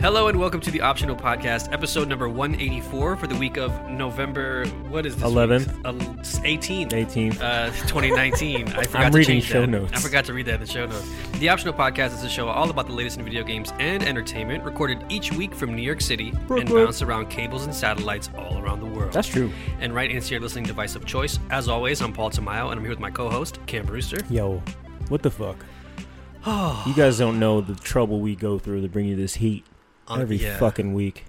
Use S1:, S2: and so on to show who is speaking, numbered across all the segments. S1: Hello and welcome to the Optional Podcast, episode number 184 for the week of November. What is this?
S2: 11th.
S1: week's- el- 18th.
S2: 18th.
S1: Uh, 2019. I forgot
S2: I'm
S1: to
S2: reading
S1: change
S2: show
S1: that.
S2: notes.
S1: I forgot to read that in the show notes. The Optional Podcast is a show all about the latest in video games and entertainment, recorded each week from New York City and
S2: Brooklyn.
S1: bounced around cables and satellites all around the world.
S2: That's true.
S1: And right into your listening device of choice. As always, I'm Paul Tamayo, and I'm here with my co-host Cam Brewster.
S2: Yo, what the fuck? you guys don't know the trouble we go through to bring you this heat
S1: Uh,
S2: every
S1: yeah.
S2: fucking week.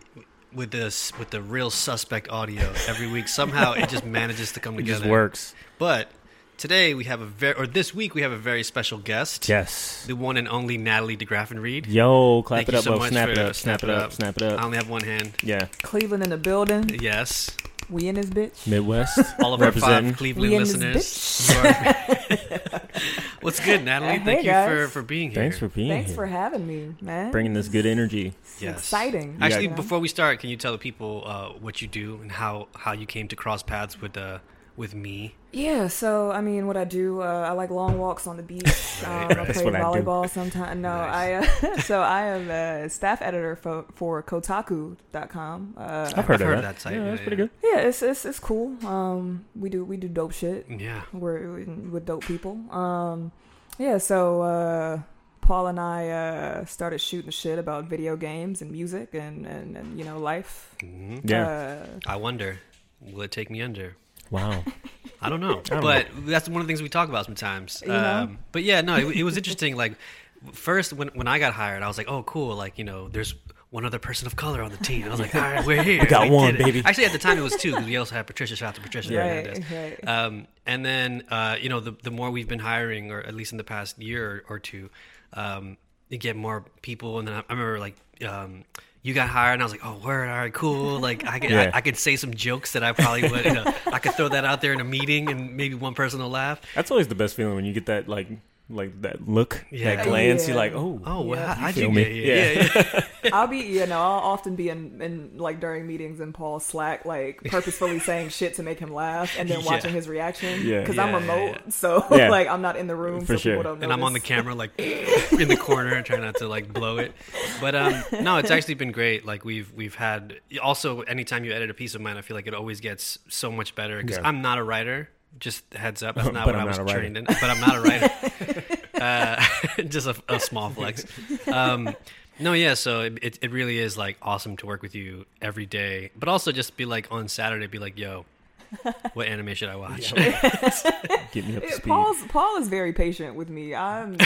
S1: With this, with the real suspect audio every week, somehow it just manages to come
S2: It
S1: together.
S2: just works.
S1: But today we have a very, or this week we have a very special guest,
S2: Yes.
S1: the one and only Natalie DeGraffenreid. Reed.
S2: Yo, clap
S1: Thank
S2: it
S1: you
S2: up,
S1: so
S2: bro.
S1: much
S2: Snap
S1: for
S2: it up, snap it up, snap it
S1: I
S2: up.
S1: only have one hand.
S2: Yeah.
S3: Cleveland in the building.
S1: Yes,
S3: We in this bitch.
S2: Midwest.
S1: all of our
S2: Representing.
S1: five Cleveland
S3: We in this
S1: listeners. you are- What's good, Natalie?
S3: Uh, Hey,
S1: Thank you for
S3: guys.
S1: for being here.
S2: Thanks for being
S3: Thanks
S2: here.
S3: for having me, man.
S2: bringing this good energy.
S3: It's
S1: Yes.
S3: exciting.
S1: Actually,
S3: you know?
S1: before we start, can you tell the people uh, what you do and how how you came to cross paths with uh, with me?
S3: Yeah, so I mean, what I do, uh, I like long walks on the beach.
S1: Right,
S3: um,
S1: right.
S3: I
S1: That's
S3: play
S2: what I do.
S3: volleyball sometimes. No,
S1: Nice.
S3: I. Uh, so I am a staff editor for, for Kotaku.com. Uh,
S2: I've
S1: I've
S2: heard of
S1: heard
S2: that.
S1: that site,
S2: Yeah,
S1: yeah,
S2: that's
S1: yeah.
S2: pretty good.
S3: yeah, it's, it's it's cool. Um, we do we do dope shit.
S1: Yeah,
S3: We're with dope people. Um, yeah, so uh, Paul and I uh, started shooting shit about video games and music and, and, and you know life.
S1: hmm
S2: Yeah.
S3: Uh,
S1: I wonder, will it take me under?
S2: Wow.
S1: I don't know,
S2: don't
S1: but that's one of the things we talk about sometimes.
S3: You know?
S1: Um, but yeah, no, it, it was interesting. like first, when when I got hired, I was like, oh, cool. Like you know, there's one other person of color on the team. I was like, all right, we're here. We
S2: got
S1: did
S2: one,
S1: it.
S2: baby.
S1: Actually, at the time it was two because we also had Patricia. Shout out to Patricia.
S2: Yeah.
S1: Hernandez.
S3: Right, right.
S1: Um, and then uh, you know, the the more we've been hiring, or at least in the past year or, or two, um, you get more people. And then I, I remember like. Um, you got hired, and I was like, "Oh, word! All right, cool. Like, I can,
S2: Yeah.
S1: I, I could say some jokes that I probably would. You know, I could throw that out there in a meeting, and maybe one person will laugh.
S2: That's always the best feeling when you get that like like that look,
S1: Yeah.
S2: that glance. You're
S3: Yeah.
S2: like, oh,
S1: Oh, wow!
S3: Yeah.
S1: how'd
S2: feel
S1: you
S2: me?
S1: get here? Yeah, yeah.
S3: I'll be, you know, I'll often be in, in like during meetings in Paul's Slack, like purposefully saying shit to make him laugh, and then
S1: Yeah.
S3: watching his reaction.
S2: Yeah.
S3: because
S1: Yeah,
S3: I'm
S1: yeah,
S3: remote,
S1: yeah.
S3: so
S2: Yeah.
S3: like I'm not in the room,
S2: For
S3: so
S2: sure.
S3: people don't know.
S1: and I'm on the camera, like in the corner, trying not to like blow it. But um, no, it's actually been great. Like we've we've had also anytime you edit a piece of mine, I feel like it always gets so much better because
S2: Yeah.
S1: I'm not a writer. Just heads up, that's not what
S2: But I'm
S1: I was
S2: not a writer.
S1: trained in. But I'm not a writer. uh, just a, a small flex. Um, no, yeah. So it, it it really is like awesome to work with you every day, but also just be like on Saturday, be like, yo. What anime should I watch?
S2: get me up to
S3: It,
S2: speed.
S3: Paul's Paul is very patient with me. I'm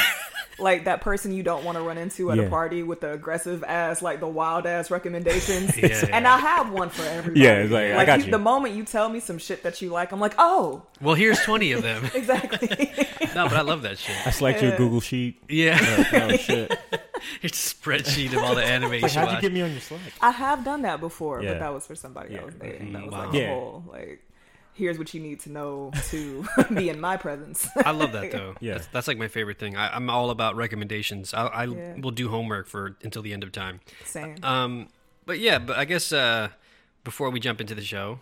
S3: like that person you don't want to run into at
S2: Yeah.
S3: a party with the aggressive ass, like the wild ass recommendations.
S1: Yeah, yeah,
S3: And
S1: yeah.
S3: I have one for everybody.
S2: Yeah, it's like, I got you.
S3: The moment you tell me some shit that you like, I'm like, oh,
S1: Well, here's twenty of them.
S3: exactly.
S1: No, but I love that shit.
S2: I select your Google sheet.
S1: Yeah.
S2: Like, oh shit!
S1: It's a spreadsheet of all the anime you
S2: How'd you
S1: watch.
S2: get me on your Slack?
S3: I have done that before,
S2: Yeah.
S3: but that was for somebody
S2: Yeah.
S3: I was dating. That was
S1: Wow.
S3: like a
S2: Yeah.
S3: whole like, here's what you need to know to be in my presence.
S1: I love that though.
S2: Yeah.
S1: That's, that's like my favorite thing. I, I'm all about recommendations. I, I
S3: Yeah.
S1: will do homework for until the end of time.
S3: Same.
S1: Um, but yeah, but I guess uh, before we jump into the show,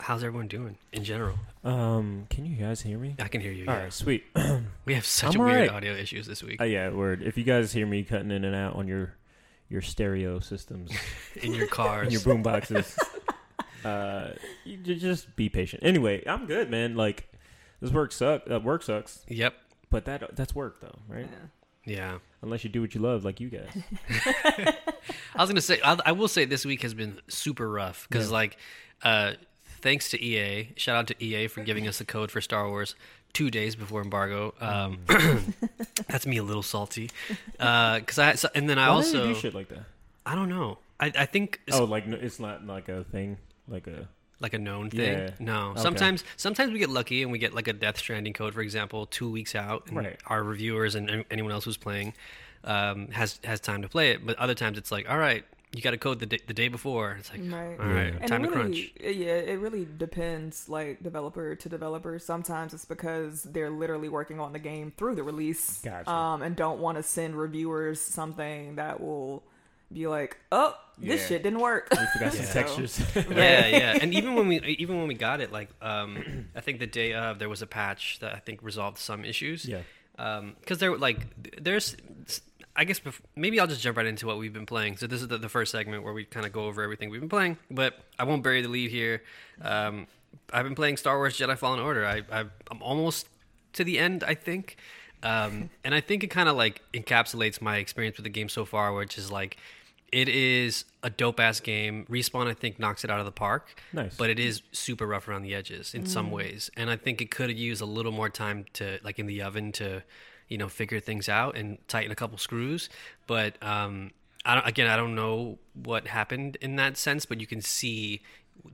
S1: how's everyone doing in general?
S2: Um, can you guys hear me?
S1: I can hear you.
S2: All
S1: yeah.
S2: right, sweet.
S1: We have such
S2: I'm all
S1: weird
S2: right.
S1: audio issues this week
S2: Uh, yeah, word. If you guys hear me cutting in and out on your your stereo systems,
S1: in your
S2: and
S1: cars.
S2: your boom boxes, uh, you ju- just be patient. Anyway, I'm good, man. Like this work sucks. Uh, work sucks,
S1: yep.
S2: but that that's work though,
S1: uh,
S2: right?
S3: Yeah.
S1: Yeah.
S2: Unless you do what you love, like you guys.
S1: I was gonna say, I, I will say this week has been super rough because, like, uh, thanks to EA, shout out to EA for giving us the code for Star Wars two days before embargo. Um, that's me a little salty because I so, and then I
S2: Why do they
S1: also
S2: do shit like that.
S1: I don't know. I, I think it's
S2: Oh, like no, it's not like a thing. Like a
S1: like a known thing.
S2: Yeah.
S1: No,
S2: Okay.
S1: sometimes sometimes we get lucky and we get like a Death Stranding code, for example, two weeks out, and
S2: Right.
S1: our reviewers and an- anyone else who's playing um, has has time to play it. But other times it's like, all right, you got a code the day, the day before. It's like,
S3: Right.
S1: all right,
S3: And
S1: time
S3: it
S1: to crunch.
S3: really, uh, Yeah, it really depends, like developer to developer. Sometimes it's because they're literally working on the game through the release,
S2: Gotcha.
S3: um, and don't want to send reviewers something that will be like, "Oh, this
S2: Yeah.
S3: shit didn't work."
S2: we forgot some
S3: So-
S2: textures.
S1: yeah, yeah. And even when we even when we got it, like um, I think the day of there was a patch that I think resolved some issues.
S2: yeah.
S1: Because there were like th- there's, I I guess bef- maybe I'll just jump right into what we've been playing. So this is the, the first segment where we kind of go over everything we've been playing, but I won't bury the lead here. Um, I've been playing Star Wars Jedi Fallen Order. I, I I'm almost to the end, I think, um, and I think it kind of like encapsulates my experience with the game so far, which is like. It is a dope ass game. Respawn, I think, knocks it out of the park.
S2: Nice.
S1: But it is super rough around the edges in
S2: Mm.
S1: some ways and i think it could use a little more time to like in the oven to you know figure things out and tighten a couple screws but um i don't again i don't know what happened in that sense but you can see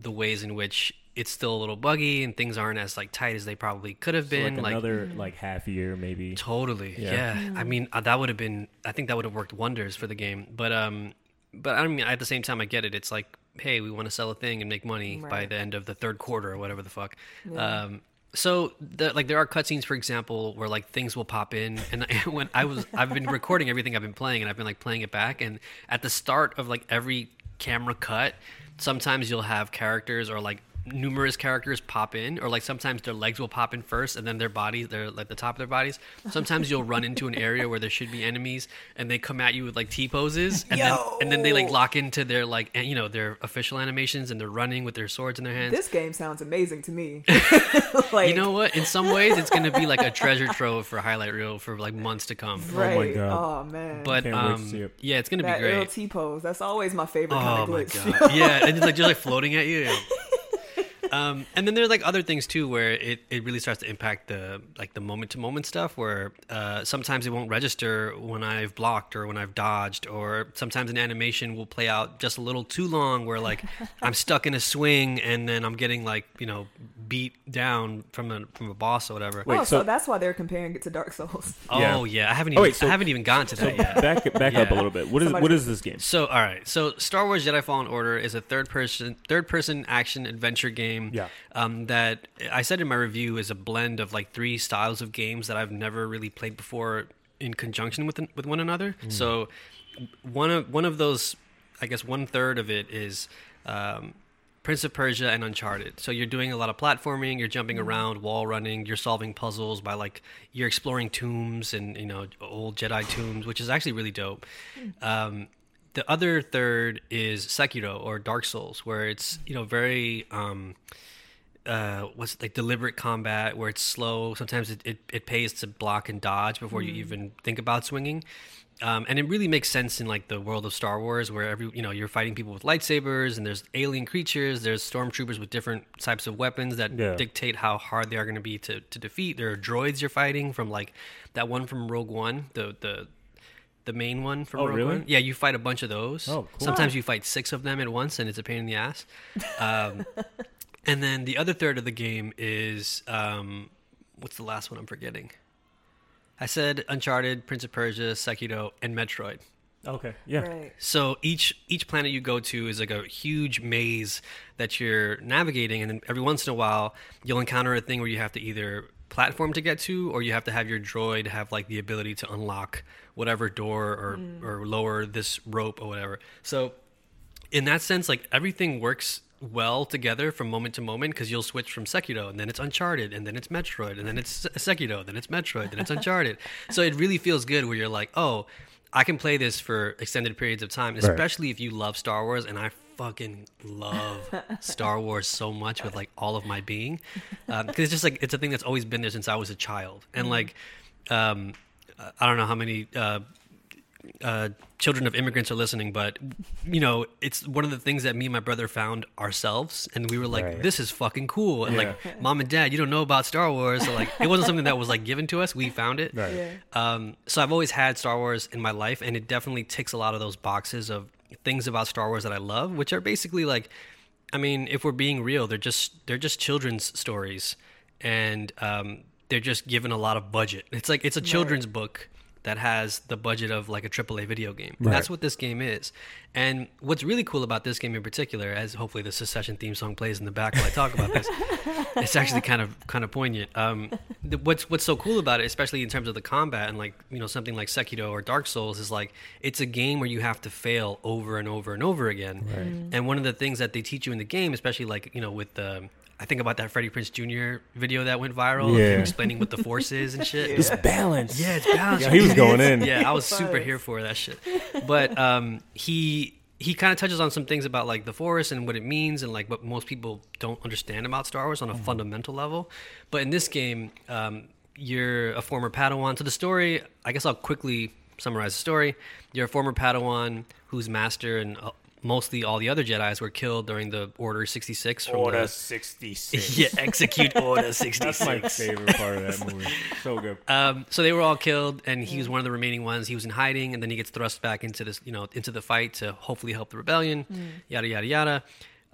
S1: the ways in which it's still a little buggy and things aren't as like tight as they probably could have
S2: like
S1: been like, mm.
S2: another like half year maybe.
S1: Totally.
S2: Yeah.
S1: Yeah. I mean, uh, that would have been. I think that would have worked wonders for the game. But um, but I mean, at the same time, I get it. It's like, hey, we want to sell a thing and make money by
S3: Right.
S1: the end of the third quarter or whatever the fuck. Um. So, the, like, there are cutscenes, for example, where like things will pop in, and I- when I was, I've been recording everything I've been playing, and I've been like playing it back, and at the start of like every camera cut, sometimes you'll have characters or like numerous characters pop in or like sometimes their legs will pop in first and then their bodies they're like the top of their bodies sometimes you'll run into an area where there should be enemies and they come at you with like t-poses and then and then they like
S3: Yo!
S1: lock into their like an- you know their official animations and they're running with their swords in their hands
S3: This game sounds amazing to me. like,
S1: you know what in some ways it's going to be like a treasure trove for highlight reel for like months to come
S3: right?
S2: God.
S3: Oh, man,
S1: but
S2: Can't wait to
S1: um
S2: see it.
S1: yeah it's going to be
S3: that
S1: great
S3: LT pose. That's always my favorite kind
S1: Oh
S3: of
S1: my
S3: glitch.
S1: god! yeah, and it's like just like floating at you. yeah. Um, and then there's like other things too where it, it really starts to impact the like the moment to moment stuff where uh, sometimes it won't register when I've blocked or when I've dodged or sometimes an animation will play out just a little too long where like I'm stuck in a swing and then I'm getting like you know beat down from a from a boss or whatever.
S2: Wait,
S3: oh,
S2: so-
S3: so, that's why they're comparing it to Dark Souls.
S1: oh yeah, I haven't
S2: Oh,
S1: even
S2: wait, so-
S1: I haven't even gotten to that yet.
S2: Back back up
S1: Yeah.
S2: a little bit. What is
S3: Somebody-
S2: what is this game?
S1: So, all right. So, Star Wars Jedi Fallen Order is a third person third person action adventure game.
S2: Yeah.
S1: Um, that I said in my review is a blend of like three styles of games that I've never really played before in conjunction with with one another. So, one of one of those, I guess, one third of it is. Um, Prince of Persia and Uncharted. So you're doing a lot of platforming, you're jumping around, wall running, you're solving puzzles by like you're exploring tombs and you know old Jedi tombs, which is actually really dope. Um, the other third is Sekiro or Dark Souls, where it's you know very um, uh, what's like deliberate combat where it's slow. Sometimes it, it, it pays to block and dodge before
S2: Mm.
S1: you even think about swinging. Um, and it really makes sense in like the world of Star Wars, where every you know you're fighting people with lightsabers, and there's alien creatures, there's stormtroopers with different types of weapons that
S2: Yeah.
S1: dictate how hard they are going to be to, to defeat. There are droids you're fighting from like that one from Rogue One, the the the main one from
S2: Oh,
S1: Rogue
S2: really?
S1: One. Yeah, you fight a bunch of those.
S2: Oh, cool.
S1: Sometimes you fight six of them at once, and it's a pain in the ass. Um, and then the other third of the game is um, what's the last one I'm forgetting? I said Uncharted, Prince of Persia, Sekiro, and Metroid.
S2: Okay. Yeah.
S3: Right.
S1: So each each planet you go to is like a huge maze that you're navigating, and then every once in a while you'll encounter a thing where you have to either platform to get to, or you have to have your droid have like the ability to unlock whatever door or or lower this rope or whatever. So in that sense, like everything works well together from moment to moment because you'll switch from Sekiro and then it's Uncharted and then it's Metroid and then it's Se- Sekiro, then it's Metroid, then it's Uncharted. so it really feels good where you're like, oh, I can play this for extended periods of time, especially if you love Star Wars and I fucking love Star Wars so much with like all of my being because it's just like it's a thing that's always been there since I was a child and like um, I- I don't know how many. Uh, uh, children of immigrants are listening, but you know, it's one of the things that me and my brother found ourselves, and we were like,
S2: Right.
S1: "This is fucking cool!" And like, mom and dad, you don't know about Star Wars, so like, it wasn't something that was like given to us. We found it.
S2: Right.
S3: Yeah.
S1: Um, so I've always had Star Wars in my life, and it definitely ticks a lot of those boxes of things about Star Wars that I love, which are basically like, I mean, if we're being real, they're just they're just children's stories, and um, they're just given a lot of budget. It's like it's a children's book that has the budget of like a AAA video game. And That's what this game is. And what's really cool about this game in particular, as hopefully the Secession theme song plays in the back while I talk about this, it's actually kind of kind of poignant. Um, the, what's what's so cool about it, especially in terms of the combat and like you know something like Sekiro or Dark Souls, is like it's a game where you have to fail over and over and over again. And one of the things that they teach you in the game, especially like you know with the I think about that Freddie Prince Jr. video that went viral, of
S2: Yeah.
S1: him explaining what the force is and shit.
S2: It's balance.
S1: Yeah, it's balanced.
S2: Yeah, he was going in.
S1: Yeah, I was
S3: He
S1: super
S3: was.
S1: here for that shit. But um, he he kind of touches on some things about like the forest and what it means and like what most people don't understand about Star Wars on a
S2: Mm-hmm.
S1: fundamental level. But in this game, um, you're a former Padawan. So the story, I guess I'll quickly summarize the story. You're a former Padawan whose master and uh, mostly all the other Jedi's were killed during the Order 66 from
S2: Order
S1: the,
S2: sixty six.
S1: yeah, execute Order 66.
S2: That's my favorite part of that movie. So good.
S1: Um, so they were all killed, and he was one of the remaining ones. He was in hiding, and then he gets thrust back into this, you know, into the fight to hopefully help the rebellion. Yada yada yada.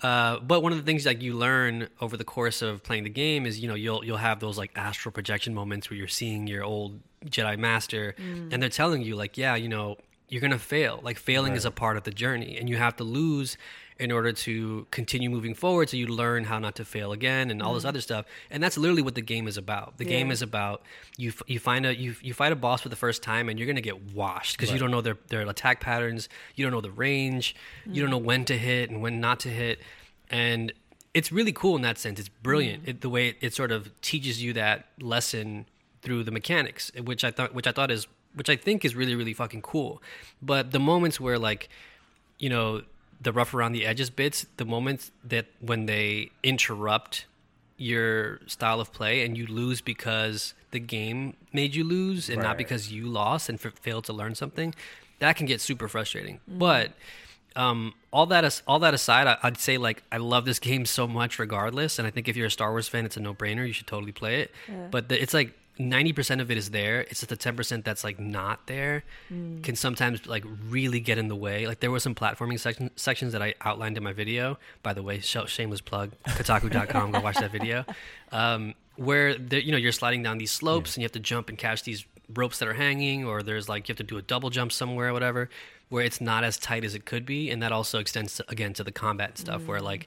S1: Uh, but one of the things like you learn over the course of playing the game is you know you'll you'll have those like astral projection moments where you're seeing your old Jedi master, and they're telling you like, yeah, you know, you're gonna fail. Like failing is a part of the journey, and you have to lose in order to continue moving forward. So you learn how not to fail again, and all this other stuff. And that's literally what the game is about. The game
S3: Yeah.
S1: is about you. f- You find a you you fight a boss for the first time, and you're gonna get washed because you don't know their their attack patterns. You don't know the range. You don't know when to hit and when not to hit. And it's really cool in that sense. It's brilliant it, the way it, it sort of teaches you that lesson through the mechanics, which I thought which I thought is which I think is really really fucking cool. But the moments where like you know the rough around the edges bits, the moments that when they interrupt your style of play and you lose because the game made you lose and not
S2: Right.
S1: because you lost and f- failed to learn something, that can get super frustrating. But um, all that as- all that aside, I- I'd say like I love this game so much regardless, and I think if you're a Star Wars fan, it's a no brainer. You should totally play it. But the, it's like. 90% of it is there. It's just the 10% that's like not there can sometimes like really get in the way. Like there were some platforming section, sections that I outlined in my video. By the way, sh- shameless plug, kotaku.com, go watch that video. Um, where the, you know you're sliding down these slopes and you have to jump and catch these ropes that are hanging or there's like you have to do a double jump somewhere or whatever where it's not as tight as it could be and that also extends to, again to the combat and stuff
S3: Mm.
S1: where like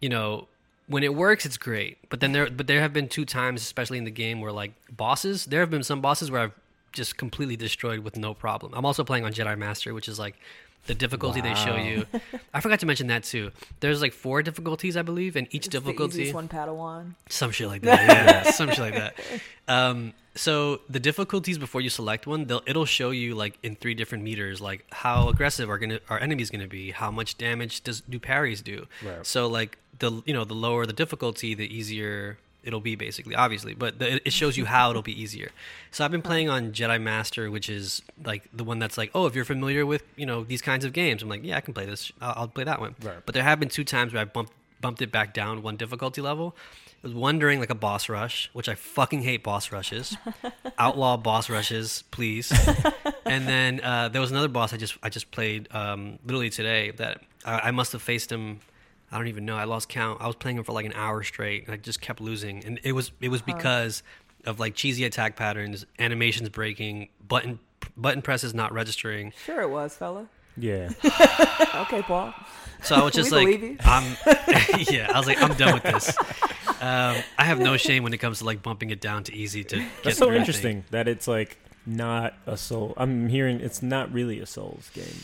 S1: you know when it works it's great but then there but there have been two times especially in the game where like bosses there have been some bosses where i've just completely destroyed with no problem i'm also playing on jedi master which is like the difficulty they show
S2: Wow.
S1: you i forgot to mention that too there's like four difficulties i believe and each
S3: It's The
S1: difficulty
S3: easiest one, Padawan.
S1: some shit like that. Yeah, some shit like that. Um, so the difficulties before you select one, they'll it'll show you like in three different meters, like how aggressive are gonna our enemies gonna be, how much damage does do parries do.
S2: Right.
S1: So like the you know the lower the difficulty, the easier it'll be basically, obviously. But the, it shows you how it'll be easier. So I've been playing on Jedi Master, which is like the one that's like, oh, if you're familiar with you know these kinds of games, I'm like, yeah, I can play this. I'll, I'll play that one.
S2: Right.
S1: But there have been two times where I bumped bumped it back down one difficulty level. It was one during like a boss rush, which I fucking hate boss rushes. Outlaw boss rushes, please. and then uh, there was another boss I just I just played um, literally today that I, I must have faced him. I don't even know. I lost count. I was playing him for like an hour straight, and I just kept losing. And it was it was because of like cheesy attack patterns, animations breaking, button button presses not registering.
S3: Sure, it was, fella.
S2: Yeah.
S3: Okay, Paul.
S1: So I was just
S3: We
S1: like,
S3: believe you.
S1: I'm, yeah, I was like, I'm done with this. Um, I have no shame when it comes to like bumping it down to easy to. get
S2: That's so
S1: through anything.
S2: interesting that it's like not a soul. I'm hearing it's not really a Souls game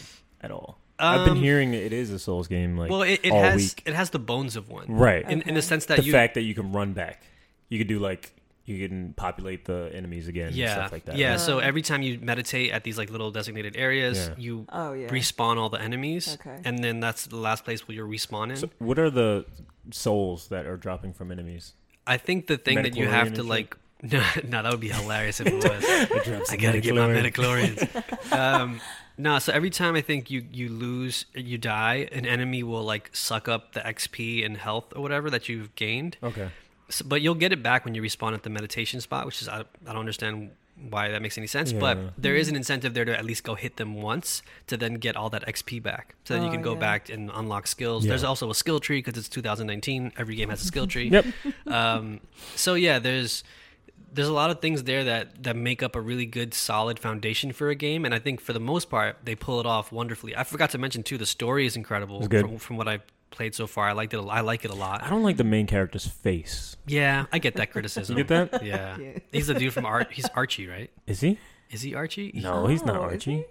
S2: at all. I've been
S1: Um,
S2: hearing it is a Souls game like
S1: Well, it, it
S2: all
S1: has
S2: week.
S1: it has the bones of one,
S2: Right.
S1: In, in the sense that
S2: the
S1: you,
S2: fact that you can run back, you could do like you can populate the enemies again.
S1: yeah,
S2: and stuff like that.
S1: yeah.
S2: Right?
S3: Uh.
S1: So every time you meditate at these like little designated areas,
S2: Yeah.
S1: you
S3: Oh yeah.
S1: respawn all the enemies,
S3: Okay.
S1: and then that's the last place where you respawn in.
S2: So what are the souls that are dropping from enemies?
S1: I think the thing that you
S2: Metachlorian
S1: have
S2: and
S1: to
S2: shit?
S1: like. No, no, that would be hilarious if it was.
S2: It drops
S1: I gotta get my
S2: Mandalorian.
S1: metachlorians. um, no, so every time I think you you lose, you die, an enemy will like suck up the XP and health or whatever that you've gained.
S2: Okay.
S1: So, but you'll get it back when you respawn at the meditation spot, which is I, I don't understand why that makes any sense. But
S2: Yeah.
S1: there
S3: Mm-hmm.
S1: is an incentive there to at least go hit them once to then get all that XP back. So then you
S3: Oh,
S1: can go
S3: yeah.
S1: back and unlock skills.
S2: Yeah.
S1: There's also a skill tree because it's 2019. Every game has a skill tree.
S2: Yep.
S1: um, so yeah, there's there's a lot of things there that that make up a really good solid foundation for a game and i think for the most part they pull it off wonderfully i forgot to mention too the story is incredible
S2: It's good.
S1: From, from what i played so far i liked it a, i like it a lot
S2: I don't like the main character's face.
S1: yeah, I get that criticism.
S2: You get that?
S1: Yeah.
S3: Yeah.
S1: He's the dude from Art. He's Archie, right?
S2: Is he?
S1: Is he Archie?
S2: No, he's not
S3: Oh, is
S2: Archie.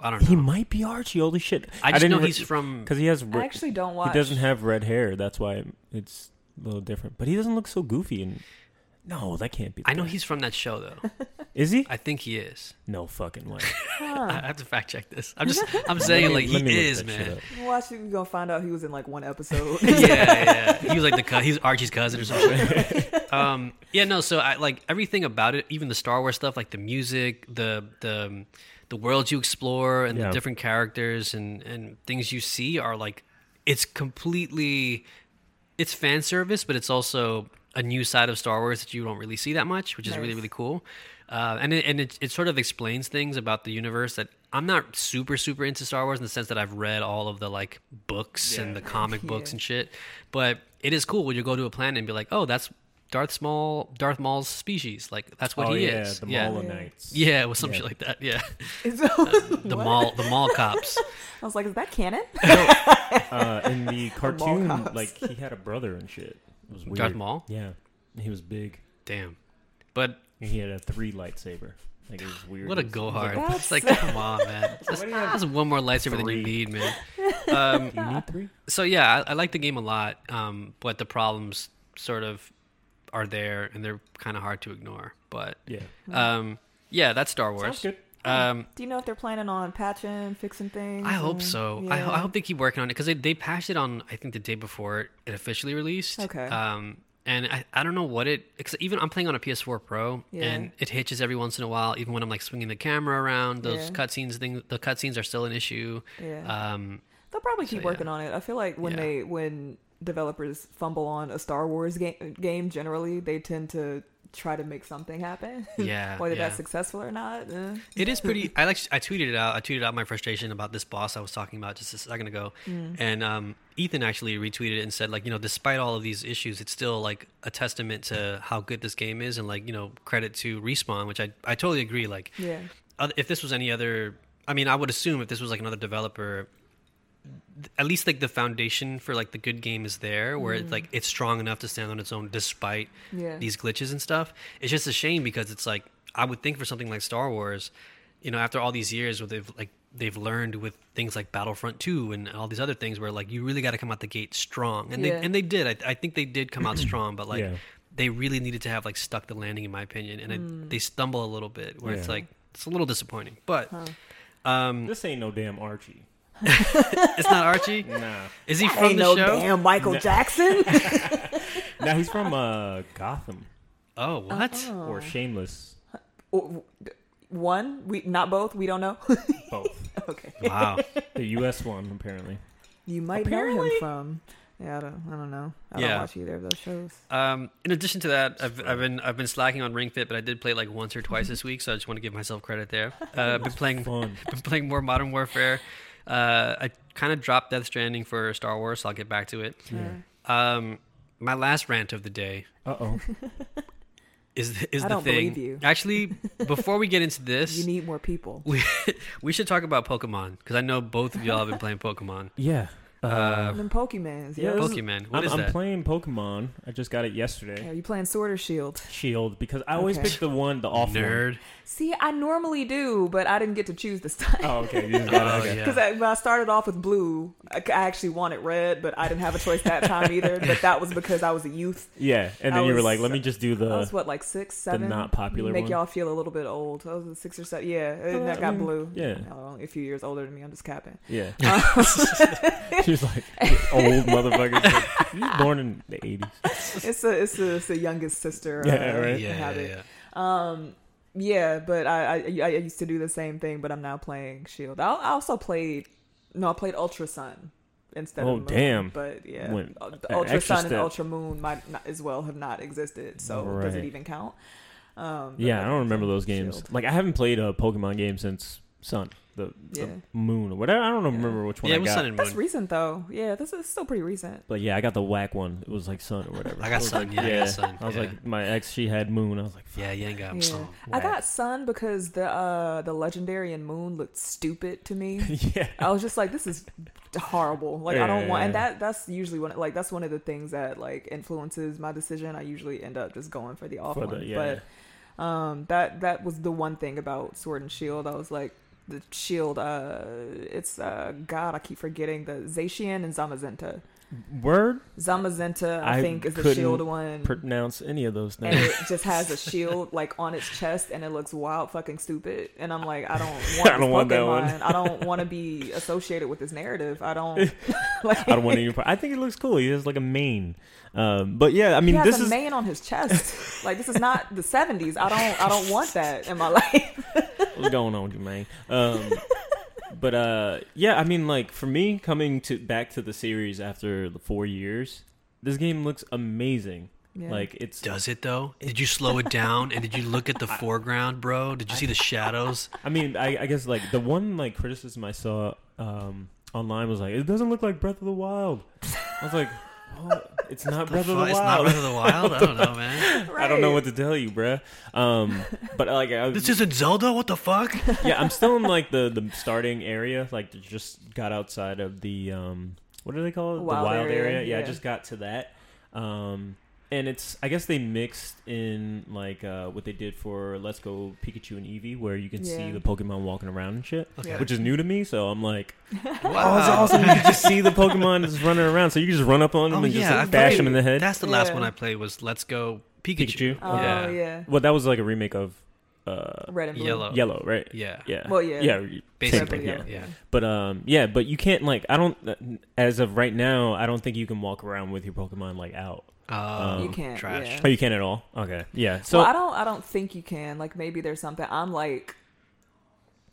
S1: I don't
S2: He?
S1: know.
S2: might be Archie. Holy shit!
S1: I just know
S2: re-
S1: he's from.
S2: because he has.
S3: I
S2: Re-
S3: actually don't
S2: he
S3: watch.
S2: doesn't have red hair. That's why it's a little different. But he doesn't look so goofy. And no, that can't be. the
S1: I know
S2: guy.
S1: he's from that show though.
S2: is he?
S1: I think he is.
S2: no fucking way.
S1: I
S3: Huh.
S1: I have to fact check this. I'm just I'm saying it like
S2: Let me
S1: he
S2: look
S1: is
S2: that shit
S1: man.
S2: up.
S3: Watch it. You're gonna find out he was in like one episode.
S1: yeah, yeah. He was like the cou- he was Archie's cousin or something. um, yeah, no. So I like everything about it, even the Star Wars stuff, like the music, the the um, the worlds you explore, and
S2: Yeah.
S1: the different characters and and things you see are like it's completely it's fan service, but it's also a new side of Star Wars that you don't really see that much, which is really
S3: Nice.
S1: really cool. Uh, and it, and it, it sort of explains things about the universe that I'm not super super into Star Wars in the sense that I've read all of the like books and the comic books and shit. But it is cool when you go to a planet and be like, oh, that's Darth Small Darth Maul's species. Like that's what
S2: oh
S1: he
S2: yeah,
S1: is.
S2: the
S1: yeah.
S2: Mall Knights.
S1: Yeah, with some
S2: Yeah.
S1: shit like that. Yeah,
S3: Is-
S1: the
S3: What?
S1: mall, the mall cops.
S3: I was like, is that canon?
S2: uh, in the cartoon,
S3: cops.
S2: like he had a brother and shit. It was weird.
S1: Darth Maul.
S2: Yeah, he was big.
S1: Damn, but
S2: And he had a three lightsaber. Like it was weird.
S1: What a
S2: It was-
S1: go
S2: it was like,
S1: hard!
S3: That's-
S1: It's like, come on, man. That's,
S2: do you have?
S1: that's one more lightsaber than you
S2: Three.
S1: need, man. Um,
S2: "Do "Oh, you need three?
S1: so yeah, I, I like the game a lot, um, but the problems sort of are there, and they're kind of hard to ignore. But
S2: Yeah,
S1: um, yeah, that's Star
S2: Hmm. sounds
S1: Wars.
S2: good.
S1: Um,
S3: Do you know if they're planning on patching, fixing things?
S1: I hope
S3: and-
S1: so. I,
S3: Mm-hmm. Yeah.
S1: ho- I hope they keep working on it because they, they patched it on I think the day before it officially released.
S3: Okay.
S1: Um, and I, I don't know what it because even I'm playing on a PS4 Pro
S3: Yeah.
S1: and it hitches every once in a while. Even when I'm like swinging the camera around, those
S3: Yeah.
S1: cutscenes things the cutscenes are still an issue.
S3: Yeah.
S1: Um,
S3: They'll probably keep
S1: yeah.
S3: working on it. I feel like when
S1: Yeah.
S3: they when developers fumble on a Star Wars game, game generally, they tend to try to make something happen.
S1: Yeah,
S3: Whether
S1: yeah.
S3: that's successful or not. eh.
S1: it is pretty. I like. I tweeted it out. I tweeted out my frustration about this boss I was talking about just a second ago, and um, Ethan actually retweeted it and said like, you know, despite all of these issues, it's still like a testament to how good this game is, and like you know, credit to respawn, which I I totally agree. Like,
S3: Yeah.
S1: oth- if this was any other, I mean, I would assume if this was like another developer, th- at least like the foundation for like the good game is there, where it's like it's strong enough to stand on its own despite
S3: Mm. Yeah.
S1: these glitches and stuff. It's just a shame because it's like I would think for something like Star Wars, you know, after all these years where they've like they've learned with things like Battlefront 2 and all these other things where like you really got to come out the gate strong. And
S3: Yeah.
S1: they and they did. I, I think they did come out strong, but like
S2: Yeah.
S1: they really needed to have like stuck the landing in my opinion and
S3: Hmm.
S1: it, they stumble a little bit where it's
S2: Yeah.
S1: like it's a little disappointing. But um
S2: This ain't no damn Archie.
S1: it's not Archie.
S2: Nah.
S1: Is he from
S3: Ain't
S1: the
S3: no
S1: show?
S3: damn Michael
S2: No.
S3: Jackson.
S2: Now he's from uh, Gotham
S1: Oh, what?
S2: or Shameless.
S3: Or- One, we not both. We don't know.
S2: Both.
S3: okay.
S1: Wow.
S2: the U.S. one apparently.
S3: You might know him
S2: Apparently-
S3: from. Yeah, I don't. I don't know. I
S1: Yeah.
S3: don't watch either of those shows.
S1: Um, in addition to that, I've, I've been I've been slacking on Ring Fit, but I did play like once or twice this week, so I just want to give myself credit there. Uh, I've been playing
S2: Fun.
S1: been playing more Modern Warfare. Uh, I kind of dropped Death Stranding for Star Wars, so I'll get back to it. Um, my last rant of the day
S2: Uh oh.
S1: is is
S3: I
S1: the
S3: don't
S1: thing.
S3: believe you.
S1: Actually, before we get into this,
S3: You need more people.
S1: we we should talk about Pokemon because I know both of y'all have been playing Pokemon.
S2: Yeah.
S1: Uh,
S3: And then Pokemans.
S2: Yeah,
S3: Yeah.
S2: this is-
S1: Pokemon. What
S2: I'm,
S1: is
S2: I'm
S1: that?
S2: playing Pokemon. I just got it yesterday.
S3: Are you playing Sword or Shield?
S2: Shield because I always
S3: Okay.
S2: pick the one, the off one.
S1: Nerd.
S3: See, I normally do, but I didn't get to choose this time.
S2: Oh, okay. You just got it,
S1: Oh
S2: okay.
S1: yeah.
S3: Because I, when I started off with blue. I, I actually wanted red, but I didn't have a choice that time either. But that was because I was a youth.
S2: Yeah, and then
S3: I
S2: you were
S3: was-
S2: like, "Let me just do
S3: I was
S2: the."
S3: what, like six, seven?
S2: not popular
S3: Make
S2: one?
S3: y'all feel a little bit old. I was six or seven. Yeah, and
S2: I
S3: I got
S2: mean,
S3: blue.
S2: yeah.
S3: Oh, a few years older than me. I'm just capping.
S2: Yeah. She's like old motherfucker. Like, you was born in the eighties.
S3: It's a, it's a, it's a youngest sister. uh,
S2: Yeah, right.
S1: yeah, yeah,
S3: habit.
S1: yeah.
S3: Um, yeah, but I, I I used to do the same thing, but I'm now playing Shield. I, I also played no, I played Ultra Sun instead
S2: Oh,
S3: of Moon,
S2: damn.
S3: But yeah,
S2: Went
S3: uh,
S2: an
S3: Ultra
S2: extra
S3: Sun and
S2: step.
S3: Ultra Moon might not, as well have not existed. So
S2: Right.
S3: does it even count? Um, but
S2: Yeah, I
S3: I've
S2: don't
S3: been
S2: remember
S3: playing
S2: those games.
S3: Shield.
S2: Like I haven't played a Pokemon game since Sun, the, the
S3: Yeah.
S2: Moon or whatever. I don't remember which one
S1: Yeah,
S2: I
S1: it was
S2: got.
S1: Sun and
S3: That's
S1: Moon.
S3: recent though. Yeah, this is still pretty recent.
S2: but yeah, I got the whack one. It was like Sun or whatever.
S1: I got
S2: was
S1: Sun,
S2: like-
S1: yeah, I got Sun,
S2: I was
S1: yeah.
S2: like, my ex, she had Moon. I was like,
S1: Yeah, you ain't got
S3: Yeah.
S1: oh,
S3: I
S2: whack.
S3: got Sun because the uh, the legendary and Moon looked stupid to me.
S2: yeah,
S3: I was just like, this is horrible. Like, I don't want, and
S2: Yeah.
S3: that that's usually one, like, that's one of the things that like influences my decision. I usually end up just going for the off
S2: For the-
S3: one.
S2: yeah.
S3: But um, that that was the one thing about Sword and Shield. I was like, the Shield. Uh, it's uh, God, I keep forgetting the Zacian and Zamazenta.
S2: Word
S3: Zamazenta, I,
S2: I
S3: think, is the
S2: couldn't
S3: shield one.
S2: pronounce any of those
S3: and
S2: names.
S3: it just has a shield like on its chest and it looks wild fucking stupid and i'm like i don't want,
S2: I don't want that one.
S3: that one i don't want to be associated with this narrative i don't like
S2: I don't want to. even- I think it looks cool. He has like a mane. Um, but yeah, I mean,
S3: he has
S2: this
S3: a
S2: is
S3: mane on his chest like this is not the 70s i don't i don't want that in my life
S2: what's going on with you, man. Um, but uh, yeah, I mean, like for me, coming to back to the series after the four years, this game looks amazing.
S3: Yeah.
S2: Like it's
S1: Does it though? Did you slow it down and did you look at the foreground, bro? Did you see the shadows?
S2: I mean, I, I guess like the one like criticism I saw um, online was like, it doesn't look like Breath of the Wild. I was like, what? it's not
S1: The
S2: Breath of the
S1: fu- it's not
S2: Wild.
S1: Breath of the Wild. I don't know, man.
S2: I don't know
S3: Right.
S2: what to tell you, bruh. Um, but like, I,
S1: This isn't Zelda. What the fuck?
S2: yeah, I'm still in like the the starting area. Like, just got outside of the um, what do they call it?
S3: Wild
S2: the wild
S3: area,
S2: area. Yeah, I
S3: yeah.
S2: just got to that. Um, and it's I guess they mixed in like uh, what they did for Let's Go Pikachu and Eevee, where you can see
S3: Yeah.
S2: the Pokemon walking around and shit,
S1: Okay.
S2: which is new to me. So I'm like, Oh, that's
S1: Wow.
S2: awesome. You can just see the Pokemon just running around. So you can just run up on them
S1: Oh,
S2: and just
S1: yeah, I
S2: like, bash
S1: played-
S2: them in the head.
S1: That's the last
S3: Yeah.
S1: one I played. Was Let's Go Pikachu.
S2: Pikachu?
S3: oh yeah.
S2: well, that was like a remake of uh,
S3: red and blue
S1: Yellow.
S2: Yellow, right?
S1: Yeah.
S2: Yeah.
S3: Well, yeah.
S2: Yeah. same
S1: Basically,
S2: thing,
S3: Red,
S1: yeah.
S3: blue,
S1: yeah.
S2: But um, yeah, but you can't like I don't as of right now I don't think you can walk around with your Pokemon like out.
S1: Oh,
S3: You can't,
S1: Trash.
S3: yeah.
S2: Oh, you can at all? Okay. Yeah. So
S3: well, I don't I don't think you can. Like maybe there's something. I'm like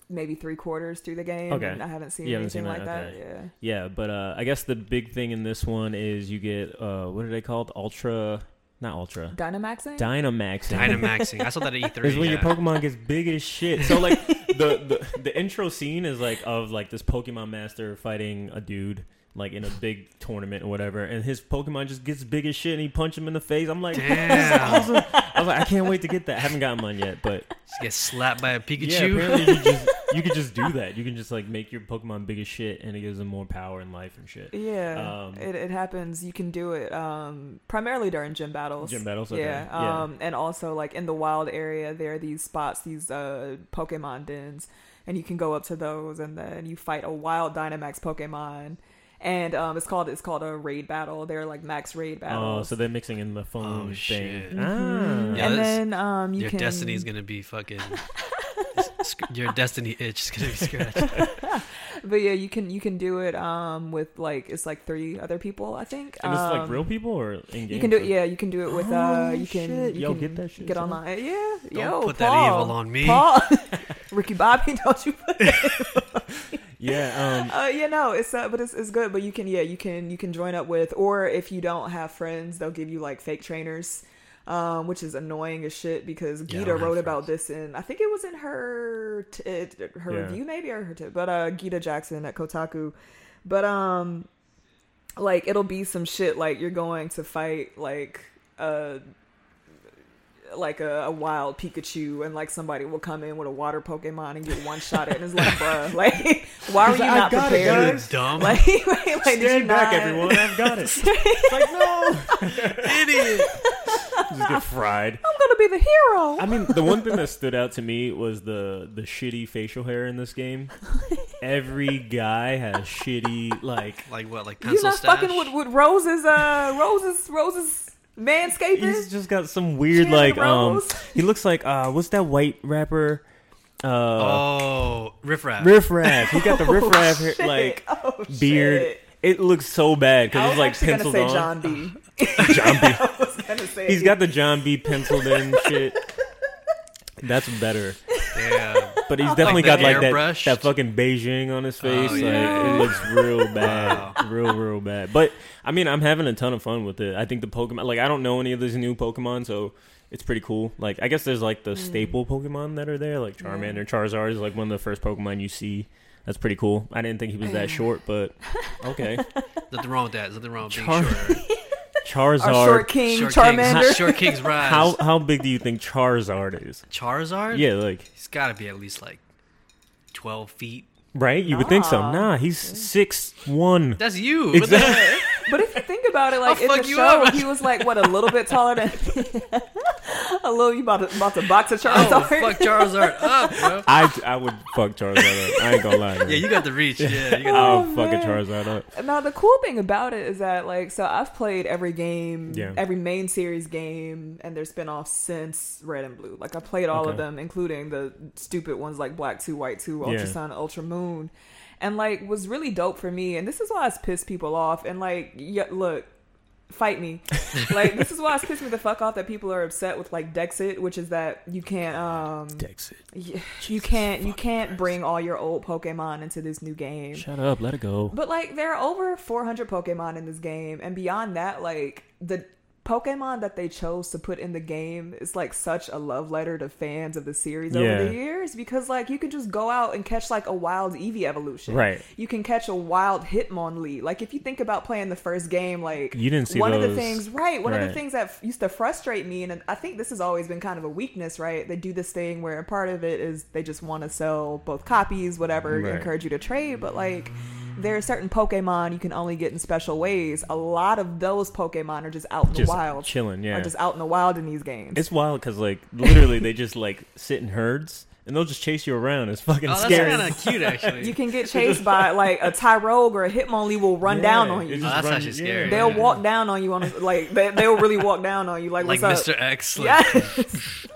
S3: maybe three quarters through the game,
S2: Okay.
S3: and I haven't seen
S2: You haven't
S3: anything
S2: seen
S3: like
S2: that?
S3: that.
S2: Okay.
S3: Yeah.
S2: yeah, but uh, I guess the big thing in this one is you get uh, what are they called? Ultra, not Ultra,
S3: Dynamaxing.
S2: Dynamaxing.
S1: Dynamaxing. I saw that at E3.
S2: is when your
S1: yeah.
S2: Pokemon gets big as shit. So like the, the the intro scene is like of like this Pokemon master fighting a dude like in a big tournament or whatever, and his Pokemon just gets big as shit and he punches him in the face. I'm like,
S1: Damn.
S2: awesome. I was like, I can't wait to get that. I haven't gotten mine yet, but
S1: Just get slapped by a
S2: yeah,
S1: Pikachu.
S2: apparently you just you could just do that. You can just like make your Pokemon big as shit, and it gives them more power and life and shit.
S3: Yeah,
S2: Um,
S3: it, it happens. You can do it um, primarily during gym battles.
S2: Gym battles, okay.
S3: Yeah,
S2: Yeah.
S3: Um, and also like in the wild area, there are these spots, these uh, Pokemon dens, and you can go up to those, and then you fight a wild Dynamax Pokemon, and um, it's called it's called a raid battle. They're like max raid
S2: Oh,
S3: battles.
S2: so they're mixing in the
S1: Oh,
S2: phone thing.
S1: shit.
S2: Ah.
S1: Yeah,
S3: Mm-hmm. and
S1: that's-
S3: then um, you
S1: your
S3: can
S1: destiny's gonna be fucking. sc- your destiny itch is gonna be scratched.
S3: But yeah, you can you can do it um with like it's like three other people, I think.
S2: And it's like
S3: Um,
S2: real people or in game?
S3: You can do it. Yeah, you can do it with uh.
S2: Oh,
S3: You can
S2: shit.
S3: you
S2: Yo,
S3: can
S2: get that shit,
S3: Get
S2: son.
S3: online. Yeah.
S1: Don't
S3: Yo,
S1: put
S3: Paul.
S1: that evil on me.
S3: Paul, Ricky Bobby, don't you? Put,
S2: Yeah. Um,
S3: uh, yeah, no, it's uh, but it's, it's good. But you can yeah, you can you can join up with, or if you don't have friends, they'll give you like fake trainers. Um, which is annoying as shit because
S1: Yeah, I
S3: Gita
S1: don't have
S3: wrote about
S1: friends.
S3: this in I think it was in her t- it, her
S2: Yeah.
S3: review maybe or her tip, but uh Gita Jackson at Kotaku, but um like it'll be some shit like you're going to fight like a like a, a wild Pikachu and like somebody will come in with a water Pokemon and get one shot at it and it's like bruh like why were
S2: He's
S3: you
S2: like, "I've
S3: not
S2: got it,
S3: prepared?
S2: guys.
S1: Dumb
S3: like, like, did you
S2: Stand back,
S3: not-
S2: everyone. I've got it. it's like no.
S1: idiot.
S2: Just get fried.
S3: I'm gonna be the hero.
S2: I mean, the one thing that stood out to me was the the shitty facial hair in this game. Every guy has shitty like.
S1: Like what? Like
S3: You're
S1: pencil
S3: not
S1: stash.
S3: fucking with, with Rose's uh Rose's Rose's manscaping.
S2: He's just got some weird
S3: Kid
S2: like um.
S3: Rose.
S2: He looks like uh, what's that white rapper? Uh,
S1: oh, riffraff.
S2: riff raff. He got the riff raff hair,
S3: Oh, Shit.
S2: like
S3: Oh,
S2: beard.
S3: shit.
S2: It looks so bad
S3: I
S2: because
S3: was
S2: it's like
S3: actually gonna
S2: penciled
S3: say
S2: on.
S3: John B.
S2: John B.
S3: I was gonna say
S2: He's got the John B. penciled in shit. That's better.
S1: Damn.
S2: But he's definitely
S1: Like
S2: got
S1: the
S2: like that,
S1: airbrushed?
S2: that fucking Beijing on his face.
S1: Oh,
S2: like
S1: yeah.
S2: it looks real bad, real real bad. But I mean, I'm having a ton of fun with it. I think the Pokemon, like I don't know any of these new Pokemon, so it's pretty cool. Like I guess there's like the staple Pokemon that are there, like Charmander, Charizard is like one of the first Pokemon you see. That's pretty cool. I didn't think he was that short, but okay.
S1: Nothing wrong with that. There's nothing wrong with being
S2: Char-
S1: short.
S2: Charizard.
S3: our short king
S1: Short
S3: Charmander.
S1: Kings, short King's rise.
S2: how how big do you think Charizard is?
S1: Charizard?
S2: Yeah, like
S1: He's got to be at least like 12 feet.
S2: right? You would think so.
S3: Nah.
S2: Nah, he's six one.
S1: That's you.
S2: Exactly.
S3: But if you think about it, like
S1: fuck
S3: in the
S1: you
S3: show,
S1: up.
S3: he was like what a little bit taller than a little. You about to, about to box a Charles?
S1: Oh,
S3: Darwin?
S1: fuck Charizard up, bro.
S2: I I would fuck Charizard up. I ain't gonna lie.
S1: Yeah, you got the reach. Yeah, you got the
S2: I'll
S3: Oh,
S2: fucking
S3: man.
S2: Charizard up.
S3: Now the cool thing about it is that like so I've played every game,
S2: Yeah.
S3: every main series game, and their spinoffs since Red and Blue. Like I played all of
S2: Okay.
S3: them, including the stupid ones like Black Two, White Two, Ultra
S2: Yeah.
S3: Sun, Ultra Moon, and like was really dope for me. And this is why it's pissed people off. And like, yeah, look, fight me. like this is why it's pissed me the fuck off that people are upset with like Dexit, which is that you can't um
S2: Dexit.
S3: y- you can't you can't bring all your old Pokemon into this new game.
S2: Shut up. Let it go.
S3: But like there are over 400 Pokemon in this game and beyond that like the Pokemon that they chose to put in the game is like such a love letter to fans of the series over
S2: Yeah.
S3: the years because like you can just go out and catch like a wild Eevee evolution.
S2: Right.
S3: You can catch a wild Hitmonlee. Like if you think about playing the first game like
S2: You didn't see
S3: one of the
S2: those.
S3: things right, one of the
S2: Right.
S3: things that f- used to frustrate me and I think this has always been kind of a weakness, right? They do this thing where part of it is they just want to sell both copies whatever
S2: Right.
S3: encourage encourage you to trade, but like there are certain Pokemon you can only get in special ways. A lot of those Pokemon are just out in
S2: Just
S3: the wild,
S2: chilling, yeah.
S3: are just out in the wild in these games.
S2: It's wild because like literally they just like sit in herds and they'll just chase you around. It's fucking
S1: Oh, that's
S2: scary.
S1: kind of cute, actually.
S3: you can get chased by like a Tyrogue or a Hitmonlee will run down
S2: Yeah,
S3: on
S2: it
S3: you.
S1: Oh,
S2: just
S1: that's
S2: runs-
S1: actually scary.
S3: They'll
S1: yeah.
S3: walk down on you on a, like they, they'll really walk down on you like,
S1: like
S3: what's
S1: Mr.
S3: up?
S1: X.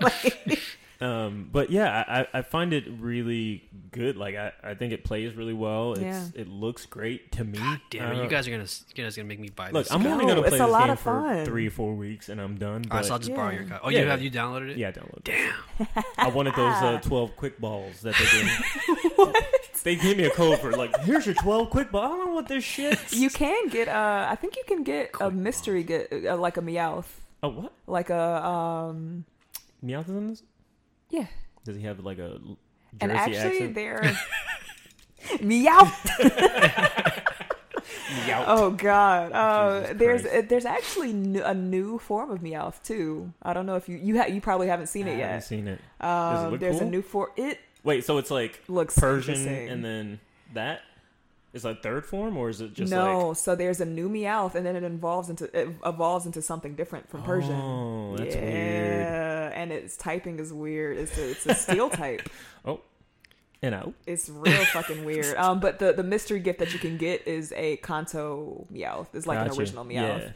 S1: Like,
S3: Yes. like,
S2: Um, but yeah, I, I- I find it really good. Like I, I think it plays really well. It's
S3: Yeah.
S2: it looks great to me.
S1: God damn it!
S2: Uh,
S1: You guys are gonna you guys are gonna make me buy
S2: look.
S1: this.
S2: I'm
S1: All
S2: only
S3: go.
S2: gonna
S3: It's
S2: play
S3: a
S2: this
S3: lot
S2: game
S3: of
S2: for
S3: fun.
S2: three four weeks and I'm done.
S1: right, so I'll
S2: But,
S1: just borrow
S3: Yeah.
S1: your copy. Oh,
S2: Yeah,
S1: you have
S2: yeah.
S1: you downloaded it?
S2: yeah, download. it.
S1: Damn.
S2: I wanted those uh, twelve quick balls that they gave. They gave me a code for like here's your twelve quick balls. I don't want this shit.
S3: you can get uh I think you can get a mystery get uh, like a Meowth,
S2: Oh what?
S3: like a um
S2: Meowth is in this?
S3: yeah.
S2: Does he have like a l- Jersey
S3: And actually
S2: accent?
S3: they're Meowth.
S2: Meowth.
S3: Oh God! Uh,
S2: Jesus
S3: there's
S2: Christ.
S3: uh, there's actually n- a new form of Meowth too. I don't know if you you ha- you probably haven't seen
S2: I
S3: it
S2: haven't
S3: yet.
S2: seen it. Does it
S3: Um,
S2: look
S3: there's
S2: cool?
S3: a new form. It
S2: Wait, so it's like
S3: looks
S2: Persian
S3: interesting.
S2: and then that is a third form, or is it just
S3: no,
S2: Like,
S3: so there's a new Meowth, and then it evolves into it evolves into something different from Persian.
S2: Oh, that's
S3: yeah,
S2: weird.
S3: and its typing is weird. It's a, it's a steel type.
S2: And out.
S3: It's real fucking weird. Um, but the the mystery gift that you can get is a Kanto Meowth. It's like an
S2: Gotcha.
S3: original
S2: Yeah.
S3: Meowth.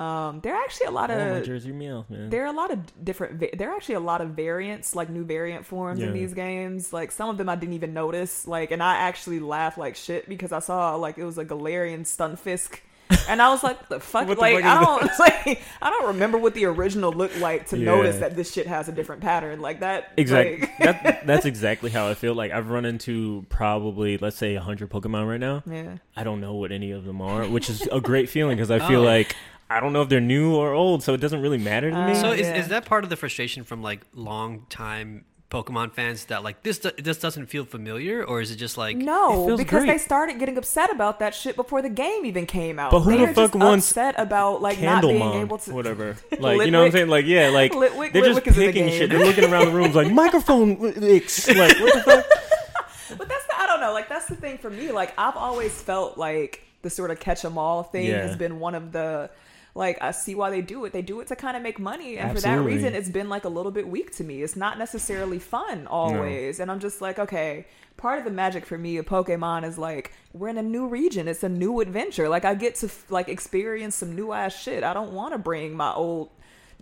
S3: Um, there are actually a lot
S2: Oh, my
S3: of
S2: Jersey Meowth, man.
S3: There are a lot of different. va- There are actually a lot of variants, like new variant forms in
S2: Yeah.
S3: these games. Like some of them I didn't even notice. Like, and I actually laughed like shit because I saw like it was a Galarian Stunfisk, and I was like, "The fuck!"
S2: What the
S3: like
S2: fuck
S3: I
S2: is
S3: don't like I don't remember what the original looked like to
S2: Yeah.
S3: notice that this shit has a different pattern like that.
S2: Exactly.
S3: like-
S2: that, that's exactly how I feel. Like I've run into probably let's say hundred Pokemon right now.
S3: yeah.
S2: I don't know what any of them are, which is a great feeling because I feel
S1: Oh.
S2: like I don't know if they're new or old, so it doesn't really matter to me.
S1: So
S3: Oh,
S1: is,
S3: yeah.
S1: is that part of the frustration from like long time Pokemon fans that like this do- this doesn't feel familiar, or is it just like
S2: It
S3: No,
S2: feels
S3: because
S2: great.
S3: they started getting upset about that shit before the game even came out.
S2: But who
S3: They
S2: the
S3: are just
S2: fuck wants
S3: upset about like not
S2: Candle
S3: being
S2: Mom,
S3: able to
S2: whatever. Like you know what I'm
S3: Litwick.
S2: saying? Like yeah, like
S3: Litwick-
S2: they're just
S3: Litwick is in the
S2: picking shit.
S3: game.
S2: They're looking around the rooms like microphone licks. Like what the fuck?
S3: But that's the, I don't know. Like that's the thing for me. Like I've always felt like the sort of catch 'em all thing
S2: Yeah.
S3: has been one of the like I see why they do it. They do it to kind of make money, and for that
S2: Absolutely.
S3: reason, it's been like a little bit weak to me. It's not necessarily fun always, and I'm just like, okay. Part of the magic for me of Pokemon is like we're in a new region. It's a new adventure. Like I get to f- like experience some new ass shit. I don't want to bring my old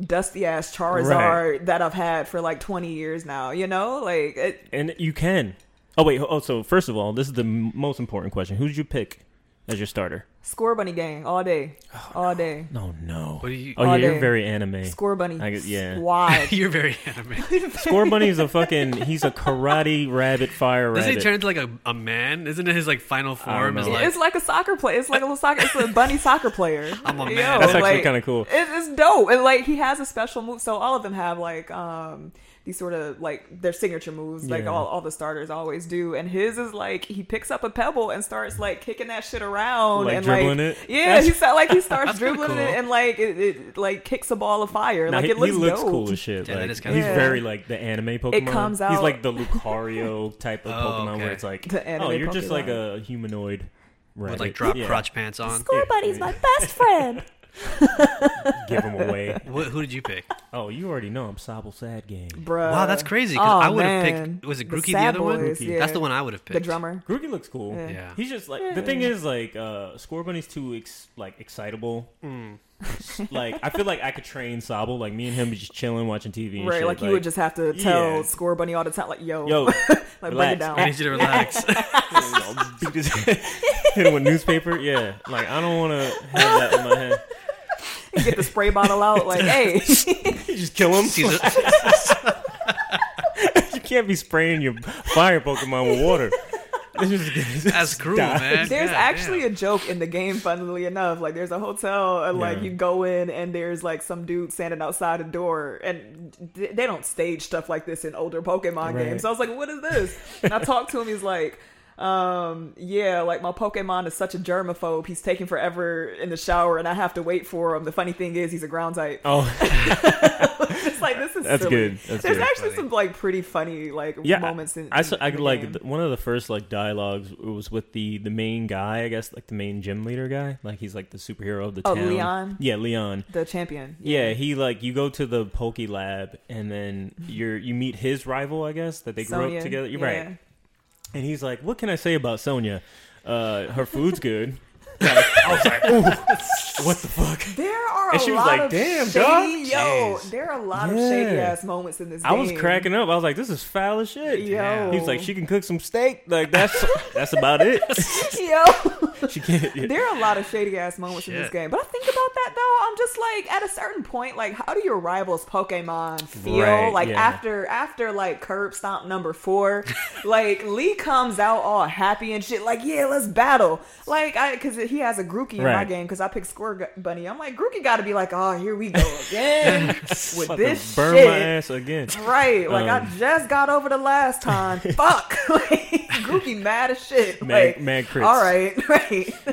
S3: dusty ass Charizard that I've had for like 20 years now. You know, like it,
S2: And you can. Oh wait. Oh, so first of all, this is the m- most important question. Who did you pick as your starter?
S3: Score Bunny gang all day, all day.
S2: Oh, No, no.
S1: What do you-
S2: oh yeah,
S3: All
S2: you're
S3: day.
S2: very anime.
S3: Score Bunny.
S2: I get- yeah.
S3: Why?
S1: you're very anime?
S2: Score Bunny's a fucking. He's a karate rabbit fire
S1: Doesn't
S2: rabbit.
S1: he turn into like a, a man? Isn't it his like final form is
S2: know.
S1: like
S3: it's like a soccer player. It's like a little soccer. It's a bunny soccer player.
S1: I'm a man.
S3: You know,
S2: That's actually
S3: Oh, like,
S2: kind of cool.
S3: It, it's dope, and like he has a special move. So all of them have like um these sort of like their signature moves. Like
S2: Yeah.
S3: all, all the starters always do, and his is like he picks up a pebble and starts like kicking that shit around
S2: Like
S3: and
S2: dribbling it?
S3: like yeah, he sa- like he starts
S1: That's kinda
S3: dribbling
S1: cool.
S3: it and like it, it like kicks a ball of fire.
S2: Nah,
S3: like
S2: he,
S3: it looks,
S2: he looks
S3: dope.
S2: cool as shit.
S1: Yeah, that
S2: like,
S1: is kinda
S2: he's
S3: cool.
S2: very like the anime Pokemon.
S3: comes
S2: He's
S3: out-
S2: like the Lucario type of
S1: Oh,
S2: Pokemon
S1: okay.
S2: where it's like,
S3: The anime
S2: oh, you're just
S3: Pokemon.
S2: like a humanoid. Right.
S1: with like drop
S2: Yeah.
S1: crotch pants on.
S4: Score
S2: Yeah.
S4: Buddy's my best friend.
S2: give them away.
S1: Wh- who did you pick?
S2: Oh, you already know I'm Sobble Sad Gang.
S3: Bruh.
S1: wow, that's crazy. 'cause
S3: Oh,
S1: I would have
S3: man.
S1: picked. Was it
S3: The
S1: Grookey the,
S3: Sad
S1: other one?
S3: Boys,
S2: Grookey.
S1: That's the
S3: yeah.
S1: one I would have picked.
S3: The drummer.
S2: Grookey looks cool.
S3: Yeah.
S1: Yeah.
S2: He's just like the thing is like uh Score Bunny's too ex- like excitable.
S3: Mm.
S2: like I feel like I could train Sobble. Like me and him just chilling, watching TV. And
S3: Right,
S2: shit.
S3: like you would just have to tell
S2: yeah.
S3: Score Bunny all the time, like, yo,
S2: yo
S3: like bring it
S2: relax.
S1: I
S3: down.
S1: need you to relax.
S2: I'll beat his hit him with newspaper. Yeah, like I don't want to have that in my head.
S3: Get the spray bottle out, like, hey,
S2: You just kill him.
S1: She's a-
S2: you can't be spraying your fire Pokemon with water. This is-
S1: That's cruel,
S2: Stop.
S1: man.
S3: There's
S1: God
S3: actually
S1: damn.
S3: a joke in the game, funnily enough. Like, there's a hotel, and like
S2: Yeah.
S3: you go in, and there's like some dude standing outside a door, and th- they don't stage stuff like this in older Pokemon
S2: Right.
S3: games. So I was like, "What is this?" And I talked to him. He's like, um, "Yeah, like my Pokemon is such a germaphobe. He's taking forever in the shower, and I have to wait for him. The funny thing is, he's a ground type.
S2: Oh,
S3: It's like this is
S2: that's
S3: silly.
S2: good. That's
S3: There's
S2: good.
S3: actually
S1: Funny.
S3: some like pretty funny like
S2: yeah,
S3: moments in.
S2: I saw,
S3: in
S2: I
S3: the
S2: could like
S3: game.
S2: th- one of the first like dialogues was with the the main guy, I guess, like the main gym leader guy. Like he's like the superhero of the
S3: Oh,
S2: town.
S3: Leon?
S2: Yeah, Leon.
S3: the champion.
S2: Yeah, he like you go to the Poke Lab and then you're you meet his rival, I guess, that they grew
S3: Sonya,
S2: up together. You're
S3: yeah.
S2: right. And he's like, "What can I say about Sonya? Uh, her food's good." I was like, "Ooh, what the fuck?"
S3: There are
S2: And
S3: a
S2: she was
S3: lot
S2: like,
S3: of
S2: "Damn,
S3: shady,
S2: dog."
S3: yo.
S1: Jeez.
S3: There are a lot
S2: Yeah.
S3: of shady ass moments in this.
S2: I was
S3: game.
S2: cracking up. I was like, "This is foul as shit."
S3: Yo,
S2: He's like, "She can cook some steak. Like that's that's about it."
S3: yo.
S2: She can't. yeah.
S3: there are a lot of shady ass moments in this
S1: Shit.
S3: game. But I think about that though. I'm just like, at a certain point, like, how do your rivals Pokemon feel?
S2: Right,
S3: like
S2: yeah.
S3: after after like curb stomp number four, like Lee comes out all happy and shit. Like, yeah, let's battle. Like, I because he has a Grookey in my
S2: Right.
S3: game because I picked Squirrel Bunny. I'm like, Grookey got to be like, oh, here we go again with
S2: Fucking
S3: this
S2: burn
S3: shit.
S2: my ass again.
S3: Right, like
S2: Um,
S3: I just got over the last time. Fuck, like Grookey mad as shit.
S2: Mad-
S3: like,
S2: mad crits.
S3: All right, right.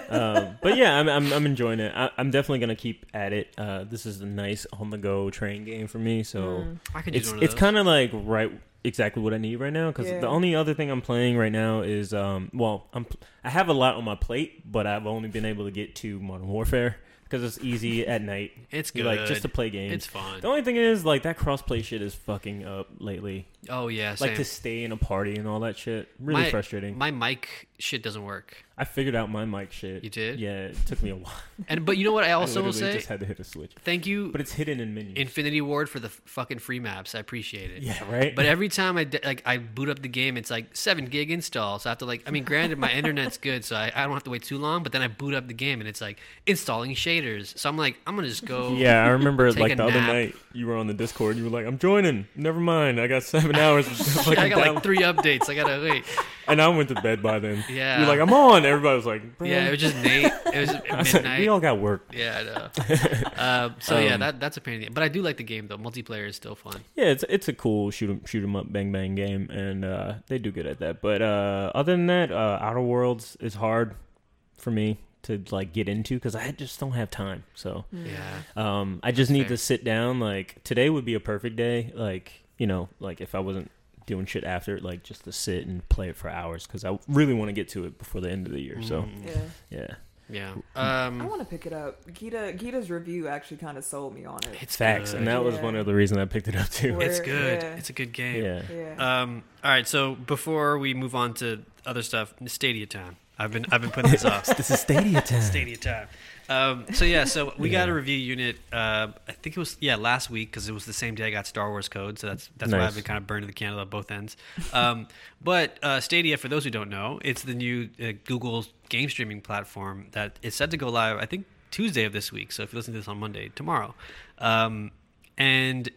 S2: um, but yeah, I'm, I'm I'm enjoying it. I, I'm definitely gonna keep at it. Uh, this is a nice on the go train game for me. So
S3: Mm.
S1: I could use
S2: it's
S1: one of
S2: it's
S1: those.
S2: kind of like right exactly what I need right now because
S3: Yeah.
S2: the only other thing I'm playing right now is um well I'm pl- I have a lot on my plate, but I've only been able to get to Modern Warfare because it's easy at night.
S1: It's
S2: You
S1: good.
S2: like just to play games.
S1: It's fun.
S2: the only thing is like that crossplay shit is fucking up lately.
S1: Oh yeah,
S2: Like
S1: same.
S2: to stay in a party and all that shit, really
S1: My-
S2: frustrating.
S1: My mic shit doesn't work.
S2: I figured out my mic shit.
S1: You did?
S2: Yeah, it took me a while.
S1: And but you know what? I
S2: I
S1: also will
S2: literally
S1: say
S2: just had to hit a switch.
S1: thank you,
S2: But it's hidden in menus.
S1: Infinity Ward, for the f- fucking free maps. I appreciate it.
S2: yeah, right.
S1: But every time I d- like I boot up the game, it's like seven gig install. So I have to like I mean, granted my internet's good, so I, I don't have to wait too long. But then I boot up the game and it's like installing shaders. So I'm like I'm gonna just go.
S2: yeah, I remember
S1: Take
S2: like
S1: a
S2: the other
S1: nap.
S2: night you were on the Discord. You were like, "I'm joining." Never mind, I got seven hours. Of fucking
S1: I got like
S2: down-
S1: three updates. I gotta wait.
S2: and I went to bed by then.
S1: Yeah.
S2: you're like, "I'm on." Everybody was like, Bro.
S1: Yeah, it was just Nate. It was at
S2: I said,
S1: midnight.
S2: "We all got work."
S1: yeah, I know. um, so yeah,
S2: Um,
S1: that that's a pain. In the But I do like the game though. Multiplayer is still fun.
S2: Yeah, it's it's a cool shoot 'em shoot 'em up bang bang game, and uh, they do good at that. But uh, other than that, uh, Outer Worlds is hard for me to like get into because I just don't have time. So
S1: Yeah.
S2: Um, I just need
S1: fair.
S2: to sit down. Like today would be a perfect day. Like you know, like if I wasn't doing shit after, like just to sit and play it for hours because I really want to get to it before the end of the year. So
S1: Mm.
S3: Yeah,
S2: yeah,
S1: Yeah.
S2: mm.
S3: I
S1: Um,
S3: want to pick it up. Gita Gita's review actually kind of sold me on it.
S1: it's
S2: facts,
S1: good.
S2: and that was
S3: Yeah.
S2: one of the reasons I picked it up too.
S3: Where-
S1: it's good.
S3: yeah.
S1: It's a good game.
S2: yeah,
S3: Yeah,
S1: Um, all right. So before we move on to other stuff, Stadia time. I've been I've been putting this off.
S2: this is Stadia time.
S1: Stadia time. Um, so yeah, so we got a
S2: Yeah.
S1: review unit. Uh, I think it was yeah last week because it was the same day I got Star Wars code. So that's that's why I've
S2: Nice.
S1: been kind of burning the candle at both ends. Um, but uh, Stadia, for those who don't know, it's the new uh, Google game streaming platform that is set to go live. I think Tuesday of this week. So if you listen to this on Monday, tomorrow, um, and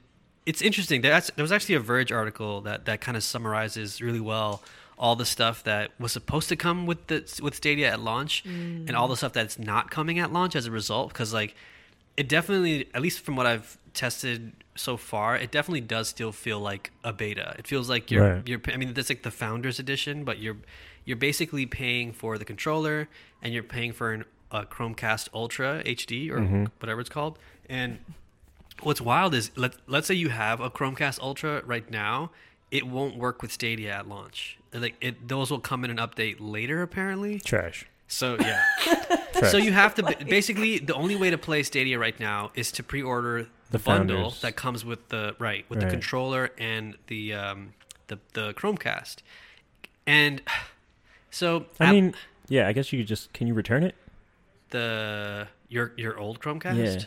S1: it's interesting. There's, there was actually a Verge article that, that kind of summarizes really well all the stuff that was supposed to come with the with Stadia at launch, and all the stuff that's not coming at launch as a result. Because like, it definitely, at least from what I've tested so far, it definitely does still feel like a beta. It feels like you're
S2: Right.
S1: you're. I mean, that's like the Founders Edition, but you're you're basically paying for the controller and you're paying for an, a Chromecast Ultra HD or whatever it's called, and what's wild is let let's say you have a Chromecast Ultra right now, it won't work with Stadia at launch. Like it, those will come in an update later apparently.
S2: Trash.
S1: So yeah. so you have to ba- basically the only way to play Stadia right now is to pre-order the
S2: The
S1: bundle
S2: founders.
S1: that comes with the right with the
S2: Right.
S1: controller and the um the the Chromecast. And so
S2: I
S1: app-
S2: mean, yeah, I guess you could just can you return it?
S1: the your your old Chromecast.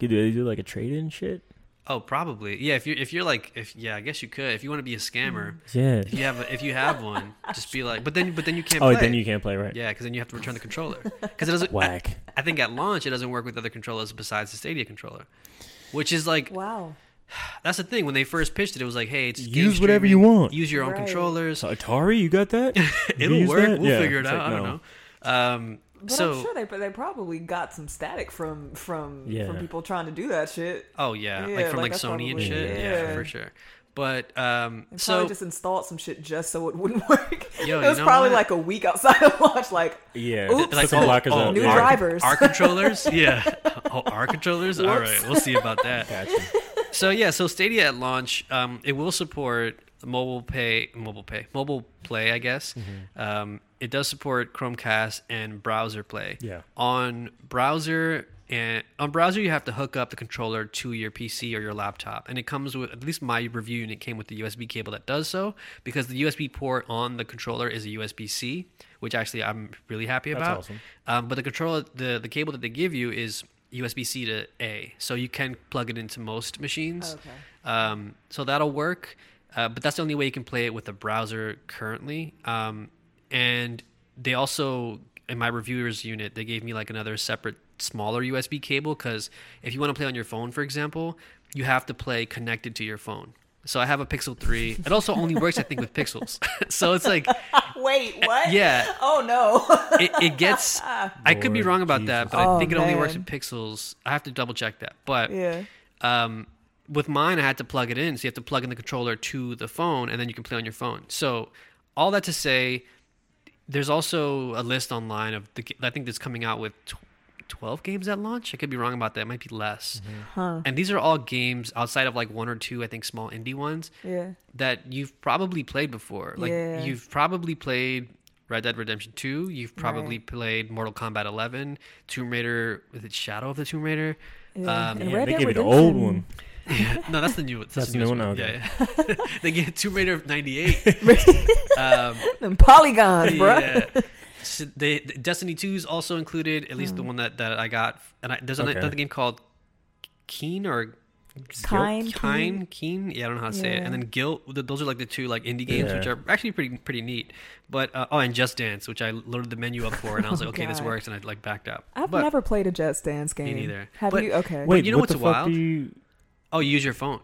S2: Could they do like a trade in shit?
S1: Oh, probably. Yeah, if you are if you're like if yeah, I guess you could. If you want to be a scammer,
S2: Yeah.
S1: if you have a, if you have one, just be like. But then but then you can't.
S2: Oh,
S1: play.
S2: then you can't play right.
S1: Yeah, because then you have to return the controller. Because it doesn't. I,
S2: Whack.
S1: I think at launch it doesn't work with other controllers besides the Stadia controller, which is like
S3: Wow.
S1: that's the thing. When they first pitched it, it was like, hey, it's game
S2: Use whatever you
S1: streaming,
S2: want.
S1: Use your own
S3: Right.
S1: controllers.
S2: So Atari, you got that? You
S1: It'll
S2: use
S1: work.
S2: that?
S1: We'll
S2: Yeah.
S1: figure it
S2: It's
S1: out.
S2: like,
S1: I
S2: no.
S1: don't know. Um,
S3: But I'm
S1: so
S3: sure they they probably got some static from from from
S2: Yeah.
S3: people trying to do that shit.
S1: oh yeah,
S3: Yeah,
S1: like from
S3: like,
S1: like,
S3: that's
S1: Sony and
S3: probably-
S1: shit. Yeah.
S3: Yeah.
S1: for sure. But um,
S3: And
S1: so
S3: probably just installed some shit just so it wouldn't work.
S1: Yo,
S3: it was
S1: you know
S3: probably
S1: what?
S3: like a week outside of launch. Like,
S2: Yeah.
S3: Oops.
S2: Put some
S1: oh,
S2: blockers
S1: oh,
S2: up.
S3: New
S1: our-
S2: yeah.
S3: driver.
S1: Our controllers? Yeah. Oh, our controllers? All
S3: Whoops.
S1: right. We'll see about that.
S2: Gotcha.
S1: So, yeah, so Stadia at launch, um, it will support mobile pay, mobile pay, mobile play, I guess. Um, it does support Chromecast and browser play.
S2: Yeah.
S1: On browser, and on browser, you have to hook up the controller to your PC or your laptop, and it comes with at least my review unit came with the USB cable that does so because the USB port on the controller is a USB C, which actually I'm really happy about.
S2: awesome.
S1: Um, but the controller, the the cable that they give you is USB C to A, so you can plug it into most machines.
S3: Okay.
S1: Um, so that'll work, uh, but that's the only way you can play it with the browser currently. Um, and they also, in my reviewers unit, they gave me like another separate smaller USB cable because if you want to play on your phone, for example, you have to play connected to your phone. So I have a Pixel 3. It also only works, I think, with Pixels. so it's like,
S3: wait, what?
S1: yeah,
S3: Oh no.
S1: it, it gets. I could be
S2: Lord
S1: wrong about that,
S2: Jesus.
S1: but I
S3: Oh,
S1: think it only works
S3: man.
S1: with Pixels. I have to double check that. But
S3: yeah.
S1: um, with mine, I had to plug it in. So you have to plug in the controller to the phone, and then you can play on your phone. So all that to say, there's also a list online of the. I think that's coming out with. Tw- 12 games at launch i could be wrong about that it might be less
S3: Mm-hmm.
S1: and these are all games outside of like one or two i think small indie ones
S3: Yeah.
S1: that you've probably played before. Like
S3: Yeah.
S1: you've probably played Red Dead Redemption 2, you've probably played Mortal Kombat 11, Tomb Raider with its Shadow of the Tomb Raider.
S3: Yeah.
S1: Um,
S3: And
S2: Yeah,
S3: Red
S2: they
S3: Dead
S2: gave you the old
S3: Redemption.
S2: one.
S1: no, that's the new one.
S2: That's
S1: the
S2: the new
S1: newest
S2: one?
S1: Yeah, yeah. they get Tomb Raider of 98. um,
S3: Them polygons, bruh.
S1: yeah. So they, Destiny 2 is also included, at least the one that, that I got. And I, there's
S2: Hmm. Okay.
S1: another game called Keen or
S3: Kine,
S1: Kine, Keen. Yeah, I don't know how to say it.
S3: Yeah.
S1: And then Guilt. th- Those are like the two like indie games, which
S2: Yeah.
S1: are actually pretty pretty neat. But uh, oh, and Just Dance, which I loaded the menu up for, and I was like, okay, this
S3: Oh, God.
S1: works, and I like backed out.
S3: I've
S1: but,
S3: never played a Jet Dance game.
S1: neither.
S3: Have
S1: But-
S3: you? Okay.
S2: Wait,
S1: you know
S2: what
S1: what's
S2: the fuck
S1: wild?
S2: do you?
S1: Oh, you use your phone.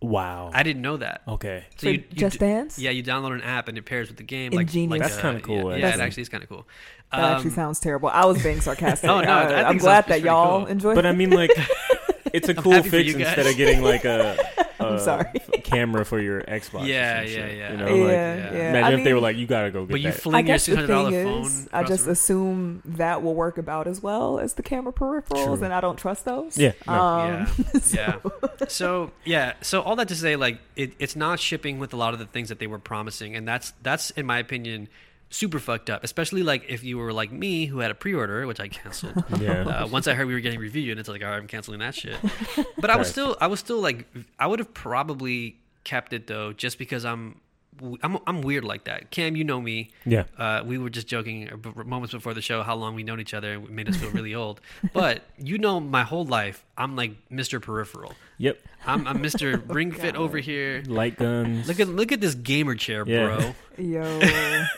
S2: Wow.
S1: I didn't know that.
S2: okay.
S1: So
S3: For
S1: you, you
S3: Just
S1: d-
S3: Dance?
S1: Yeah, you download an app and it pairs with the game. Like,
S3: Ingenious.
S1: like,
S2: That's
S1: uh,
S2: kinda
S1: Yeah, yeah
S2: cool,
S1: it
S2: actually.
S1: actually is kind of cool.
S3: That actually
S1: Um,
S3: sounds terrible. I was being sarcastic.
S1: Oh, no, I
S3: I,
S1: think
S3: am
S1: it's-
S3: glad
S1: it's
S3: that
S1: pretty
S3: y'all
S1: cool.
S3: enjoyed.
S2: But I mean, like, it's a cool
S1: happy for
S2: fix
S1: you guys.
S2: instead of getting like a, a
S3: sorry.
S2: f- camera for your Xbox. or
S1: Yeah, yeah,
S2: some shit,
S1: yeah.
S2: You
S3: yeah,
S2: know, like,
S1: yeah.
S3: yeah.
S2: imagine
S3: I
S2: if they were
S3: mean,
S2: like, "You gotta go get
S1: but you
S2: that."
S3: I
S1: fling your
S3: guess
S1: six
S3: the
S1: hundred dollar
S3: thing
S1: phone.
S3: is, I
S1: across
S3: just
S1: the room.
S3: assume that will work about as well as the camera peripherals,
S2: True.
S3: and I don't trust those.
S2: Yeah, no.
S3: Um,
S1: yeah, yeah. So yeah, so all that to say, like it, it's not shipping with a lot of the things that they were promising, and that's that's in my opinion super fucked up. Especially like if you were like me who had a pre-order, which I canceled.
S2: yeah.
S1: Uh, once I heard we were getting review units, I was like, all right, I'm canceling that shit. But I was
S2: Right.
S1: still, I was still like, I would have probably kept it though, just because I'm, I'm, I'm weird like that. Cam, you know me.
S2: Yeah.
S1: Uh, we were just joking b- b- moments before the show how long we known each other. It made us feel really old. But you know, my whole life, I'm like Mr. Peripheral.
S2: Yep.
S1: I'm, I'm Mr. Ring Fit over here.
S2: Light guns.
S1: Look at look at this gamer chair,
S2: Yeah.
S1: bro.
S3: yo,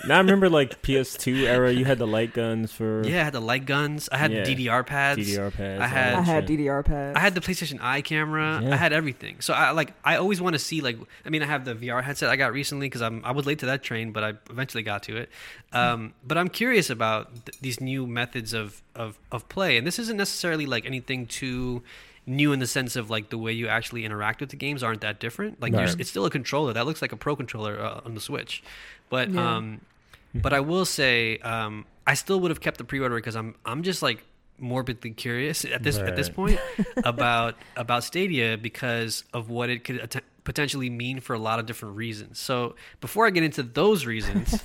S2: now I remember like PS2 era. You had the light guns for
S1: Yeah, I had the light guns. I had
S2: Yeah.
S1: DDR pads.
S2: DDR pads.
S1: I
S2: all
S1: had-
S2: that
S3: I had
S2: shit.
S3: DDR pads.
S1: I had the PlayStation Eye camera. I
S2: Yeah.
S1: had everything. So I like I always want to see like I mean I have the VR headset I got recently because I'm I was late to that train, but I eventually got to it.
S2: Hmm.
S1: Um, but I'm curious about th- these new methods of of of play, and this isn't necessarily like anything too new in the sense of like the way you actually interact with the games aren't that different. Like you're,
S2: Right.
S1: it's still a controller that looks like a pro controller uh, on the Switch, but
S3: Yeah.
S1: um, but I will say um, I still would have kept the pre-order because I'm I'm just like morbidly curious at this at this
S2: Right.
S1: point about about Stadia because of what it could att- potentially mean for a lot of different reasons. So before I get into those reasons,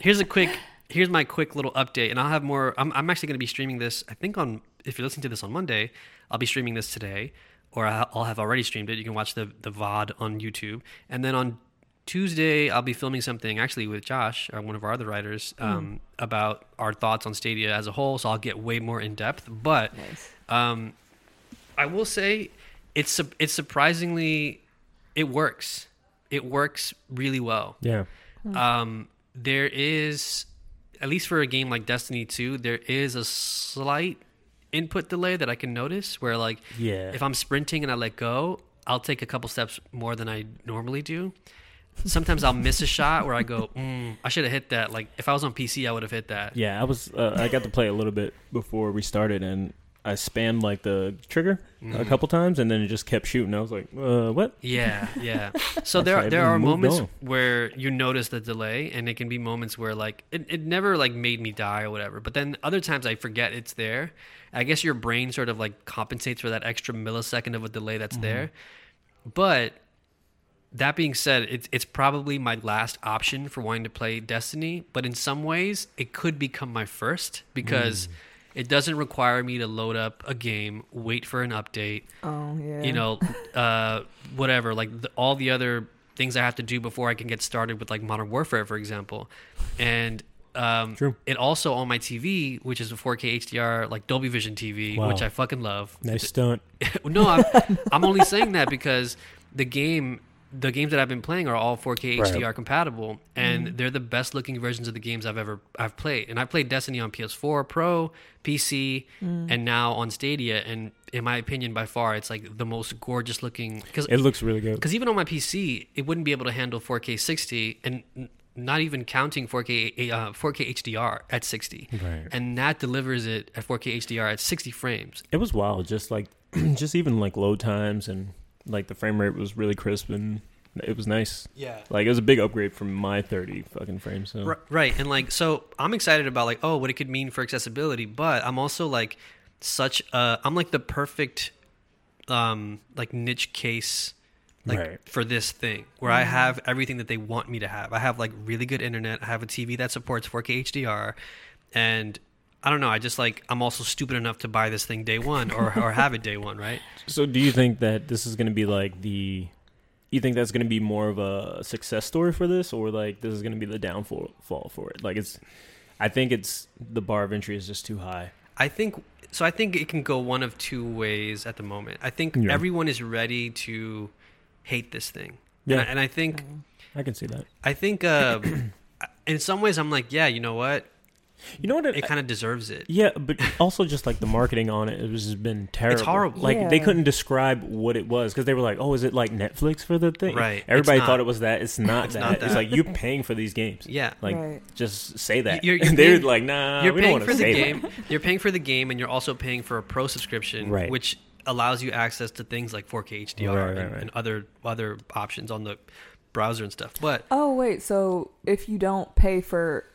S1: here's a quick here's my quick little update, and I'll have more. I'm, I'm actually going to be streaming this. I think on if you're listening to this on Monday, I'll be streaming this today, or I- I'll have already streamed it. You can watch the the VOD on YouTube, and then on Tuesday I'll be filming something actually with Josh, or one of our other writers, um, about our thoughts on Stadia as a whole. So I'll get way more in depth, but. Um, I will say it's su- it's surprisingly it works. It works really well.
S2: Yeah.
S1: Um, there is at least for a game like Destiny 2, there is a slight input delay that I can notice where like
S2: Yeah.
S1: if I'm sprinting and I let go, I'll take a couple steps more than I normally do. Sometimes I'll miss a shot where I go, mm, I should have hit that. Like if I was on PC, I would have hit that.
S2: Yeah, I was. Uh, I got to play a little bit before we started, and I spammed like the trigger
S1: Mm-hmm.
S2: a couple times, and then it just kept shooting. I was like, uh, "What?"
S1: Yeah, yeah. So
S2: That's
S1: there,
S2: right,
S1: there
S2: we
S1: are
S2: moved
S1: moments
S2: on.
S1: where you notice the delay, and it can be moments where like it, it never like made me die or whatever. But then other times I forget it's there. I guess your brain sort of like compensates for that extra millisecond of a delay that's
S2: Mm-hmm.
S1: there. But that being said, it's it's probably my last option for wanting to play Destiny. But in some ways, it could become my first
S2: Mm.
S1: because. It doesn't require me to load up a game, wait for an update,
S3: Oh yeah.
S1: you know, uh, whatever, like the, all the other things I have to do before I can get started with like Modern Warfare, for example. And um,
S2: True.
S1: it also on my TV, which is a 4K HDR, like Dolby Vision TV,
S2: Wow.
S1: which I fucking love.
S2: Nice stunt.
S1: no, I'm, I'm only saying that because the game, the games that I've been playing are all 4K
S2: Right.
S1: HDR compatible, and they're the best looking versions of the games I've ever I've played. And I played Destiny on PS4 Pro, PC, and now on Stadia. And in my opinion, by far, it's like the most gorgeous looking because
S2: It looks really good.
S1: because even on my PC, it wouldn't be able to handle 4K 60 and n- not even counting 4K uh, 4K HDR at 60.
S2: Right.
S1: And that delivers it at 4K HDR at 60 frames.
S2: It was wild. Just like, just even like load times and like the frame rate was really crisp and it was nice.
S1: Yeah.
S2: Like it was a big upgrade from my thirty fucking frames. So
S1: Ri- Right. And like, so I'm excited about like, oh, what it could mean for accessibility, but I'm also like such a, I'm like the perfect, um, like niche case, like
S2: Right.
S1: for this thing where I have everything that they want me to have. I have like really good internet. I have a TV that supports 4K HDR and I don't know. I just like, I'm also stupid enough to buy this thing day one or, or have it day one. Right.
S2: So do you think that this is going to be like the you think that's going to be more of a success story for this or like this is going to be the downfall fall for it? Like it's I think it's the bar of entry is just too high.
S1: I think so. I think it can go one of two ways at the moment. I think
S2: Yeah.
S1: everyone is ready to hate this thing.
S2: Yeah.
S1: And I, and I think
S2: I can see that.
S1: I think uh, in some ways I'm like, yeah, you know what?
S2: You know what? It,
S1: It kind of deserves it.
S2: yeah, but also just like the marketing on it, it was just been terrible.
S1: horrible.
S2: Like they
S3: Yeah.
S2: couldn't describe what it was because they were like, "Oh, is it like Netflix for the thing?"
S1: Right. It's
S2: Everybody
S1: not.
S2: thought it was that. It's not,
S1: It's
S2: that.
S1: not
S2: It's
S1: that.
S2: like you're paying for these games.
S1: Yeah.
S2: Like
S3: Right.
S2: just say that.
S1: You're- you're
S2: They're
S1: paying-
S2: like, "Nah,
S1: you're
S2: we don't
S1: paying
S2: want
S1: for
S2: to
S1: the
S2: say that."
S1: game. You're paying for the game, and you're also paying for a pro subscription,
S2: Right.
S1: which allows you access to things like 4K HDR
S2: Right, right,
S1: and,
S2: right.
S1: and other other options on the browser and stuff. But
S3: Oh wait, so if you don't pay for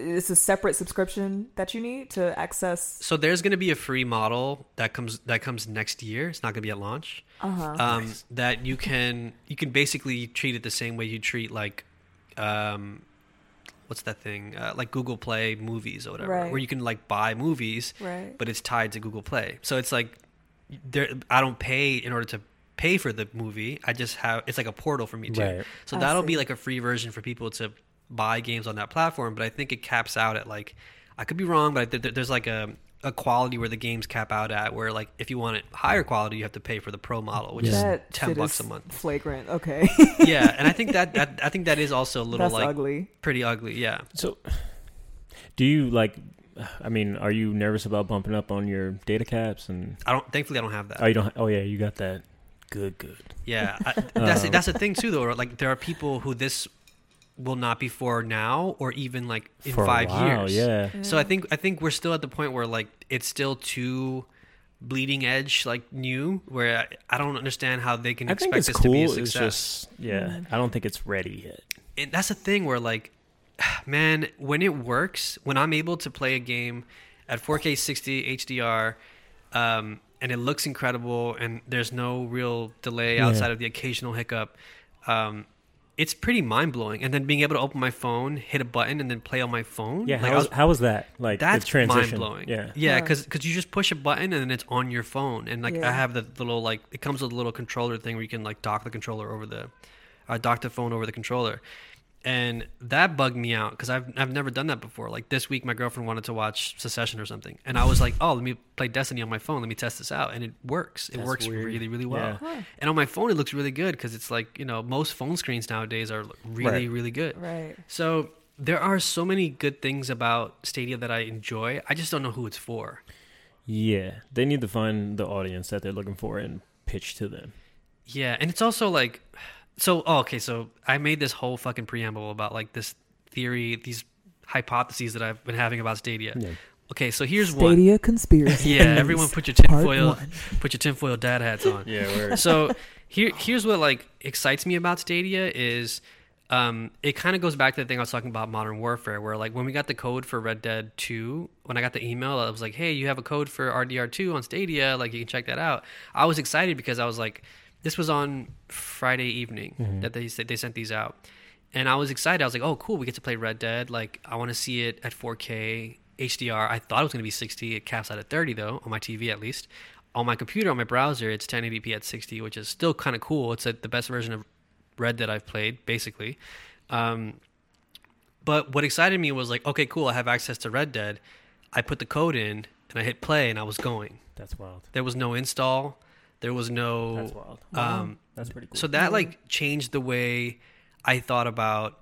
S3: it's a separate subscription that you need to access
S1: so there's going to be a free model that comes that comes next year. It's not going to be at launch.
S3: uh-huh.
S1: um, that you can you can basically treat it the same way you treat like um, what's that thing uh, like Google Play movies or whatever,
S3: Right.
S1: where you can like buy movies,
S3: Right.
S1: but it's tied to Google Play. So it's like there I don't pay in order to pay for the movie. I just have it's like a portal for me too.
S2: Right.
S1: So
S3: I
S1: that'll be
S3: see.
S1: like a free version for people to buy games on that platform. But I think it caps out at like I could be wrong, but there- there- there's like a a quality where the games cap out at where like if you want it higher quality you have to pay for the pro model which is
S3: that
S1: 10
S3: shit
S1: bucks
S3: is
S1: a month
S3: Flagrant. Okay.
S1: yeah and i think that, that i think that is also a little
S3: That's
S1: like
S3: ugly.
S1: pretty ugly yeah
S2: So, do you like? I mean, are you nervous about bumping up on your data caps? And
S1: i don't thankfully i don't have that
S2: oh, you don't. Oh, yeah, you got that. Good, good.
S1: Yeah, I, that's that's
S2: Um,
S1: the thing too, though. Like there are people who this will not be for now, or even like in
S2: For a
S1: five
S2: while,
S1: years.
S2: yeah.
S1: So I think I think we're still at the point where like it's still too bleeding edge, like new. Where I, I don't understand how they can
S2: I
S1: expect
S2: think it's
S1: this
S2: cool.
S1: to be a
S2: it's
S1: success.
S2: just yeah. I don't think it's ready yet.
S1: And that's the thing where like, man, when it works, when I'm able to play a game at 4K 60 HDR. Um, and it looks incredible, and there's no real delay outside of the occasional hiccup. Um, it's pretty mind blowing. And then being able to open my phone, hit a button, and then play on my phone.
S2: Yeah,
S1: like, I
S2: how, was,
S1: was-
S2: how was that? Like
S1: that's
S2: the
S1: mind
S2: transition.
S1: blowing.
S2: Yeah.
S1: yeah,
S3: Yeah.
S1: because you just push a button and then it's on your phone. And like I
S3: Yeah.
S1: have the little like it comes with a little controller thing where you can like dock the controller over the, uh, dock the phone over the controller, and that bugged me out because I've I've never done that before. Like this week, my girlfriend wanted to watch Secession or something, and I was like, oh, let me play Destiny on my phone. Let me test this out, and it works. It
S2: That's
S1: works
S2: weird.
S1: really really well.
S2: Yeah.
S1: And on my phone, it looks really good because it's like you know most phone screens nowadays are really
S2: Right.
S1: really good.
S3: Right.
S1: So there are so many good things about Stadia that I enjoy. I just don't know who it's for.
S2: Yeah. They need to find the audience that they're looking for and pitch to them.
S1: Yeah, and it's also like, so oh, okay, so I made this whole fucking preamble about like this theory, these hypotheses that I've been having about Stadia.
S2: Yeah.
S1: Okay, so here's one.
S3: Stadia conspiracy.
S1: Yeah,
S3: theories,
S1: everyone put your
S3: part
S1: tinfoil,
S3: one.
S1: put your tinfoil dad hats on.
S2: Yeah. Where,
S1: so here here's what like excites me about Stadia is um, it kind of goes back to the thing I was talking about Modern Warfare, where like when we got the code for Red Dead 2, when I got the email, I was like, hey, you have a code for RDR2 on Stadia, like you can check that out. I was excited because I was like, this was on Friday evening that they said they sent these out, and I was excited. I was like, oh, cool, we get to play Red Dead. Like I want to see it at 4K HDR. I thought it was going to be 60. It caps out at 30 though on my TV at least on my computer on my browser it's 1080p at 60 which is still kind of cool it's like the best version of red that i've played basically um, but what excited me was like okay cool i have access to red dead i put the code in and i hit play and i was going
S2: that's wild.
S1: there was no install there was
S2: That's
S1: no
S2: wild.
S1: um,
S2: that's pretty cool.
S1: so that like changed the way I thought about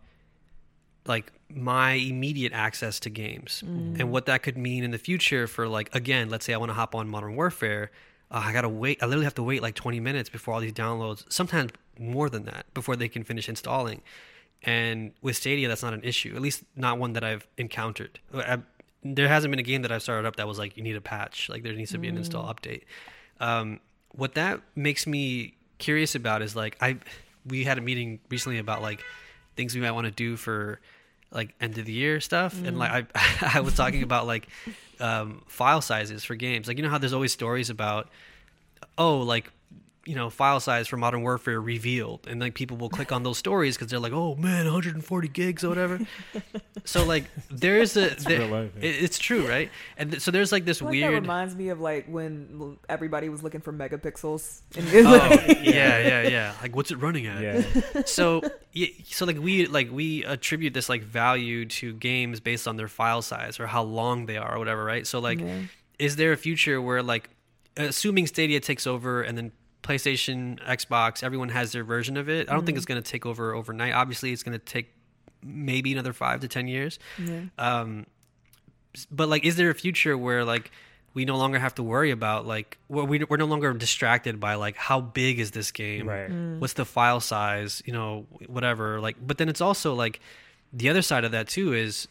S1: like my immediate access to games
S2: Mm.
S1: and what that could mean in the future for like again, let's say I want to hop on Modern Warfare, uh, I gotta wait. I literally have to wait like 20 minutes before all these downloads, sometimes more than that, before they can finish installing. And with Stadia, that's not an issue, at least not one that I've encountered. I, there hasn't been a game that I've started up that was like you need a patch, like there needs to be an install update. Um, what that makes me curious about is like I we had a meeting recently about like things we might want to do for like end of the year stuff
S3: Mm.
S1: and like I I was talking about like um, file sizes for games like you know how there's always stories about oh like you know file size for modern warfare revealed and like people will click on those stories because they're like oh man 140 gigs or whatever so like there's a there-
S2: real life, yeah.
S1: it- it's true right and th- so there's like this
S3: Like that
S1: weird
S3: reminds me of like when l- everybody was looking for megapixels. And
S1: oh yeah yeah yeah like what's it running at
S2: yeah.
S1: so y- so like we like we attribute this like value to games based on their file size or how long they are or whatever right so like
S3: Yeah.
S1: is there a future where like assuming stadia takes over and then playstation xbox everyone has their version of it i don't think it's going to take over overnight obviously it's going to take maybe another five to ten years um but like is there a future where like we no longer have to worry about like where we- we're no longer distracted by like how big is this game
S2: Right.
S3: Mm.
S1: what's the file size you know whatever like but then it's also like the other side of that too is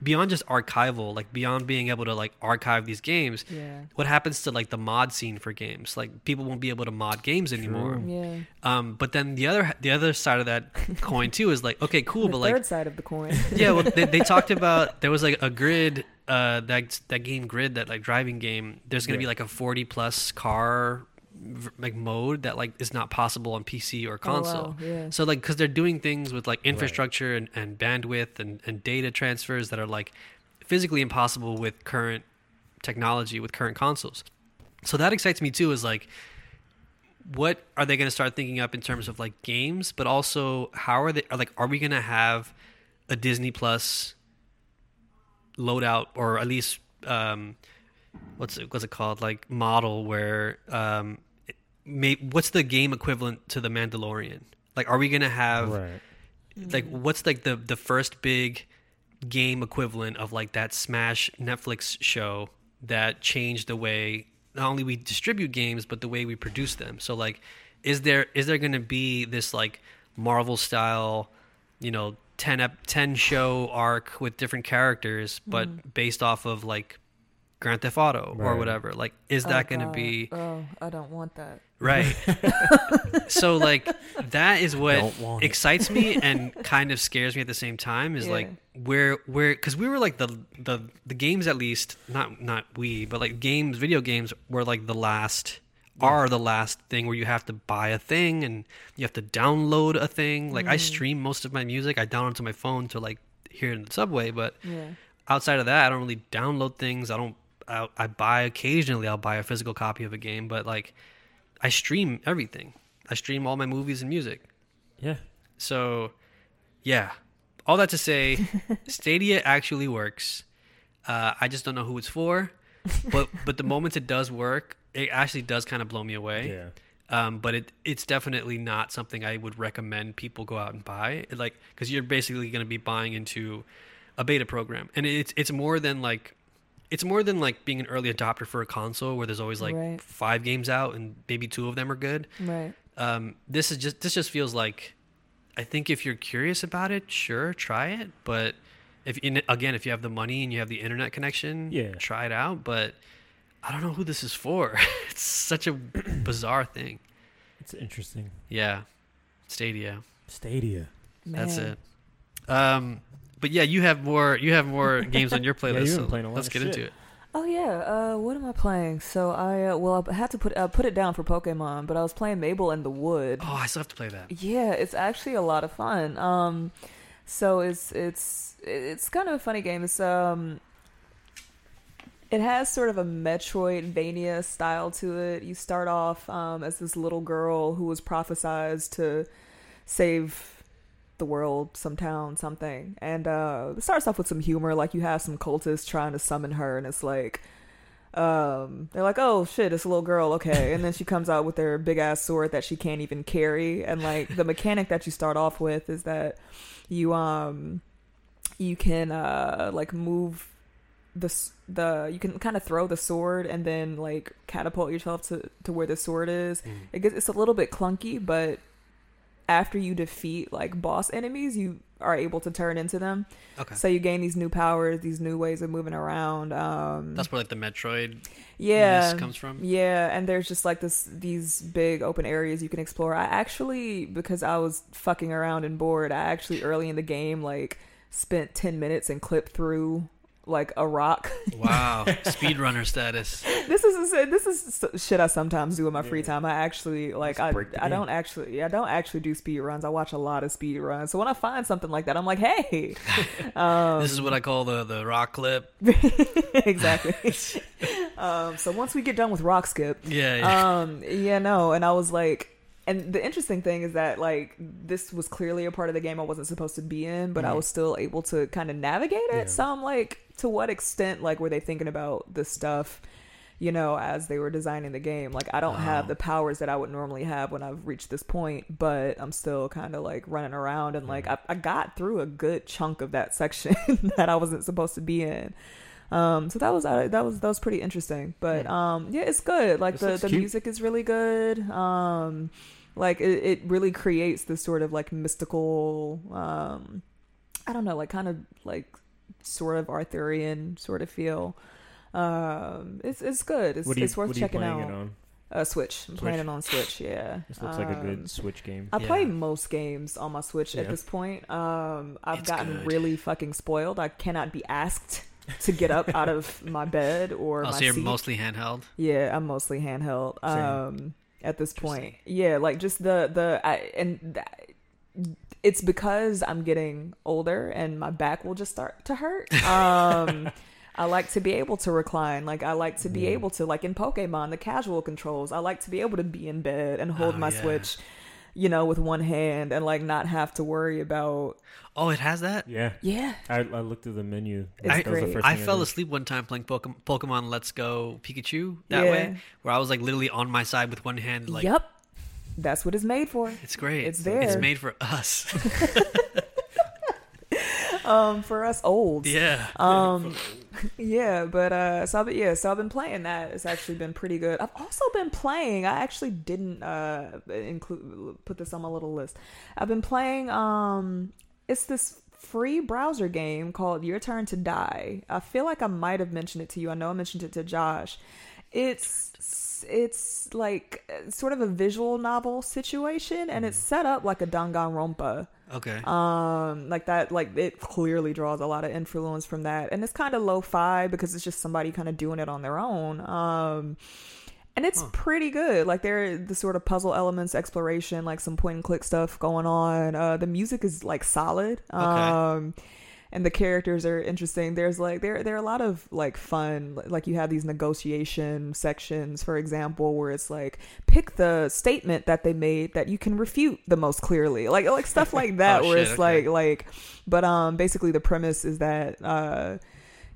S1: beyond just archival like beyond being able to like archive these games
S3: yeah.
S1: what happens to like the mod scene for games like people won't be able to mod games anymore
S3: Yeah.
S1: um but then the other the other side of that coin too is like okay cool
S3: the
S1: but
S3: third
S1: like
S3: side of the coin.
S1: yeah, well, they, they talked about there was like a grid uh, that that game grid that like driving game. There's gonna be
S2: Yeah.
S1: like a 40 plus car v- like mode that like is not possible on PC or console.
S3: Oh, wow, yeah.
S1: So like because they're doing things with like infrastructure and, and bandwidth and, and data transfers that are like physically impossible with current technology with current consoles. So that excites me too. Is like what are they going to start thinking up in terms of like games but also how are they are like are we going to have a disney plus loadout or at least um what's it what's it called like model where um it may, what's the game equivalent to the mandalorian like are we going to have
S2: Right.
S1: like what's like the the first big game equivalent of like that smash netflix show that changed the way not only we distribute games but the way we produce them so like is there is there going to be this like marvel style you know 10 up 10 show arc with different characters but based off of like grand theft auto or
S2: Right.
S1: whatever like is that going to be
S3: Oh, I don't want that.
S1: Right. so like that is what
S2: Don't want it.
S1: excites me and kind of scares me at the same time is
S3: Yeah.
S1: like where where cuz we were like the the the games at least not not we but like games video games were like the last are the last thing where you have to buy a thing and you have to download a thing. Like I stream most of my music, I download it to my phone to like hear it in the subway, but
S3: Yeah.
S1: outside of that, I don't really download things. I don't. I, I buy occasionally. I'll buy a physical copy of a game, but like, I stream everything. I stream all my movies and music.
S2: Yeah.
S1: So, yeah. All that to say, Stadia actually works. Uh, I just don't know who it's for, but but the moments it does work, it actually does kind of blow me away.
S2: Yeah.
S1: Um, but it it's definitely not something I would recommend people go out and buy. It, Like, because you're basically going to be buying into a beta program, and it's it's more than like it's more than like being an early adopter for a console where there's always like
S3: Right.
S1: five games out and maybe two of them are good
S3: Right.
S1: um, this is just this just feels like I think if you're curious about it, sure, try it. But if in, again, if you have the money and you have the internet connection,
S2: Yeah.
S1: try it out. But I don't know who this is for. it's such a bizarre thing.
S2: It's interesting.
S1: Yeah, Stadia.
S2: Stadia.
S1: That's
S3: Man.
S1: it. Um, but yeah, you have more. You have more games on your playlist.
S2: you've
S1: so
S2: been playing a lot
S1: let's
S2: of
S1: get
S2: shit.
S1: into it.
S3: Oh yeah. Uh, what am I playing? So I uh, well I had to put uh, put it down for Pokemon, but I was playing Mabel in the Wood.
S1: Oh, I still have to play that.
S3: Yeah, it's actually a lot of fun. Um, so it's it's it's kind of a funny game. It's um, it has sort of a Metroidvania style to it. You start off um, as this little girl who was prophesized to save the world, some town, something, and uh, it starts off with some humor. Like you have some cultists trying to summon her, and it's like. Um, they're like, oh shit, it's a little girl, okay. And then she comes out with her big ass sword that she can't even carry. And like the mechanic that you start off with is that you um you can uh like move the s- the you can kind of throw the sword and then like catapult yourself to to where the sword is.
S1: Mm.
S3: It gets it's a little bit clunky, but after you defeat like boss enemies, you are able to turn into them.
S1: Okay,
S3: So you gain these new powers, these new ways of moving around. Um,
S1: that's where like the Metroid
S3: yeah
S1: comes from.
S3: yeah and there's just like this these big open areas you can explore i actually because i was fucking around and bored i actually early in the game like spent 10 minutes and clipped through like a rock
S1: Wow, speedrunner status.
S3: this is this is s- shit i sometimes do in my free time i actually like
S2: Just
S3: i,
S2: break the
S3: I
S2: game.
S3: don't actually i don't actually do speed runs i watch a lot of speed runs so when i find something like that i'm like hey Um,
S1: this is what I call the the rock clip.
S3: exactly um, so once we get done with rock skip
S1: Yeah, yeah.
S3: um yeah no and i was like and the interesting thing is that like this was clearly a part of the game i wasn't supposed to be in but i was still able to kind of navigate it
S2: Yeah.
S3: so i'm like to what extent like were they thinking about this stuff you know as they were designing the game like i don't have the powers that i would normally have when i've reached this point but i'm still kind of like running around and like I, I got through a good chunk of that section that i wasn't supposed to be in um, so that was uh, that was that was pretty interesting. But um, yeah, it's good. Like
S2: This
S3: the
S2: looks
S3: the
S2: cute.
S3: music is really good. Um, like it, it really creates this sort of like mystical. Um, I don't know, like kind of like sort of Arthurian sort of feel. Um, it's it's good. It's
S2: What are you,
S3: it's worth
S2: what are you
S3: checking
S2: playing
S3: out.
S2: it on?
S3: Uh, Switch. I'm playing
S2: Switch.
S3: it on Switch. Yeah,
S2: This looks like a
S3: Um,
S2: good Switch game.
S3: I
S1: Yeah.
S3: play most games on my Switch at
S2: Yeah.
S3: this point. Um, I've
S1: It's
S3: gotten
S1: good.
S3: really fucking spoiled. I cannot be asked to get up out of my bed or
S1: Oh,
S3: my
S1: so you're
S3: seat.
S1: mostly handheld.
S3: yeah, I'm mostly handheld.
S2: Same.
S3: Um, at this point,
S1: Interesting.
S3: yeah, like just the the I, and th- it's because I'm getting older and my back will just start to hurt. Um. I like to be able to recline. Like I like to be able to like in Pokemon, the casual controls. I like to be able to be in bed and hold
S1: Oh,
S3: my
S1: yeah.
S3: Switch, you know, with one hand and like not have to worry about
S1: Oh, it has that.
S2: yeah.
S3: yeah.
S2: I, I looked through the menu.
S3: It's
S1: I,
S2: that was the
S3: great.
S2: first
S1: I
S2: thing
S1: fell
S2: did.
S1: asleep one time playing Pokemon, Pokemon Let's Go Pikachu that
S3: Yeah.
S1: way, where I was like literally on my side with one hand. Like,
S3: yep. That's what it's made for.
S1: it's great.
S3: It's there.
S1: It's made for us.
S3: Um for us olds.
S1: yeah.
S3: Um yeah, but uh so I've been, yeah, so I've been playing that. It's actually been pretty good. I've also been playing. I actually didn't uh include put this on my little list. I've been playing um it's this free browser game called Your Turn to Die. I feel like I might have mentioned it to you. I know I mentioned it to Josh. It's it's like uh, sort of a visual novel situation and it's set up like a Danganronpa
S1: Okay.
S3: um like that like it clearly draws a lot of influence from that and it's kind of lo-fi because it's just somebody kind of doing it on their own um and it's pretty good. Like there are the sort of puzzle elements, exploration, like some point and click stuff going on. Uh, the music is like solid, um, and the characters are interesting. There's like there there are a lot of like fun. Like you have these negotiation sections, for example, where it's like pick the statement that they made that you can refute the most clearly, like like stuff like that.
S1: Oh,
S3: where
S1: shit,
S3: it's
S1: okay.
S3: like like, but um, basically the premise is that uh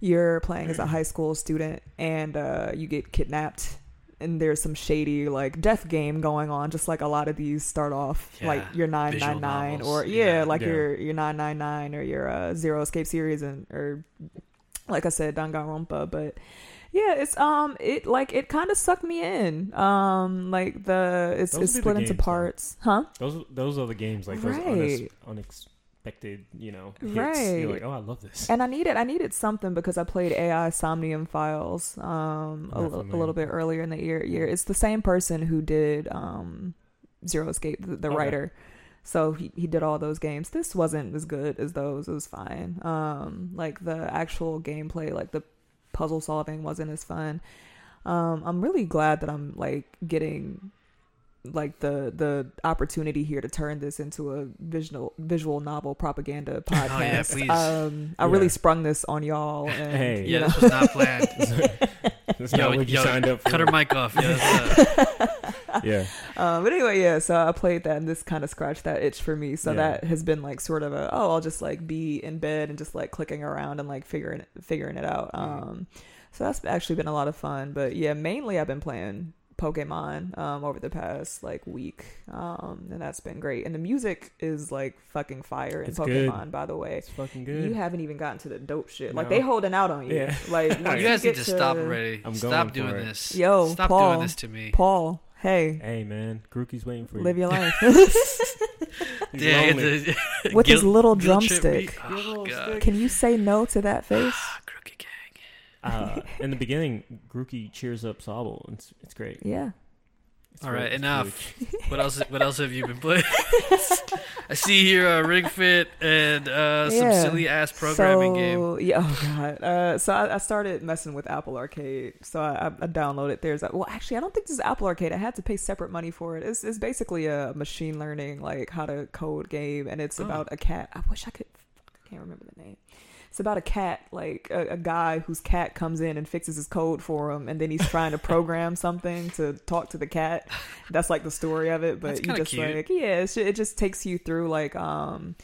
S3: you're playing as a high school student and uh, you get kidnapped and there's some shady like death game going on just like a lot of these start off
S1: Yeah,
S3: like your
S1: visual
S3: 999 or
S1: novels,
S3: yeah,
S1: yeah.
S3: like
S2: Yeah.
S3: your your 999 or your uh, zero escape series and or like i said danganronpa but yeah it's um it like it kind of sucked me in um like the it's,
S2: Those
S3: it's
S2: would be the
S3: split into
S2: games, though.
S3: parts huh
S2: Those those are the games like those
S3: Right.
S2: unex- unexpected, you know, hits.
S3: Right.
S2: You're like, oh, I love this.
S3: And I needed I needed something because I played AI Somnium Files um a,
S2: I'm not
S3: li- a
S2: familiar.
S3: little bit earlier in the year. Year it's the same person who did um Zero Escape, the, the
S2: Okay.
S3: writer. So he, he did all those games. This wasn't as good as those. It was fine. Um, like the actual gameplay, like the puzzle solving, wasn't as fun. Um, I'm really glad that I'm like getting like the the opportunity here to turn this into a visual visual novel propaganda podcast.
S1: please.
S3: Um, I really
S2: Yeah.
S3: sprung this on y'all. And,
S2: Hey.
S3: you
S1: Yeah,
S3: know.
S1: this was not planned.
S2: That's
S1: yo,
S2: not what you
S1: yo,
S2: signed up for.
S1: Cut her mic off. Yeah, that's, uh,
S2: yeah.
S3: Um, but anyway, yeah. So I played that, and this kind of scratched that itch for me. So
S2: Yeah.
S3: that has been like sort of a oh, I'll just like be in bed and just like clicking around and like figuring it, figuring it
S2: Mm.
S3: out. Um, so that's actually been a lot of fun. But yeah, mainly I've been playing Pokemon um, over the past like week, um, and that's been great. And the music is like fucking fire in
S2: It's good.
S3: Pokemon, by the way.
S2: It's fucking
S3: You
S2: good.
S3: haven't even gotten to the dope shit. Like
S2: No.
S3: they holding out on you.
S2: Yeah.
S3: Like
S2: You
S3: once
S1: you guys
S3: get
S1: need to stop already.
S2: I'm going
S1: stop
S2: for
S1: doing
S2: it.
S1: this.
S3: Yo,
S1: stop
S3: Paul.
S1: doing this to me.
S3: Paul, hey,
S2: hey man, Grookey's waiting for you.
S3: live your life.
S2: He's
S1: Yeah,
S2: lonely.
S1: it's a-
S3: With his
S1: guilt-
S3: little
S1: guilt trip
S3: drumstick.
S1: beat.
S2: His
S1: Oh,
S2: little
S1: God.
S2: stick.
S3: Can you say no to that face?
S1: Ah, Crookie Gang.
S2: uh, in the beginning, Grookey cheers up Sobble. and It's, it's great.
S3: Yeah.
S2: It's
S1: All
S2: great.
S1: right,
S2: It's
S1: enough. What else? What else have you been playing? I see here uh, Ring Fit and uh, some
S3: Yeah.
S1: silly ass programming
S3: so,
S1: game.
S3: Yeah, oh god. Uh, so I, I started messing with Apple Arcade. So I, I I downloaded theirs. Well, actually, I don't think this is Apple Arcade. I had to pay separate money for it. It's, it's basically a machine learning like how to code game, and it's
S1: Oh.
S3: about a cat. I wish I could. fuck, I can't remember the name. It's about a cat, like a, a guy whose cat comes in and fixes his code for him, and then he's trying to program something to talk to the cat. That's like the story of it,
S1: That's
S3: but you
S1: kinda
S3: just
S1: cute.
S3: like yeah, it's, it just takes you through like um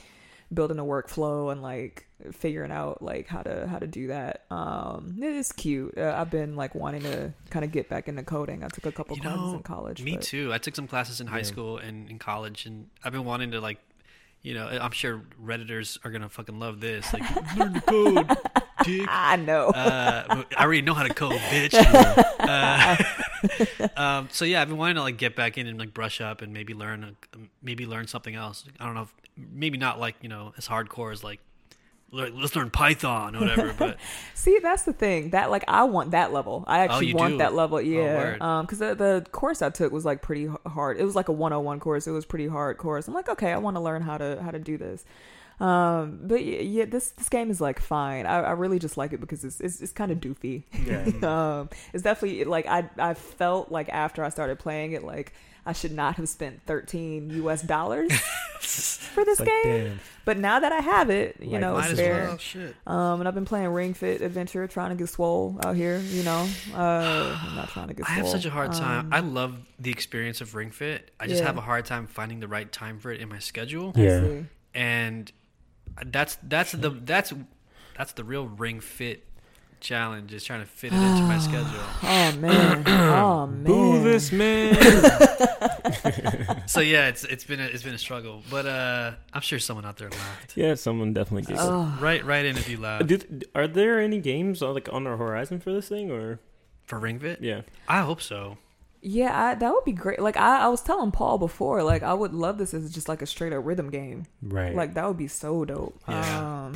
S3: building a workflow and like figuring out like how to how to do that um it is cute uh, i've been like wanting to kind of get back into coding i took a couple
S1: You
S3: classes
S1: know,
S3: in college
S1: Me
S3: but-
S1: too. I took some classes in high
S2: Yeah.
S1: school and in college, and I've been wanting to like, you know, I'm sure redditors are gonna fucking love this. Like, learn to code, dick.
S3: i know
S1: Uh, but I already know how to code, bitch. Uh, um, so yeah, I've been wanting to like get back in and like brush up and maybe learn, uh, maybe learn something else. I don't know, if, maybe not like you know as hardcore as like. le- Let's learn Python or whatever, but
S3: see that's the thing that like i want that level
S2: Oh,
S3: i actually
S1: you
S3: want
S1: do?
S3: that level yeah
S1: word.
S3: um because the, the course i took was like pretty h- hard it was like a 101 course it was pretty hard course i'm like okay i want to learn how to how to do this um but y- yeah this this game is like fine i, I really just like it because it's it's, it's kind of doofy
S2: Yeah.
S3: um it's definitely like i i felt like after i started playing it like i should not have spent 13 us dollars for this
S2: like,
S3: game
S2: damn.
S3: but now that i have it you
S2: Like,
S3: know
S2: might
S3: it's
S2: as
S3: fair
S2: well.
S1: Oh, Shit.
S3: um and i've been playing ring fit adventure trying to get swole out here you know uh i'm not trying to get
S1: I have
S3: swole.
S1: such a hard time. I love the experience of Ring Fit. I just
S3: Um, Yeah.
S1: have a hard time finding the right time for it in my schedule,
S3: I
S2: Yeah.
S3: see.
S1: and that's that's the that's that's the real Ring Fit challenge is trying to fit it into my schedule.
S3: oh man oh man
S2: Boo this man.
S1: So yeah, it's it's been a, it's been a struggle, but uh, I'm sure someone out there laughed.
S2: yeah, someone definitely gets
S3: Oh,
S2: it.
S1: Right, right in if you laughed
S2: Do, th- are there any games on, like on the horizon for this thing or
S1: for Ring Fit.
S2: yeah?
S1: I hope so.
S3: yeah I, that would be great like I, I was telling paul before like i would love this as just like a straight up rhythm game
S2: Right.
S3: like that would be so dope
S1: Yeah.
S3: um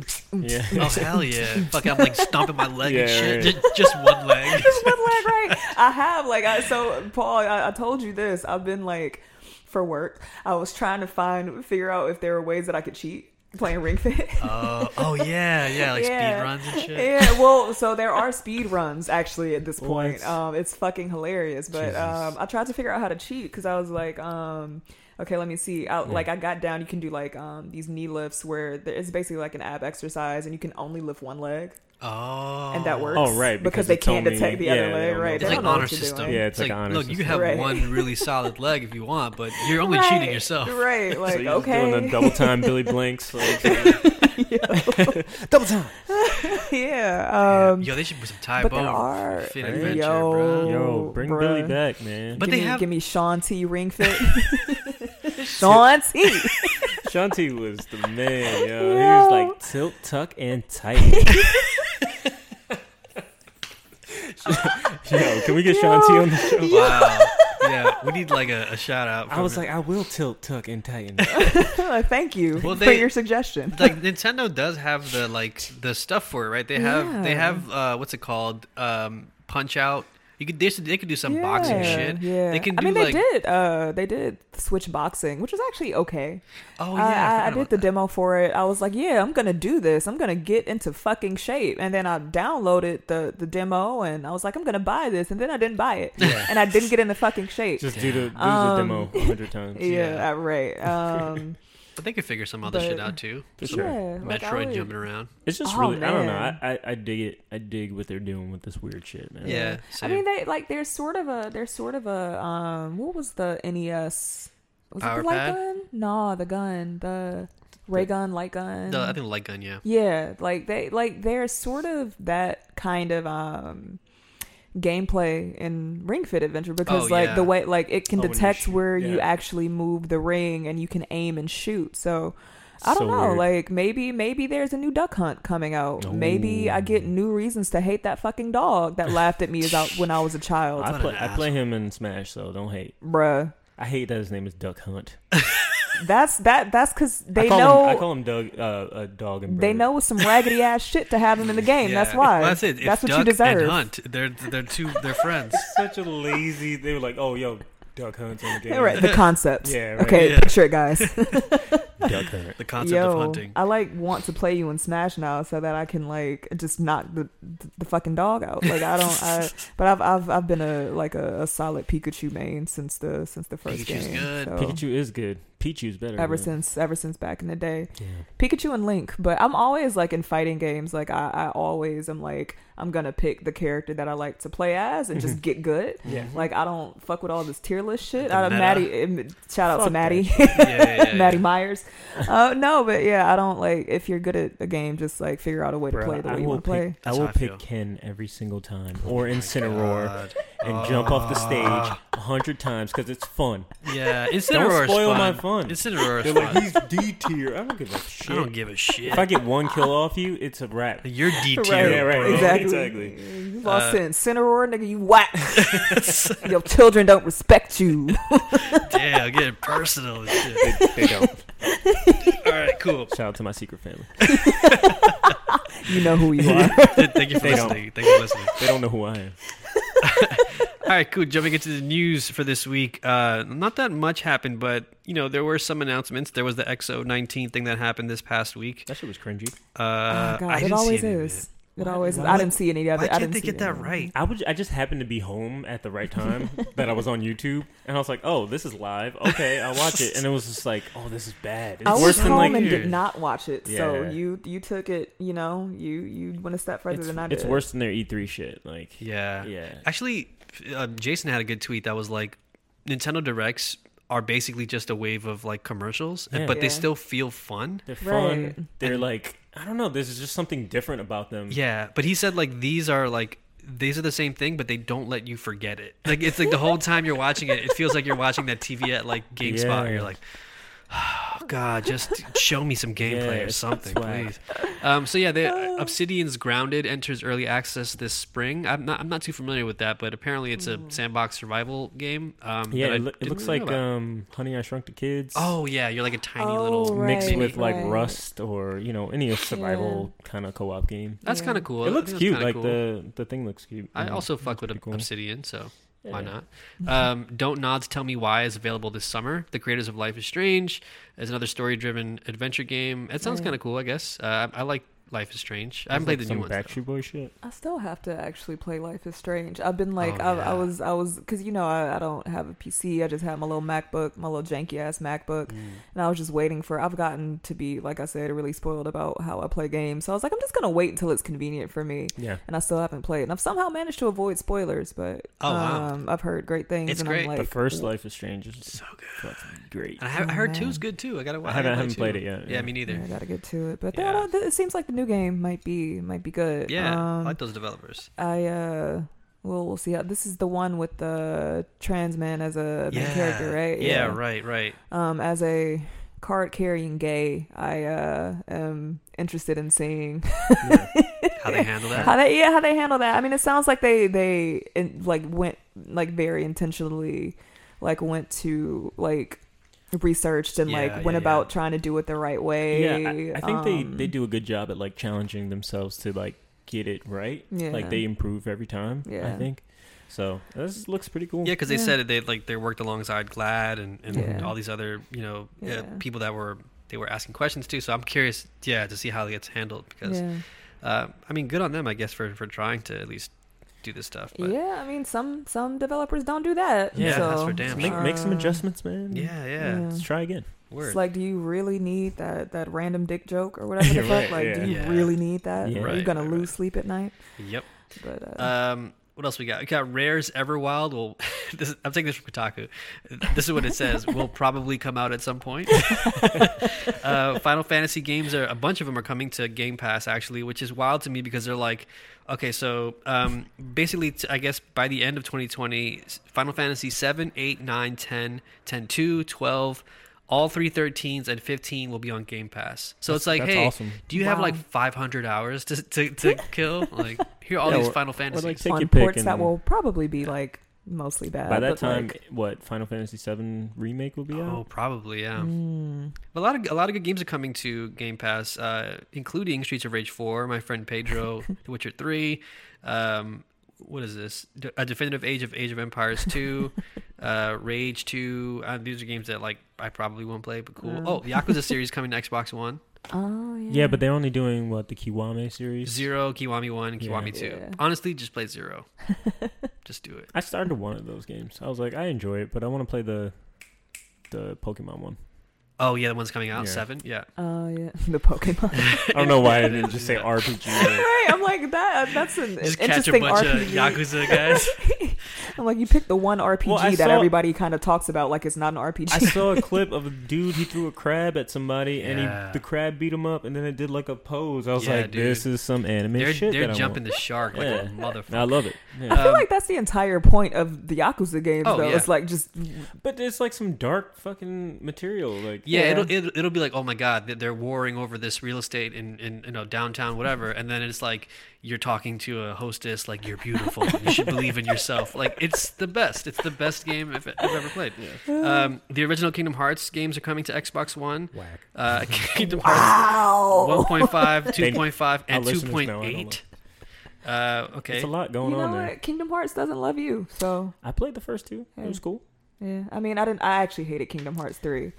S2: yeah.
S1: Oh hell yeah! Fuck, I'm like stomping my leg and
S2: Yeah,
S1: shit.
S2: right.
S1: Ju- Just, one leg.
S3: Just one leg, right? I have like I so Paul, I, I told you this. I've been like for work. I was trying to find figure out if there were ways that I could cheat. playing Ring Fit.
S1: Oh, oh yeah, yeah, like speed runs and shit.
S3: Yeah, well, so there are speed runs actually at this point.
S2: What?
S3: Um, it's fucking hilarious. But
S1: Jesus.
S3: um, I tried to figure out how to cheat because I was like, um, okay, let me see. I, Like I got down. You can do like um, these knee lifts where there, it's basically like an ab exercise, and you can only lift one leg,
S1: Oh,
S3: and that works.
S2: Oh, right, because
S3: because, they
S2: it's
S3: can't
S2: only-
S3: detect the
S2: yeah,
S3: other
S2: they
S3: leg,
S2: don't know.
S3: right?
S2: It's
S3: They
S1: It's like
S3: don't know what
S1: honor
S3: you're doing.
S1: system.
S2: Yeah, it's like honor
S1: look, you
S2: system.
S1: have
S3: Right.
S1: one really solid leg if you want, but you're only
S3: Right,
S1: cheating yourself.
S3: Right, like
S2: so you're just
S3: okay,
S2: doing the double time Billy Blanks. Like, double time.
S3: yeah, um,
S1: Yo, they should put some Ty
S3: but there
S1: Bo
S3: are-
S1: Fit
S2: Right?
S1: Adventure,
S3: Yo.
S1: bro.
S2: Yo, bring
S3: bruh.
S2: Billy back, man.
S1: But
S3: give
S1: they
S3: me,
S1: have-
S3: give me Sean T Ring Fit. Sean T.
S2: Shanti was the man, yo.
S3: Yo.
S2: He was like tilt, tuck, and tight. yo, can we get Shanti on the show?
S1: Wow. yeah, we need like a, a shout out.
S2: I
S1: from
S2: was
S1: it.
S2: like, I will tilt, tuck, and tighten.
S3: Thank you
S1: Well,
S3: for
S1: they-
S3: your suggestion.
S1: like Nintendo does have the like the stuff for it, right? They have they
S3: Yeah.
S1: have uh, what's it called? Um, punch out. You could they, should, they could do some boxing shit.
S3: Yeah,
S1: They can
S3: I
S1: do
S3: mean,
S1: like
S3: they did. Uh, they did switch boxing, which was actually okay.
S1: oh
S3: I-
S1: yeah,
S3: I, I did the demo for it. I was like, yeah, I'm gonna do this. I'm gonna get into fucking shape. And then I downloaded the the demo, and I was like, I'm gonna buy this. And then I didn't buy it, and I didn't get into fucking shape.
S2: Just do the, do
S3: Um,
S2: the demo a hundred times.
S3: yeah,
S1: yeah.
S3: uh, right. Um,
S1: But they could figure some other
S3: But-
S1: shit out too.
S2: For sure.
S3: yeah, like, I
S1: Metroid
S3: would-
S1: jumping around.
S2: It's just
S3: Oh,
S2: really, I don't know.
S3: man.
S2: I, I, I dig it. I dig what they're doing with this weird shit, man.
S1: Yeah.
S3: I
S1: same.
S3: mean, they like there's sort of a there's sort of a um what was the NES was it
S1: Power
S3: the light
S1: pad?
S3: gun? No, the gun, the ray gun, light gun.
S1: The- I think the light gun. Yeah.
S3: yeah, like they like they're sort of that kind of um gameplay in Ring Fit Adventure because
S1: Oh,
S3: like
S1: yeah.
S3: the way like it can
S2: Oh, when you
S3: detect
S2: shoot,
S3: where you
S2: yeah.
S3: actually move the ring and you can aim and shoot. So I
S2: So
S3: don't know,
S2: weird.
S3: like maybe maybe there's a new duck hunt coming out. Maybe I get new reasons to hate that fucking dog that laughed at me as out when I was a child.
S2: I
S1: What
S2: play,
S1: an
S2: I play him in Smash, so don't hate.
S3: bruh.
S2: I hate that his name is Duck Hunt.
S3: That's that. That's because
S2: I
S3: they
S2: call
S3: know
S2: him, I call him Doug, uh, uh, Dog and
S3: they
S2: Brother.
S3: know some raggedy ass shit to have him in the game. That's
S1: Yeah.
S3: why.
S1: Well, that's it. It's
S3: That's what
S1: duck
S3: you deserve.
S1: And hunt. They're they're two. They're friends.
S2: Such a lazy. They were like, oh, yo, Duck Hunt's in the game.
S3: All right, the concept.
S2: Yeah, right.
S3: Okay,
S1: Yeah.
S3: picture it, guys.
S2: Duck Hunt.
S1: The concept of
S3: Yo,
S1: hunting.
S3: I like want to play you in Smash now so that I can like just knock the the fucking dog out. Like I don't. I but I've I've I've been a like a, a solid Pikachu main since the since the first
S1: Pikachu's
S3: game.
S1: good.
S3: so,
S2: Pikachu is good. Pichu's better.
S3: Oh. Ever
S2: man.
S3: since ever since back in the day.
S2: Yeah.
S3: Pikachu and Link, but I'm always like in fighting games. Like I, I always am like I'm gonna pick the character that I like to play as and
S1: Mm-hmm.
S3: just get good.
S2: Yeah.
S3: Like I don't fuck with all this tier list shit.
S1: The
S3: I,
S1: meta.
S3: Maddie, em- shout out
S2: Fuck that
S3: to Maddie,
S1: Yeah, yeah, yeah,
S3: Maddie
S1: yeah.
S3: Myers. Uh, no, but yeah, I don't like if you're good at a game, just like figure out a way to play the way you
S2: will
S3: want to play.
S2: pick, I
S1: That's
S2: will
S1: how I
S2: pick
S1: feel.
S2: Ken every single time, or Incineroar,
S1: God.
S2: and jump off the stage
S1: Ah.
S2: a hundred times because it's fun.
S1: Yeah,
S2: Don't
S1: Incineroar is
S2: spoil
S1: fun.
S2: my fun.
S1: Incineroar
S2: They're
S1: is
S2: like,
S1: fun.
S2: he's D tier. I don't give a shit.
S1: I don't give a shit.
S2: if I get one kill off you, it's a wrap.
S1: You're D tier,
S2: Yeah, right.
S1: bro.
S3: Exactly.
S2: Exactly.
S3: You lost in Cineroar, nigga. You whack. Your children don't respect you.
S1: Damn, getting personal and shit.
S2: They don't.
S1: All right, cool.
S2: Shout out to my secret family.
S3: You know who you are.
S1: Th- Thank you for
S2: They don't.
S1: listening. Thank you for listening.
S2: They don't know who I am.
S1: All right, cool. Jumping into the news for this week. Uh, not that much happened, but you know there were some announcements. There was the XO19 thing that happened this past week.
S2: That shit was cringy.
S1: Uh,
S3: Oh, God,
S1: I
S3: it
S1: didn't
S3: always
S1: see any of
S3: is.
S1: it.
S3: It always is.
S2: why-
S3: I didn't see any of it.
S1: Why
S3: I didn't
S1: can't they
S3: see
S1: get that
S3: any.
S1: right?
S2: I would. I just happened to be home at the right time that I was on YouTube, and I was like, "Oh, this is live. Okay, I'll watch it." And it was just like, "Oh, this is bad. It's
S3: I
S2: worse
S3: was
S2: than
S3: home
S2: like
S3: and
S1: you.
S3: did not watch it. So
S2: Yeah.
S3: you you took it. You know, you you went a step further
S2: it's,
S3: than I did.
S2: it's worse than their E3 shit. Like,
S1: Yeah.
S2: Yeah.
S1: Actually, uh, Jason had a good tweet that was like, Nintendo Directs are basically just a wave of like commercials, and
S2: Yeah.
S1: but
S3: Yeah.
S1: they still feel fun.
S2: they're fun.
S3: Right.
S2: They're like, I don't know. There's just something different about them.
S1: Yeah, but he said like these are like these are the same thing, but they don't let you forget it. Like it's like the whole time you're watching it, it feels like you're watching that TV at like GameSpot.
S2: Yeah.
S1: And you're like, oh god, just show me some gameplay or
S2: it's-
S1: something,
S2: it's whack.
S1: please. Um, so yeah, they, Obsidian's Grounded enters early access this spring. I'm not I'm not too familiar with that, but apparently it's
S3: Mm.
S1: a sandbox survival game. Um,
S2: Yeah.
S1: that I
S2: It, loo- it
S1: didn't
S2: looks
S1: really
S2: like
S1: know about.
S2: um, Honey, I Shrunk the Kids.
S1: oh yeah, you're like a tiny
S3: Oh,
S1: little
S3: right.
S2: mixed
S1: mini-
S2: with like
S3: right.
S2: Rust or you know any survival kind of co-op game.
S1: That's kind of cool.
S2: It
S1: I
S2: looks
S1: think that's
S2: cute.
S1: kinda
S2: Like
S1: cool.
S2: the the thing looks cute.
S1: I
S2: Yeah.
S1: also fuck with
S2: pretty cool.
S1: Obsidian, so Why not? Um, Don't Nods Tell Me Why is available this summer. The creators of Life is Strange is another story driven adventure game. It
S3: Mm.
S1: sounds kind of cool, I guess. Uh, I I like Life is Strange. I haven't played the new
S2: some
S1: ones. though.
S2: Backstreet Boy shit.
S3: I still have to actually play Life is Strange. I've been like,
S1: Oh,
S3: I,
S1: yeah.
S3: I was, I was, because you know, I, I don't have a PC. I just have my little MacBook, my little janky ass MacBook, and I was just waiting for. I've gotten to be, like I said, really spoiled about how I play games. So I was like, I'm just gonna wait until it's convenient for me.
S2: Yeah.
S3: And I still haven't played, and I've somehow managed to avoid spoilers, but
S1: Oh, wow.
S3: um, I've heard great things.
S1: It's
S3: and
S1: great.
S3: I'm like,
S2: the first Life is Strange is
S1: So good.
S2: fucking great.
S1: And I, have, I heard
S3: man.
S1: two's good too. I gotta watch.
S2: I haven't-
S1: gotta
S2: haven't
S1: play
S2: played
S1: two.
S2: it yet,
S1: Yeah,
S2: yeah.
S1: me
S3: Yeah, I
S1: neither.
S3: gotta get to it, but
S1: Yeah.
S3: that, uh, it seems like the new game might be might be good.
S1: Yeah, I
S3: Um,
S1: like those developers.
S3: I uh well we'll see how this is the one with the trans man as a main
S1: yeah.
S3: character, right?
S1: Yeah, right, right.
S3: Um as a card carrying gay, I uh am interested in seeing
S2: Yeah.
S1: How they handle that?
S3: how they yeah, how they handle that. I mean it sounds like they they in, like went like very intentionally like went to like researched and
S1: Yeah,
S3: like
S1: yeah,
S3: went
S1: yeah.
S3: about trying to do it the right way.
S2: yeah, I, I think they,
S3: Um,
S2: they do a good job at like challenging themselves to like get it right.
S3: Um, Yeah.
S2: Like they improve every time.
S3: Yeah.
S2: I think. So this looks pretty cool.
S1: Yeah, because they
S3: Yeah.
S1: said they like they worked alongside Glad and, and
S3: Yeah.
S1: all these other you know uh,
S3: Yeah.
S1: people that were they were asking questions to. So I'm curious, yeah, to see how it gets handled because
S3: yeah.
S1: uh, I mean, good on them, I guess, for for trying to at least do this stuff. But yeah,
S3: yeah, I mean some some developers don't do that.
S1: Yeah,
S3: so,
S1: that's for damn
S2: Make,
S1: sure.
S2: make some
S3: uh,
S2: adjustments, man.
S1: yeah,
S3: Yeah.
S2: Let's try again.
S1: word.
S3: It's like, do you really need that that random dick joke or whatever
S2: Yeah,
S3: the
S2: right,
S3: fuck? like,
S2: yeah.
S3: do you
S1: Yeah.
S3: really need that?
S2: Yeah.
S3: Are you
S1: Right,
S3: gonna
S1: right,
S3: lose
S1: right.
S3: sleep at night?
S1: yep.
S3: But uh,
S1: Um, what else we got? We got Rare's Everwild. Well, this, I'm taking this from Kotaku. This is what it says. Will probably come out at some point. uh, Final Fantasy games are a bunch of them are coming to Game Pass actually, which is wild to me because they're like, okay, so um, basically, t- I guess by the end of 2020, s- Final Fantasy 7, 8, 9, 10, 10, 2, 12. All three 13s and 15 will be on Game Pass. So it's like,
S2: that's
S1: hey,
S2: awesome.
S1: do you have
S3: Wow.
S1: like 500 hours to, to, to kill? Like, here are all
S2: Yeah,
S1: these
S2: or-
S1: Final
S2: or,
S1: Fantasies.
S2: like, take
S3: on
S2: your pick
S3: ports that
S2: and-
S3: will probably be like mostly bad.
S2: By that
S3: Uh, but,
S2: time,
S3: like,
S2: what Final Fantasy VII remake will be
S1: Oh,
S2: out?
S1: probably yeah.
S3: mm,
S1: A lot of a lot of good games are coming to Game Pass, uh, including Streets of Rage Four, my friend Pedro, The Witcher Three. Um, what is this? D- a definitive Age of Age of Empires Two, uh, Rage Two. Uh, these are games that like I probably won't play, but cool.
S3: Yeah.
S1: Oh, the Yakuza series coming to Xbox One.
S3: oh yeah.
S2: Yeah, but they're only doing what the Kiwame series.
S1: Zero, Kiwami One, and Kiwami
S3: Yeah.
S1: Two.
S3: Yeah.
S1: Honestly, just play Zero. just do it.
S2: I started one of those games. I was like, I enjoy it, but I want to play the the Pokemon one.
S1: Oh yeah, the one's coming out
S2: Yeah.
S1: seven. Yeah,
S3: Oh yeah, the Pokemon.
S2: I don't know why I didn't just say RPG.
S3: right, I'm like that. uh, That's an
S1: just catch a
S3: interesting
S1: bunch of
S3: RPG.
S1: Yakuza guys.
S3: I'm like, you pick the one RPG
S2: I
S3: that
S2: saw-
S3: everybody kind of talks about, like it's not an RPG.
S2: I saw a clip of a dude. He threw a crab at somebody, and
S1: Yeah.
S2: he, the crab beat him up, and then it did like a pose. I was
S1: Yeah,
S2: like, "This
S1: dude.
S2: is some anime
S1: they're
S2: shit."
S1: they're
S2: that
S1: jumping the shark like
S2: Yeah.
S1: a motherfucker.
S2: I, want. I love it. Uh, Yeah.
S3: I feel
S1: Um,
S3: like that's the entire point of the Yakuza games,
S1: Oh,
S3: though.
S1: yeah.
S3: It's like just
S2: but it's like some dark fucking material. Like,
S1: Yeah,
S3: Yeah.
S1: It'll, it'll it'll be like, oh my god, th- they're warring over this real estate in, in you know downtown whatever, and then it's like you're talking to a hostess like you're beautiful, you should believe in yourself. Like it's the best. It's the best game I've, I've ever played. Um, the original Kingdom Hearts games are coming to Xbox One.
S2: whack.
S1: Uh, Kingdom
S3: wow.
S1: Hearts 1.5,
S2: They-
S1: 2.5, and
S2: our listeners know I don't
S1: 2.8. Uh, okay.
S2: It's a lot going
S3: you know
S2: on there.
S3: what? Kingdom Hearts doesn't love you. So
S2: I played the first two. It
S3: Yeah.
S2: was cool.
S3: yeah, I mean, I didn't. I actually hated Kingdom Hearts three,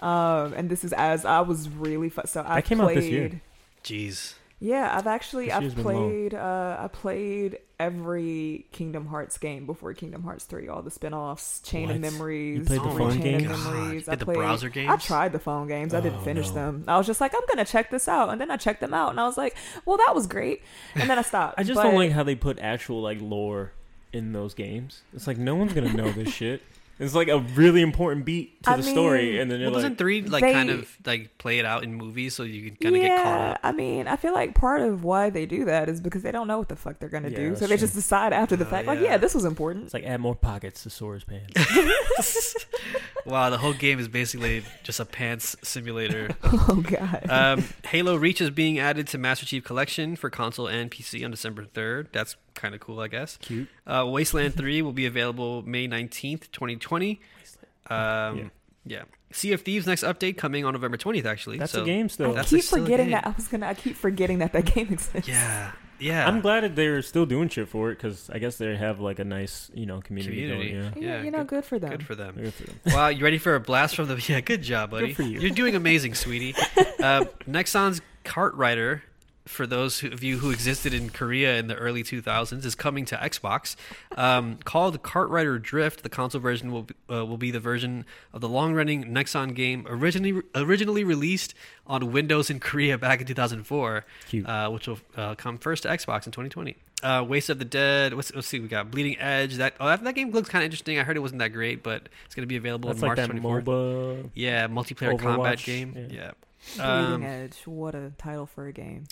S3: um, and this is as I was really fu- so I
S2: That came out
S3: played,
S2: this year.
S1: Jeez.
S3: Yeah, I've actually
S2: This year's
S3: I've
S2: been long.
S3: played uh, I played every Kingdom Hearts game before Kingdom Hearts three. All the spin-offs, Chain
S2: What?
S3: of Memories,
S2: You played the
S3: Ring
S2: phone
S3: Chain of
S2: games?
S1: God.
S3: Memories.
S1: You
S3: I
S1: did the
S3: played,
S1: browser
S3: I
S1: games?
S3: tried the phone games. I didn't
S2: Oh,
S3: finish
S2: no.
S3: them. I was just like, I'm gonna check this out, and then I checked them out, and I was like, well, that was great, and then I stopped.
S2: I just
S3: But-
S2: don't like how they put actual like lore in those games. It's like no one's gonna know this shit. It's like a really important beat to
S3: I
S2: the story,
S3: mean,
S2: and then you're
S1: Well, doesn't
S2: like,
S1: three like
S3: They-
S1: kind of like play it out in movies so you can kind of get caught up?
S3: I mean, I feel like part of why they do that is because they don't know what the fuck they're gonna
S2: Yeah,
S3: do,
S2: that's
S3: so they
S2: true.
S3: just decide after the
S1: Oh,
S3: fact, like,
S1: yeah.
S3: yeah, this was important.
S2: it's like add more pockets to Sora's pants.
S1: Wow, the whole game is basically just a pants simulator.
S3: oh god,
S1: Um, Halo Reach is being added to Master Chief Collection for console and PC on December 3rd. That's kind of cool, I guess.
S2: Cute.
S1: Uh, Wasteland 3 will be available May 19th, 2020. Um, yeah.
S2: Yeah.
S1: Sea of Thieves next update coming on November 20th, actually.
S2: That's
S1: so,
S2: a game still.
S3: I
S1: that's
S3: keep
S1: still a
S3: forgetting
S1: game.
S3: that I was gonna. I keep forgetting that that game exists.
S1: Yeah. yeah.
S2: I'm glad that they're still doing shit for it because I guess they have like a nice, you know, community.
S1: Community.
S2: Going,
S3: Yeah,
S1: Yeah,
S3: you know,
S1: good-
S3: good, for them.
S1: Good for them.
S2: yeah. Good for them.
S1: Wow, you ready for a blast from the? Yeah, good job, buddy.
S2: for you.
S1: are doing amazing, sweetie. Uh, Nexon's Kart Rider, for those who- of you who existed in Korea in the early 2000s, is coming to Xbox. Um, called Kart Rider Drift, the console version will be, uh, will be the version of the long-running Nexon game originally originally released on Windows in Korea back in 2004,
S2: Cute.
S1: Uh, which will uh, come first to Xbox in 2020. Uh, Waste of the Dead. What's, let's see. We got Bleeding Edge. That oh, that, that game looks kind of interesting. I heard it wasn't that great, but it's going to be available
S2: That's
S1: on
S2: like
S1: March
S2: that
S1: 24th.
S2: MOBA.
S1: Yeah, multiplayer combat
S2: Overwatch,
S1: game. Yeah.
S3: Bleeding
S1: Um,
S3: Edge. What a title for a game.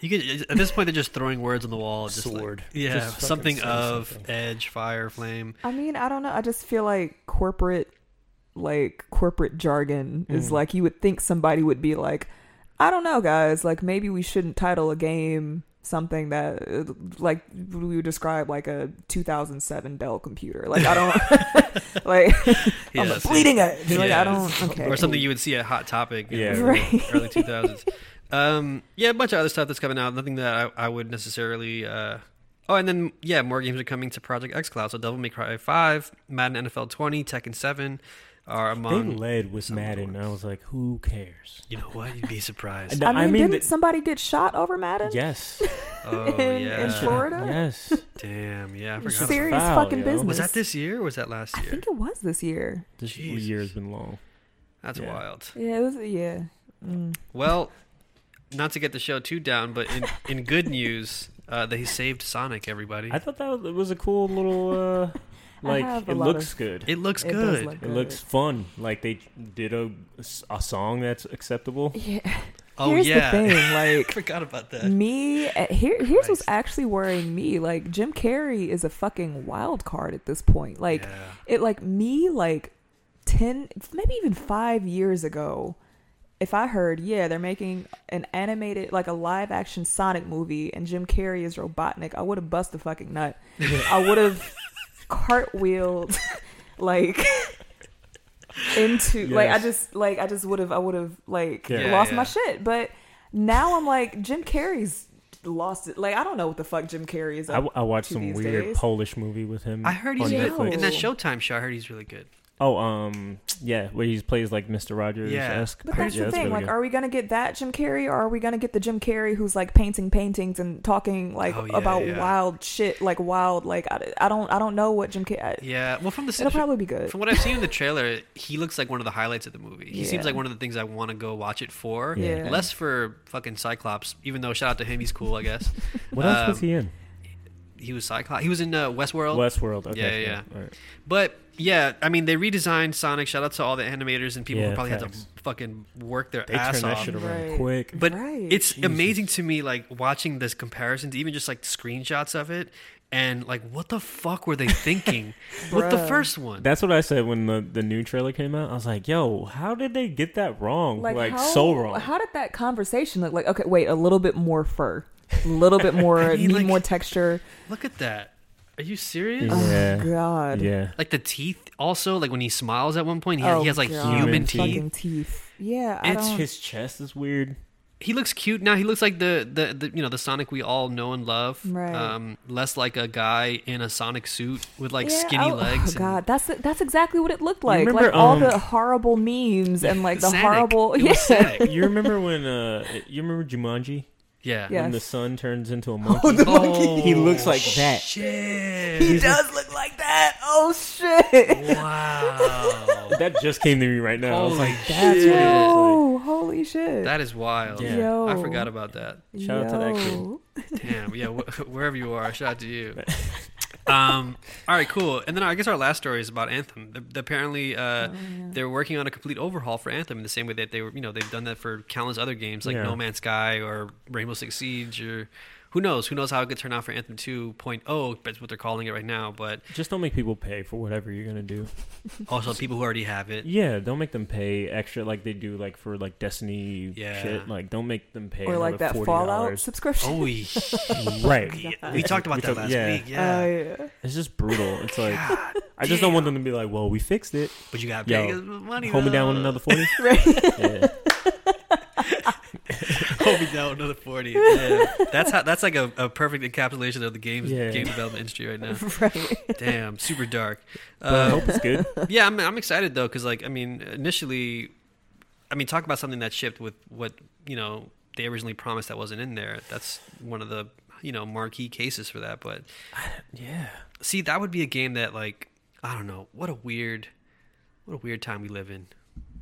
S1: you could at this point they're just throwing words on the wall. Just like-
S2: Sword.
S1: yeah,
S2: Just fucking
S1: something
S2: say
S1: of
S2: something.
S1: edge, fire, flame.
S3: I mean, I don't know. I just feel like corporate, like corporate jargon is
S2: Mm.
S3: like you would think somebody would be like, I don't know, guys. Like maybe we shouldn't title a game something that uh, like we would describe like a 2007 Dell computer. Like I don't like I'm
S1: Yes,
S3: bleeding edge. Like
S1: Yeah.
S3: I don't okay.
S1: Or something you would see at Hot Topic in
S2: Yeah.
S1: the
S3: Right.
S1: early 2000s. Um, yeah, a bunch of other stuff that's coming out. Nothing that I, I would necessarily. Uh, oh, and then, yeah, more games are coming to Project X Cloud. So Devil May Cry 5, Madden NFL 20, Tekken 7 are
S2: They
S1: among.
S2: led with
S1: some of the
S2: Madden. I
S1: ones.
S2: was like, who cares?
S1: you know what? You'd be surprised.
S2: No,
S3: I mean,
S2: I mean
S3: didn't
S2: that-
S3: somebody get shot over Madden?
S2: Yes.
S1: Oh,
S3: in- in
S1: yeah.
S3: Florida?
S2: Yes.
S1: Damn, yeah. I forgot about
S3: Serious
S2: Wow,
S3: fucking
S2: yo.
S3: business.
S1: Was that this year or was that last
S3: I
S1: year?
S3: think it was this year.
S2: This
S1: Jesus.
S2: year has been long.
S1: That's
S2: yeah.
S1: wild.
S3: Yeah, it was. Yeah. Mm.
S1: Well, not to get the show too down, but in, in good news, uh, they saved Sonic, everybody.
S2: I thought that was, it was a cool little, uh,
S3: I
S2: like,
S3: have a
S2: it
S3: lot
S2: looks
S3: of-
S2: good.
S1: it looks
S3: It does
S1: good.
S3: look
S2: It looks fun. Like they did a, a song that's acceptable.
S3: Yeah.
S1: oh,
S3: Here's
S1: yeah.
S3: the thing,
S1: I
S3: like
S1: forgot about that.
S3: me. uh, Here, here's what's
S1: Christ.
S3: actually worrying me. Like Jim Carrey is a fucking wild card at this point. Like
S1: Yeah.
S3: it, like me, like ten, maybe even five years ago. If I heard, yeah, they're making an animated, like a live action Sonic movie, and Jim Carrey is Robotnik, I would have bust a fucking nut. I would have cartwheeled, like into, like I
S2: Yes.
S3: just, like I just would have, I would have, like
S2: Yeah.
S1: Yeah,
S3: lost my
S1: yeah.
S3: shit. But now I'm like, Jim Carrey's lost it. Like I don't know what the fuck Jim Carrey is.
S2: I,
S3: Up.
S2: I watched
S3: to
S2: some
S3: these
S2: weird
S3: days.
S2: Polish movie with him.
S1: I heard
S2: on
S1: he's
S3: Netflix.
S1: good. in that
S3: Ew.
S1: Showtime show. I heard he's really good.
S2: Oh, um, yeah, where he plays like Mr. Rogers. esque.
S1: Yeah.
S3: but that's
S2: yeah,
S3: the
S2: that's
S3: thing.
S2: really
S3: like,
S2: good.
S3: are we gonna get that Jim Carrey, or are we gonna get the Jim Carrey who's like painting paintings and talking like
S1: Oh, yeah,
S3: about
S1: yeah.
S3: wild shit, like wild, like I, I don't, I don't know what Jim Carrey. I-
S1: Yeah. Well, from the
S3: It'll probably be good.
S1: from what I've seen in the trailer, he looks like one of the highlights of the movie. He seems
S3: Yeah.
S1: like one of the things I want to go watch it for.
S3: Yeah.
S1: Less for fucking Cyclops, even though shout out to him, he's cool, I guess.
S2: what else was
S1: Um,
S2: he in?
S1: He was Cyclops. He was in uh, Westworld.
S2: Westworld. Okay.
S1: yeah, yeah.
S2: All right.
S1: But yeah, I mean, they redesigned Sonic. Shout out to all the animators and people who
S2: Yeah,
S1: probably had
S2: facts.
S1: to fucking work their
S2: They
S1: ass
S2: turned that
S1: off.
S2: shit around
S3: Right.
S2: quick.
S1: But
S3: Right.
S1: it's amazing to me, like watching this comparisons, even just like screenshots of it, and like what the fuck were they thinking with the
S3: Bruh.
S1: first one?
S2: That's what I said when the, the new trailer came out. I was like, yo, how did they get that wrong? Like,
S3: how-
S2: so wrong.
S3: How did that conversation look like? Okay, wait, a little bit more fur, a little bit more,
S1: I mean,
S3: need
S1: like-
S3: more texture.
S1: Look at that. Are you serious?
S2: Yeah.
S3: Oh, God.
S2: yeah.
S1: Like the teeth, also like when he smiles at one point, he,
S3: Oh,
S1: he has like
S3: God.
S1: human
S2: Human
S1: teeth.
S3: Fucking teeth. Yeah, I
S1: It's
S3: don't.
S2: His chest is weird.
S1: He looks cute now. He looks like the, the the you know the Sonic we all know and love.
S3: Right.
S1: Um, less like a guy in a Sonic suit with like
S3: Yeah,
S1: skinny
S3: oh-
S1: legs.
S3: Oh
S1: and-
S3: God, that's that's exactly what it looked like.
S2: remember,
S3: like all
S2: um,
S3: the horrible memes and like the
S1: Sonic.
S3: horrible.
S1: It
S3: Yeah.
S1: was Sonic.
S2: You remember when, uh, you remember Jumanji?
S1: Yeah.
S3: Yeah.
S2: When the
S3: Yes.
S2: sun turns into a monkey?
S1: Oh,
S2: he looks like that.
S1: Shit.
S3: He does look like that. Oh shit!
S1: Wow.
S2: That just came to me right now. I was
S1: Holy
S2: like, that's what it is. Like,
S3: Oh, holy shit!
S1: That is wild.
S2: Yeah.
S3: Yo.
S1: I forgot about that.
S2: Shout out to that kid.
S3: Yo.
S1: Damn. Yeah. Wh- wherever you are, shout out to you. Um. All right. Cool. And then I guess our last story is about Anthem. The, the- apparently,
S3: Oh,
S1: uh, they're working on a complete overhaul for Anthem in the same way that they were. You know, they've done that for countless other games like
S2: Yeah.
S1: No Man's Sky or Rainbow Six Siege or. Who knows? Who knows how it could turn out for Anthem 2.0? That's what they're calling it right now. But
S2: Just don't make people pay for whatever you're gonna do.
S1: also, people who already have it.
S2: Yeah, don't make them pay extra like they do like for like Destiny
S1: Yeah.
S2: shit. Like don't make them pay
S3: Or like
S2: another
S3: that
S2: $40.
S3: Fallout subscription.
S1: Oh, yeah.
S2: right.
S1: we talked about
S2: We
S1: that
S2: talked-
S1: last
S2: yeah. Oh,
S1: week. Yeah.
S3: Oh, yeah.
S2: It's just brutal. It's like I just don't want them to be like, well, we fixed it.
S1: But you got to
S2: Yo,
S1: pay us money.
S2: Home and down
S1: though.
S2: another forty.
S3: Right.
S2: yeah.
S1: Oh, We'll be down another forty. Yeah. That's how. That's like a, a perfect encapsulation of the games
S2: Yeah.
S1: game development industry right now.
S3: right.
S1: Damn, super dark.
S2: I
S1: Uh,
S2: hope it's good.
S1: yeah, I'm I'm excited though because like I mean initially, I mean talk about something that shipped with what you know they originally promised that wasn't in there. That's one of the you know marquee cases for that. But
S2: yeah.
S1: see, that would be a game that like I don't know. What a weird, what a weird time we live in.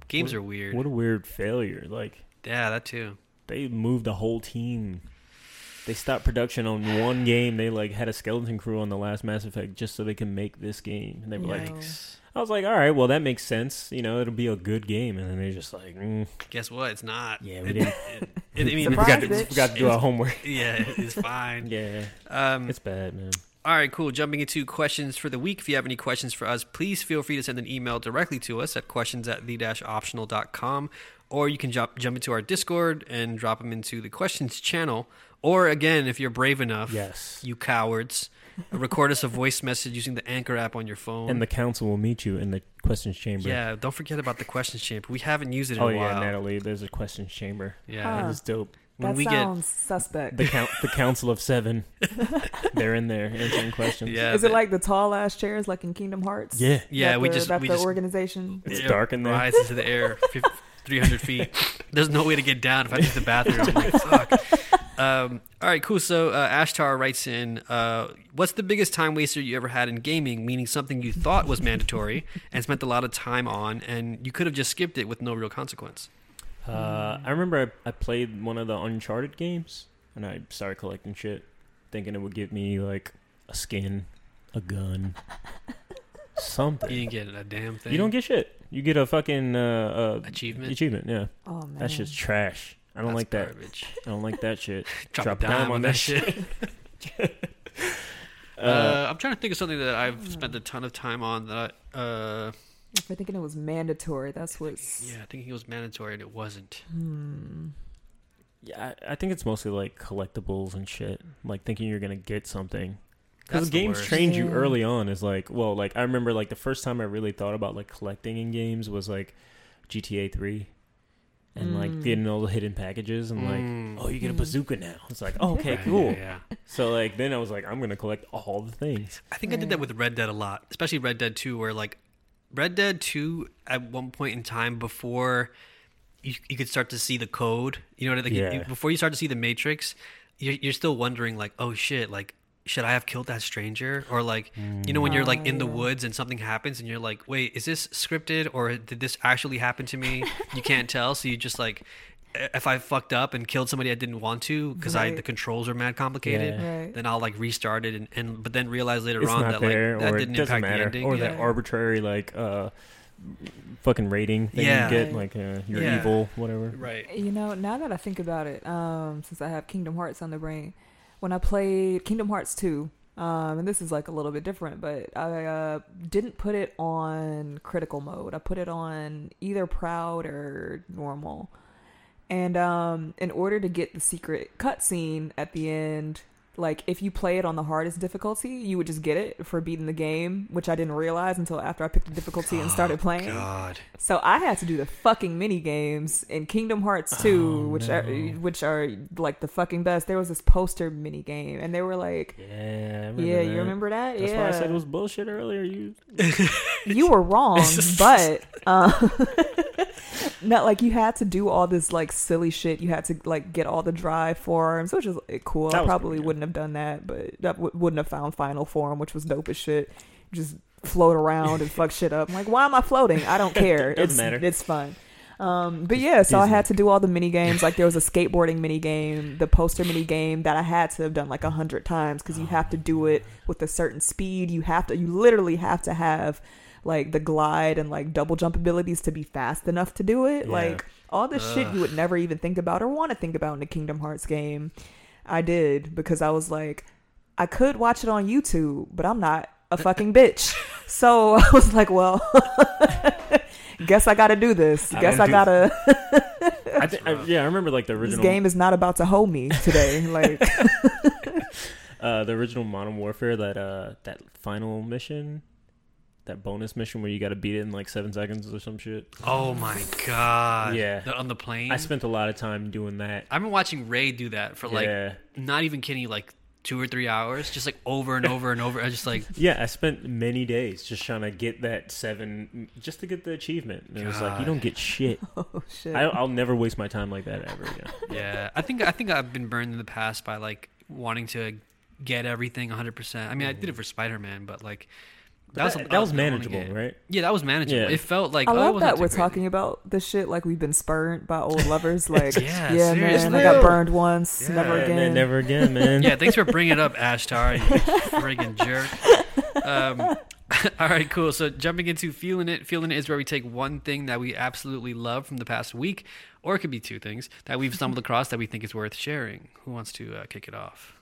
S1: Games are weird.
S2: What a weird failure. Like
S1: yeah, that too.
S2: they moved the whole team. They stopped production on one game. They like had a skeleton crew on the last Mass Effect just so they can make this game. And they were like,
S3: Wow.
S2: I was like, all right, well that makes sense. You know, it'll be a good game. And then they're just like, mm,
S1: Guess what? It's not.
S2: yeah,
S1: It-
S2: we didn't.
S1: it- I mean,
S2: we forgot,
S3: Surprise,
S2: to,
S3: bitch.
S2: forgot to do our homework.
S1: yeah, it's fine.
S2: Yeah,
S1: Um,
S2: it's bad, man.
S1: All right, cool. Jumping into questions for the week. If you have any questions for us, please feel free to send an email directly to us at questions at the optional.com, or you can jump, jump into our Discord and drop them into the questions channel. Or again, if you're brave enough,
S2: Yes.
S1: you cowards, record us a voice message using the Anchor app on your phone.
S2: And the council will meet you in the questions chamber.
S1: yeah, don't forget about the questions champ. We haven't used it in
S2: Oh
S1: a while.
S2: yeah, Natalie. There's a questions chamber.
S1: Yeah.
S3: Huh.
S2: It's dope.
S1: When
S3: that
S1: we get
S3: sounds suspect.
S2: The count, the council of seven. They're in there answering questions.
S1: yeah,
S3: Is it
S1: the-
S3: like the tall ass chairs, like in Kingdom Hearts?
S2: yeah.
S1: yeah,
S3: That
S1: we
S3: the-
S1: just
S3: that
S1: we
S3: the
S1: just
S3: organization.
S2: It's
S1: it
S2: dark in there.
S1: Rides into the air, three hundred feet. There's no way to get down if I use the bathroom. I'm like, fuck. Um, all right, cool. So uh, Ashtar writes in, uh, "What's the biggest time waster you ever had in gaming? Meaning something you thought was mandatory and spent a lot of time on, and you could have just skipped it with no real consequence."
S2: Uh, I remember I, I played one of the Uncharted games, and I started collecting shit, thinking it would give me like a skin, a gun, something.
S1: You didn't get a damn thing.
S2: You don't get shit. You get a fucking uh, uh,
S1: achievement.
S2: achievement. Yeah,
S3: Oh man,
S2: that shit's trash. I don't
S1: That's
S2: like that.
S1: garbage.
S2: I don't like that shit.
S1: Drop, a dime, on that shit.
S2: Uh,
S1: Uh, I'm trying to think of something that I've spent a ton of time on that. I, uh,
S3: If I'm thinking it was mandatory. That's what's.
S1: yeah, I think it was mandatory and it wasn't.
S3: Hmm.
S2: yeah, I, I think it's mostly like collectibles and shit. Like thinking you're gonna get something.
S1: That's
S2: Because
S1: the
S2: games
S1: worst.
S2: trained you
S3: Yeah.
S2: early on is like, well, like I remember like the first time I really thought about like collecting in games was like GTA three, and like
S3: Mm.
S2: getting all the hidden packages and
S1: Mm.
S2: like, oh, you get a
S3: Mm.
S2: bazooka now. It's like, oh, okay,
S1: Right,
S2: cool.
S1: yeah.
S2: So like then I was like, I'm gonna collect all the things.
S1: I think I did that with Red Dead a lot, especially Red Dead 2, where like Red Dead 2 at one point in time before you, you could start to see the code, you know, what I mean? like
S2: Yeah.
S1: you- before you start to see the matrix, you're, you're still wondering like, oh shit, like should I have killed that stranger? Or like, you know,
S3: Mm.
S1: when you're like in the woods and something happens and you're like, wait, is this scripted or did this actually happen to me? you can't tell. So you just like, if I fucked up and killed somebody I didn't want to because I
S3: Right.
S1: the controls are mad complicated,
S2: Yeah.
S3: Right.
S1: then I'll like restart it and, and but then realize later
S2: It's
S1: on that
S2: not there,
S1: like that
S2: or it
S1: didn't
S2: doesn't
S1: impact
S2: matter,
S1: the ending.
S2: or
S1: yeah.
S2: that arbitrary like uh, fucking rating thing
S1: Yeah.
S2: you get, like uh, you're
S1: Yeah.
S2: evil, whatever.
S1: right.
S3: You know, now that I think about it, um, since I have Kingdom Hearts on the brain, when I played Kingdom Hearts 2, um, and this is like a little bit different, but I uh, didn't put it on critical mode. I put it on either proud or normal. And um, in order to get the secret cutscene at the end, like if you play it on the hardest difficulty, you would just get it for beating the game, which I didn't realize until after I picked the difficulty and started playing.
S1: Oh, God,
S3: So I had to do the fucking mini games in Kingdom Hearts 2,
S2: Oh,
S3: which
S2: no.
S3: are which are like the fucking best. There was this poster mini game, and they were like,
S2: Yeah, I remember
S3: "Yeah,
S2: that.
S3: you remember that?
S2: That's
S3: yeah,
S2: why I said it was bullshit earlier. You
S3: you were wrong, but um, not like you had to do all this like silly shit. You had to like get all the dry forms, which is eh, cool.
S2: That
S3: I
S2: was
S3: probably
S2: pretty good.
S3: wouldn't have done that, but that w- wouldn't have found final form, which was dope as shit. Just float around and fuck shit up. I'm like, why am I floating? I don't care.
S2: Doesn't
S3: it's
S2: matter.
S3: it's fun. Um, but yeah, so I
S2: Disney.
S3: had to do all the mini games. Like there was a skateboarding mini game, the poster mini game that I had to have done like a hundred times because you have to do it with a certain speed. You have to, you literally have to have like the glide and like double jump abilities to be fast enough to do it.
S2: Yeah.
S3: Like all this shit you would never even think about or want to think about in a Kingdom Hearts game. I did because I was like, I could watch it on YouTube, but I'm not a fucking bitch. So I was like, well, guess I gotta do this.
S2: I
S3: guess
S2: don't
S3: I
S2: do-
S3: gotta.
S2: I think, I, yeah, I remember like the
S3: this
S2: original
S3: game is not about to hold me today. Like,
S2: uh the original Modern Warfare that uh that final mission that bonus mission where you got to beat it in like seven seconds or some shit.
S1: Oh my god.
S2: Yeah.
S1: The- on the plane.
S2: I spent a lot of time doing that.
S1: I've been watching Ray do that for like
S2: Yeah.
S1: not even kidding you, like two or three hours, just like over and over and over. I was just like,
S2: Yeah, I spent many days just trying to get that seven, just to get the achievement. And it was like you don't get shit.
S3: Oh shit.
S2: I, I'll never waste my time like that ever again.
S1: yeah. I think I think I've been burned in the past by like wanting to get everything 100. percent I mean, I did it for Spider Man, but like
S2: That was, that, was
S1: the only
S2: manageable,
S1: game.
S2: right?
S1: Yeah, that was manageable.
S2: Yeah.
S1: It felt like
S3: I
S1: oh, it
S3: love
S1: wasn't
S3: that
S1: too
S3: we're
S1: crazy.
S3: talking about this shit like we've been spurned by old lovers. Like,
S1: Yeah,
S3: yeah, man,
S1: seriously.
S3: I got burned once,
S1: Yeah.
S3: never
S2: Yeah,
S3: again.
S2: man, never again, man.
S1: Yeah, thanks for bringing it up, Ashtar. You friggin' jerk. Um, all right, cool. So jumping into feeling it, feeling it is where we take one thing that we absolutely love from the past week, or it could be two things that we've stumbled across that we think is worth sharing. Who wants to uh, kick it off?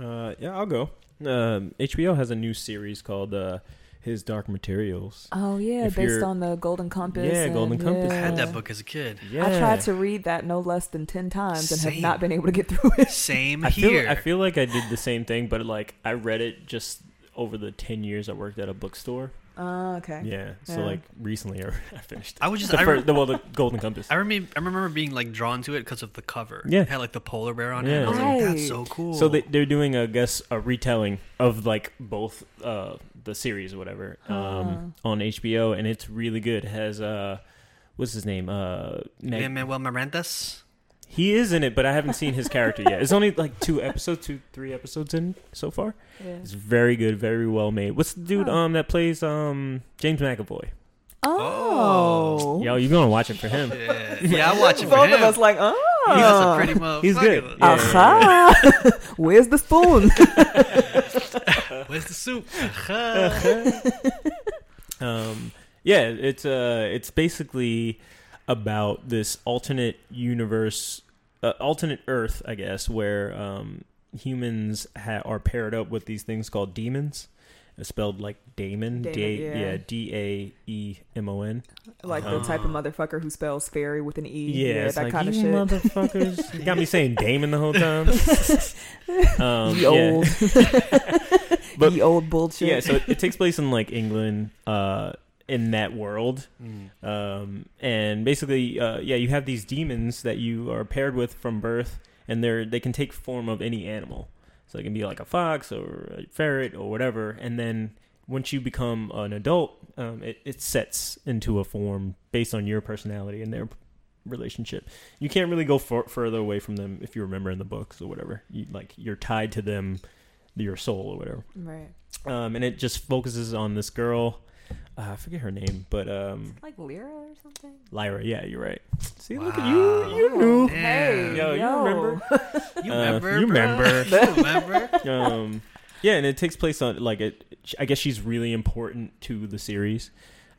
S2: Uh, yeah, I'll go. Um, HBO has a new series called uh, His Dark Materials.
S3: Oh yeah,
S2: If
S3: based
S2: you're-
S3: on the Golden Compass.
S2: Yeah,
S3: and-
S2: Golden Compass.
S1: I
S3: Yeah.
S1: had that book as a kid.
S2: Yeah,
S3: I tried to read that no less than ten times and have
S1: Same.
S3: not been able to get through it.
S1: Same
S2: I feel,
S1: here.
S2: I feel like I did the same thing, but like I read it just over the ten years I worked at a bookstore.
S3: Oh, okay.
S2: Yeah, so
S3: Yeah.
S2: like recently I, I finished.
S1: I was just-
S2: the
S1: I
S2: fir-
S1: re-
S2: the, well the Golden Compass.
S1: I remember, I remember being like drawn to it because of the cover.
S2: Yeah.
S1: it had like the polar bear on it.
S2: Yeah.
S1: I was like, that's
S3: Right.
S1: so cool.
S2: So they, they're doing, I guess, a retelling of like both uh, the series or whatever
S3: Uh-huh.
S2: um, on HBO, and it's really good. It has uh, what's his name? Uh, Meg-
S1: Manuel Marantas.
S2: he is in it, but I haven't seen his character yet. It's only like two episodes, two three episodes in so far.
S3: Yeah.
S2: It's very good, very well made. What's the dude
S3: Oh.
S2: um that plays um James McAvoy?
S3: Oh.
S2: Yo, you're gonna watch it for him.
S1: Yeah, yeah, I watch it for
S3: Both
S1: him.
S3: of us like, oh, Uh-huh.
S1: He's a pretty motherfucker.
S2: He's good. Yeah.
S3: aha. Where's the spoon?
S1: Where's the soup? Uh-huh.
S2: um, yeah, it's uh, it's basically about this alternate universe, uh, alternate Earth, I guess, where um, humans ha- are paired up with these things called demons. It's spelled like Damon,
S3: Damon,
S2: D-
S3: yeah.
S2: yeah, D A E M O N.
S3: like the type of motherfucker who spells fairy with an e.
S2: Ah. Yeah, it's
S3: that
S2: like
S3: kind of
S2: you
S3: shit.
S2: motherfuckers. You got me saying Damon the whole time. um,
S3: Ye
S2: yeah.
S3: old,
S2: But-
S3: ye E old bullshit.
S2: Yeah, so it, it takes place in like England, uh, in that world, um, and basically, uh, yeah, you have these demons that you are paired with from birth, and they're they can take form of any animal. So it can be like a fox or a ferret or whatever, and then once you become an adult, um, it, it sets into a form based on your personality and their relationship. You can't really go fur- further away from them if you remember in the books or whatever. You, like you're tied to them, your soul or whatever
S3: right,
S2: um, and it just focuses on this girl. Uh, I forget her name, but um,
S3: like Lyra or something.
S2: Lyra. Yeah, you're right. See, look at
S1: Wow.
S2: you. You knew.
S1: Damn.
S3: Oh, Hey,
S2: Yo, you remember?
S1: You
S2: Uh,
S1: remember?
S2: you
S1: bruh?
S2: remember.
S1: You remember?
S2: um, yeah, and it takes place on like it. I guess she's really important to the series.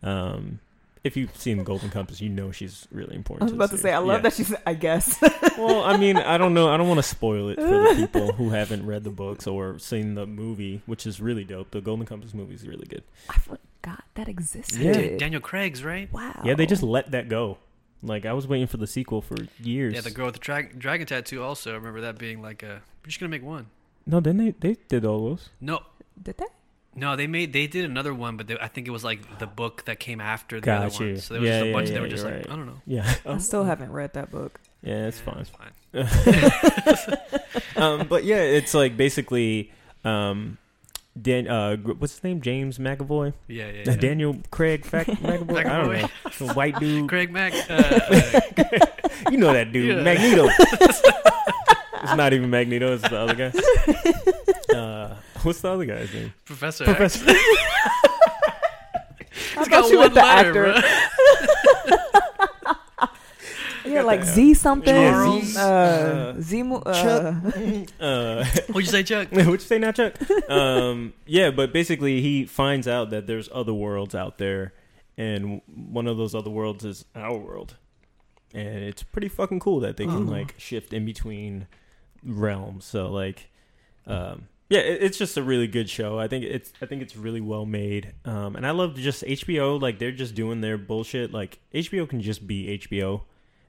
S2: Um, if you've seen Golden Compass, you know she's really
S3: I
S2: important.
S3: was about to say, I love that she's. I guess.
S2: that. Well, I mean, I don't know. I don't want to spoil it for the people who haven't read the books or seen the movie, which is really dope. The Golden Compass movie is really good.
S3: I forgot that existed.
S2: Yeah.
S1: Dude, Daniel Craig's right.
S3: Wow.
S2: Yeah, they just let that go. Like I was waiting for the sequel for years.
S1: Yeah, the girl with the tra- dragon tattoo. Also, I remember that being like a. We're just gonna make one.
S2: no, then they they did all those.
S1: No,
S3: did that.
S1: no, they made they did another one, but they, I think it was like the book that came after the
S2: Got
S1: other
S2: you.
S1: one. So there was
S2: Yeah,
S1: just a
S2: yeah,
S1: bunch
S2: yeah,
S1: that were
S2: you're
S1: just like
S2: right.
S1: I don't know.
S2: Yeah,
S3: I still haven't read that book.
S2: yeah, it's
S1: Yeah,
S2: fine.
S1: It's fine.
S2: um, but yeah, it's like basically, um, Dan, uh, gr- what's his name? James McAvoy,
S1: Yeah, yeah.
S2: Uh,
S1: yeah.
S2: Daniel Craig Fac- McAvoy. I don't know, The white dude.
S1: Craig Mack. Uh, uh,
S2: You know that dude,
S1: Yeah.
S2: Magneto. it's not even Magneto. It's the other guy. Uh, what's the other guy's name?
S1: Professor. X.
S2: Professor.
S3: I
S1: It's got one letter, bruh.
S3: Yeah, like Z something.
S2: Yeah,
S1: Z-
S3: Z, uh,
S2: uh,
S3: Z. Mo- uh,
S2: Chuck. Uh,
S1: What'd you say, Chuck?
S2: Would you say not Chuck?
S3: uh,
S2: um, yeah, but basically he finds out that there's other worlds out there, and one of those other worlds is our world, and it's pretty fucking cool that they can
S1: Oh.
S2: like shift in between realms. So like, um, yeah, it, it's just a really good show. I think it's I think it's really well made, um, and I love just HBO. Like they're just doing their bullshit. Like HBO can just be HBO.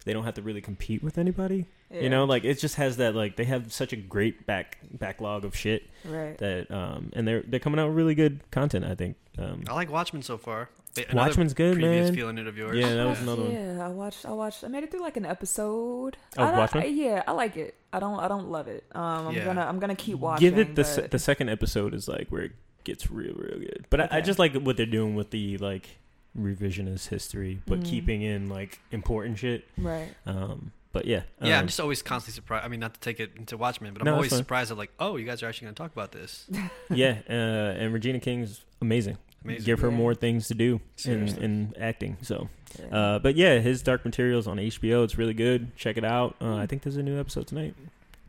S2: They don't have to really compete with anybody.
S3: Yeah.
S2: You know, like it just has that like they have such a great back backlog of shit
S3: Right.
S2: that um and they're they're coming out with really good content i think Um,
S1: I like Watchmen so far. Oh, Another
S2: Watchmen's good,
S1: previous
S2: man.
S1: feeling it of yours.
S2: Yeah, that
S3: I
S2: was another one. Oh,
S3: Yeah, I watched. I watched. I made it through like an episode.
S2: Of
S3: I don't-
S2: Watchmen?
S3: I- yeah, I like it. I don't. I don't love it. Um, I'm
S1: Yeah.
S3: gonna. I'm gonna keep watching.
S2: Give it the se-
S3: but-
S2: the second episode is like where it gets real real good. But I, I
S3: Okay.
S2: just like what they're doing with the like revisionist history, but
S3: Mhm.
S2: keeping in like important shit.
S3: right.
S2: Um, but yeah,
S1: Yeah,
S2: um,
S1: I'm just always constantly surprised. I mean, not to take it into Watchmen, but I'm
S2: No, that's
S1: always
S2: fine.
S1: surprised at like, oh, you guys are actually going to talk about this.
S2: yeah. Uh, and Regina King's amazing.
S1: Amazing.
S2: Give her
S3: Yeah.
S2: more things to do in,
S1: Seriously.
S2: in acting. So,
S3: Yeah.
S2: uh, but yeah, his Dark Materials on HBO. It's really good. Check it out. Uh,
S1: Mm.
S2: I think there's a new episode tonight.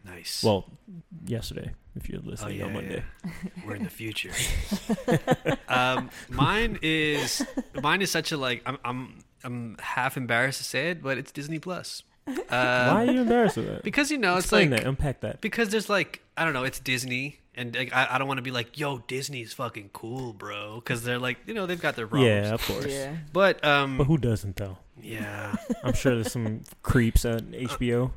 S1: Nice.
S2: Well, yesterday if you're
S1: oh,
S2: listening
S1: yeah,
S2: on Monday.
S1: yeah. We're in the future. um, mine is mine is such a like. I'm I'm I'm half embarrassed to say it, but it's Disney Plus. Um,
S2: Why are you embarrassed with that?
S1: Because you know, it's
S2: Explain
S1: like
S2: that. Unpack that.
S1: because there's like I don't know, it's Disney, and like, I, I don't want to be like, yo, Disney's fucking cool, bro, because they're like, you know, they've got their problems.
S2: Yeah, of course.
S3: yeah.
S1: But um,
S2: But who doesn't though?
S1: yeah,
S2: I'm sure there's some creeps at HBO.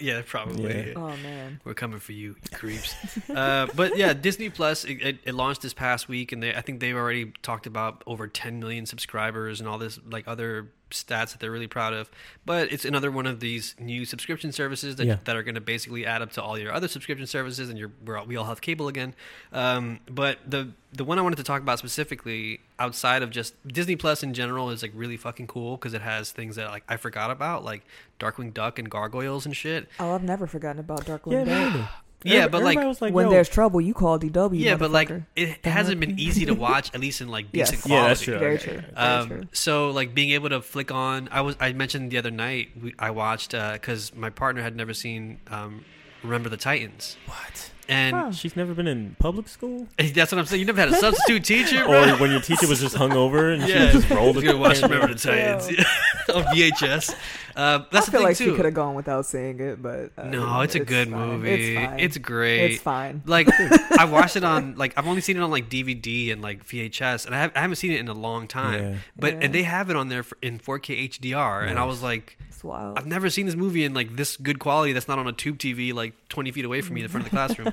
S1: yeah, probably.
S2: Yeah.
S1: yeah.
S3: Oh man.
S1: We're coming for you, you creeps. uh, but yeah, Disney Plus it, it, it launched this past week, and they I think they've already talked about over 10 million subscribers and all this like other stats that they're really proud of. But it's another one of these new subscription services that,
S2: Yeah.
S1: that are going to basically add up to all your other subscription services, and you're, we're all, we all have cable again. Um, but the the one I wanted to talk about specifically, outside of just Disney Plus in general, is like really fucking cool because it has things that like I forgot about, like Darkwing Duck and Gargoyles and shit.
S3: Oh, I've never forgotten about Dark
S2: Yeah,
S3: Lane Bay.
S1: Yeah, but, like-
S2: everybody was
S3: when
S2: yo,
S3: there's trouble, you call DW.
S1: Yeah, but like
S3: motherfucker.
S1: it hasn't been easy to watch, at least in like
S3: Yes.
S1: decent quality.
S2: yeah, that's true.
S3: Very
S2: Okay.
S3: true. Very true.
S1: Um, so like being able to flick on, I was I mentioned the other night we, I watched because my partner had never seen um, Remember the Titans,
S2: What?
S1: and
S3: Huh.
S2: She's never been in public school,
S1: that's what I'm saying. You never had a substitute teacher, bro.
S2: or when your teacher was just hungover and
S1: Yeah.
S2: she just rolled.
S1: You
S2: it.
S1: gotta watch Remember the Titans on VHS. Uh, that's the
S3: I feel
S1: thing
S3: like she
S1: too.
S3: could have gone without seeing it, but uh,
S1: no, it's a good
S3: fine.
S1: movie.
S3: It's fine.
S1: It's great.
S3: It's fine.
S1: Like I watched it on like I've only seen it on like DVD and like VHS, and I, have, I haven't seen it in a long time.
S2: Yeah.
S1: But
S3: Yeah.
S1: and they have it on there for, in 4K HDR, and I was like,
S3: It's wild.
S1: I've never seen this movie in like this good quality. That's not on a tube TV like 20 feet away from me in the front of the classroom.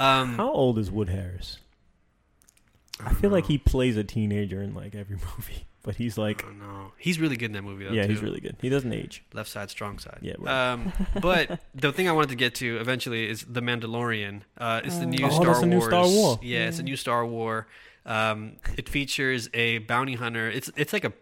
S1: Um,
S2: How old is Wood Harris? I feel like he plays a teenager in like every movie, but he's like,
S1: oh, no, he's really good in that movie. Though,
S2: yeah,
S1: too.
S2: he's really good. He doesn't age.
S1: left side, strong side.
S2: Yeah, right.
S1: Um, but the thing I wanted to get to eventually is the Mandalorian. Uh, it's the new
S2: Oh,
S1: Star
S2: that's
S1: Wars.
S2: a new Star War.
S1: Yeah, it's a new Star War. Um, it features a bounty hunter. It's it's like a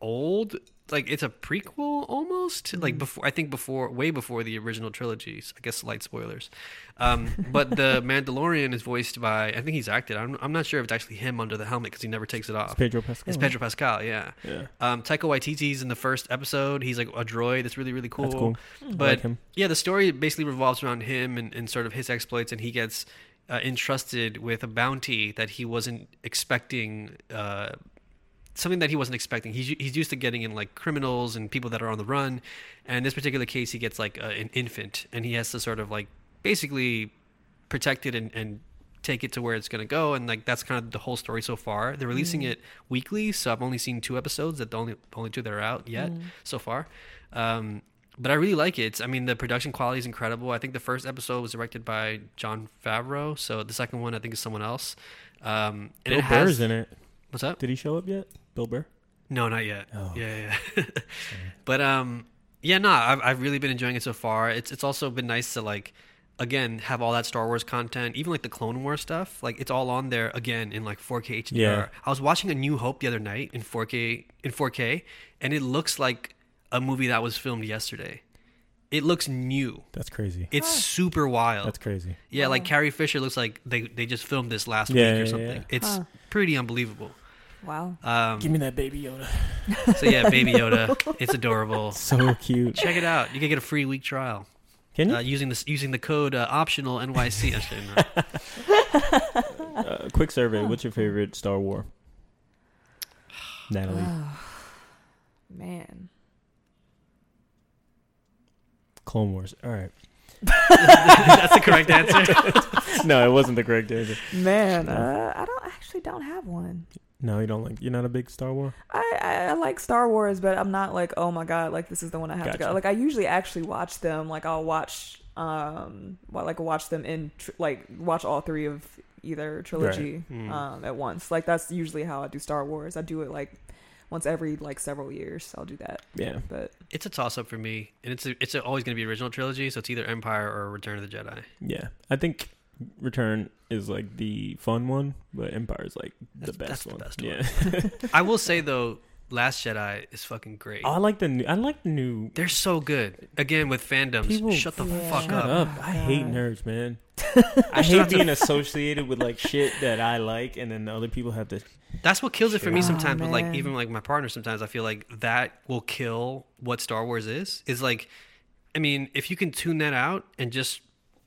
S1: old like it's a prequel almost
S2: Mm-hmm.
S1: like before i think before way before the original trilogies i guess slight spoilers um but the mandalorian is voiced by i think he's acted i'm, I'm not sure if it's actually him under the helmet because he never takes it off
S2: It's Pedro
S1: Uh,
S2: Pascal.
S1: it's Pedro Pascal, yeah.
S2: Yeah.
S1: Um, Taika Waititi's in the first episode. He's like a droid. That's really really cool.
S2: That's cool.
S1: But
S2: like him.
S1: yeah, the story basically revolves around him and, and sort of his exploits, and he gets uh, entrusted with a bounty that he wasn't expecting. Uh, something that he wasn't expecting. He's he's used to getting in like criminals and people that are on the run, and in this particular case, he gets like uh, an infant, and he has to sort of like basically protect it and, and take it to where it's going to go and like that's kind of the whole story so far they're releasing it weekly so i've only seen two episodes that the only only two that are out yet
S3: Mm,
S1: so far um but i really like it It's- i mean the production quality is incredible i think the first episode was directed by john favreau so the second one i think is someone else um and
S2: Bill
S1: it has
S2: Burr's in it.
S1: what's up
S2: Did he show up yet? Bill Burr.
S1: no, not yet.
S2: Oh.
S1: Yeah, yeah. yeah. but um, yeah, no, I've I've really been enjoying it so far. It's it's also been nice to like again have all that Star Wars content, even like the Clone Wars stuff. Like it's all on there again in like 4K HDR.
S2: Yeah.
S1: I was watching A New Hope the other night in 4K in 4K, and it looks like a movie that was filmed yesterday. It looks new.
S2: That's crazy.
S1: It's super wild.
S2: That's crazy.
S1: yeah, like Carrie Fisher looks like they they just filmed this last
S2: Yeah,
S1: week
S2: yeah,
S1: or
S2: yeah.
S1: something. It's
S3: Huh.
S1: pretty unbelievable.
S3: wow.
S1: Um,
S2: me that baby Yoda.
S1: so yeah, Baby Yoda, it's adorable.
S2: So cute.
S1: Check it out. You can get a free week trial
S2: Can you?
S1: uh, using this using the code uh, optional NYC. I'm just kidding, no.
S2: Uh, quick survey. What's your favorite Star War? Natalie,
S3: Man.
S2: Clone Wars. All right.
S1: That's the correct answer.
S2: No, it wasn't the correct answer.
S3: Man, uh, I don't actually don't have one.
S2: No, you don't like. You're not a big Star War.
S3: I, I, I like Star Wars, but I'm not like, oh my god, like this is the one I have to
S2: Gotcha.
S3: go. Like I usually actually watch them. Like I'll watch, um, well, like watch them in tr- like watch all three of either trilogy
S2: Right. Mm.
S1: Hmm.
S3: um, at once. Like that's usually how I do Star Wars. I do it like once every like several years. I'll do that.
S2: Yeah.
S3: But
S1: It's a toss up for me, and it's it's always going to be original trilogy. So it's either Empire or Return of the Jedi.
S2: Yeah. I think Return is like the fun one, but Empire is like the
S1: That's- that's
S2: best
S1: the
S2: one.
S1: best
S2: yeah.
S1: I will say though, Last Jedi is fucking great.
S2: I like the new I like the new
S1: They're so good. Again with fandoms,
S2: People-
S1: shut the
S3: Yeah.
S1: fuck
S2: Shut
S1: up.
S2: up.
S3: Oh,
S2: I hate
S3: God.
S2: nerds, man. I hate being associated with like shit that I like and then the other people have to
S1: That's what kills it for me
S2: Sure.
S3: Oh,
S1: sometimes. with like
S3: man.
S1: even like my partner, sometimes I feel like that will kill what Star Wars is. Is like, I mean, if you can tune that out and just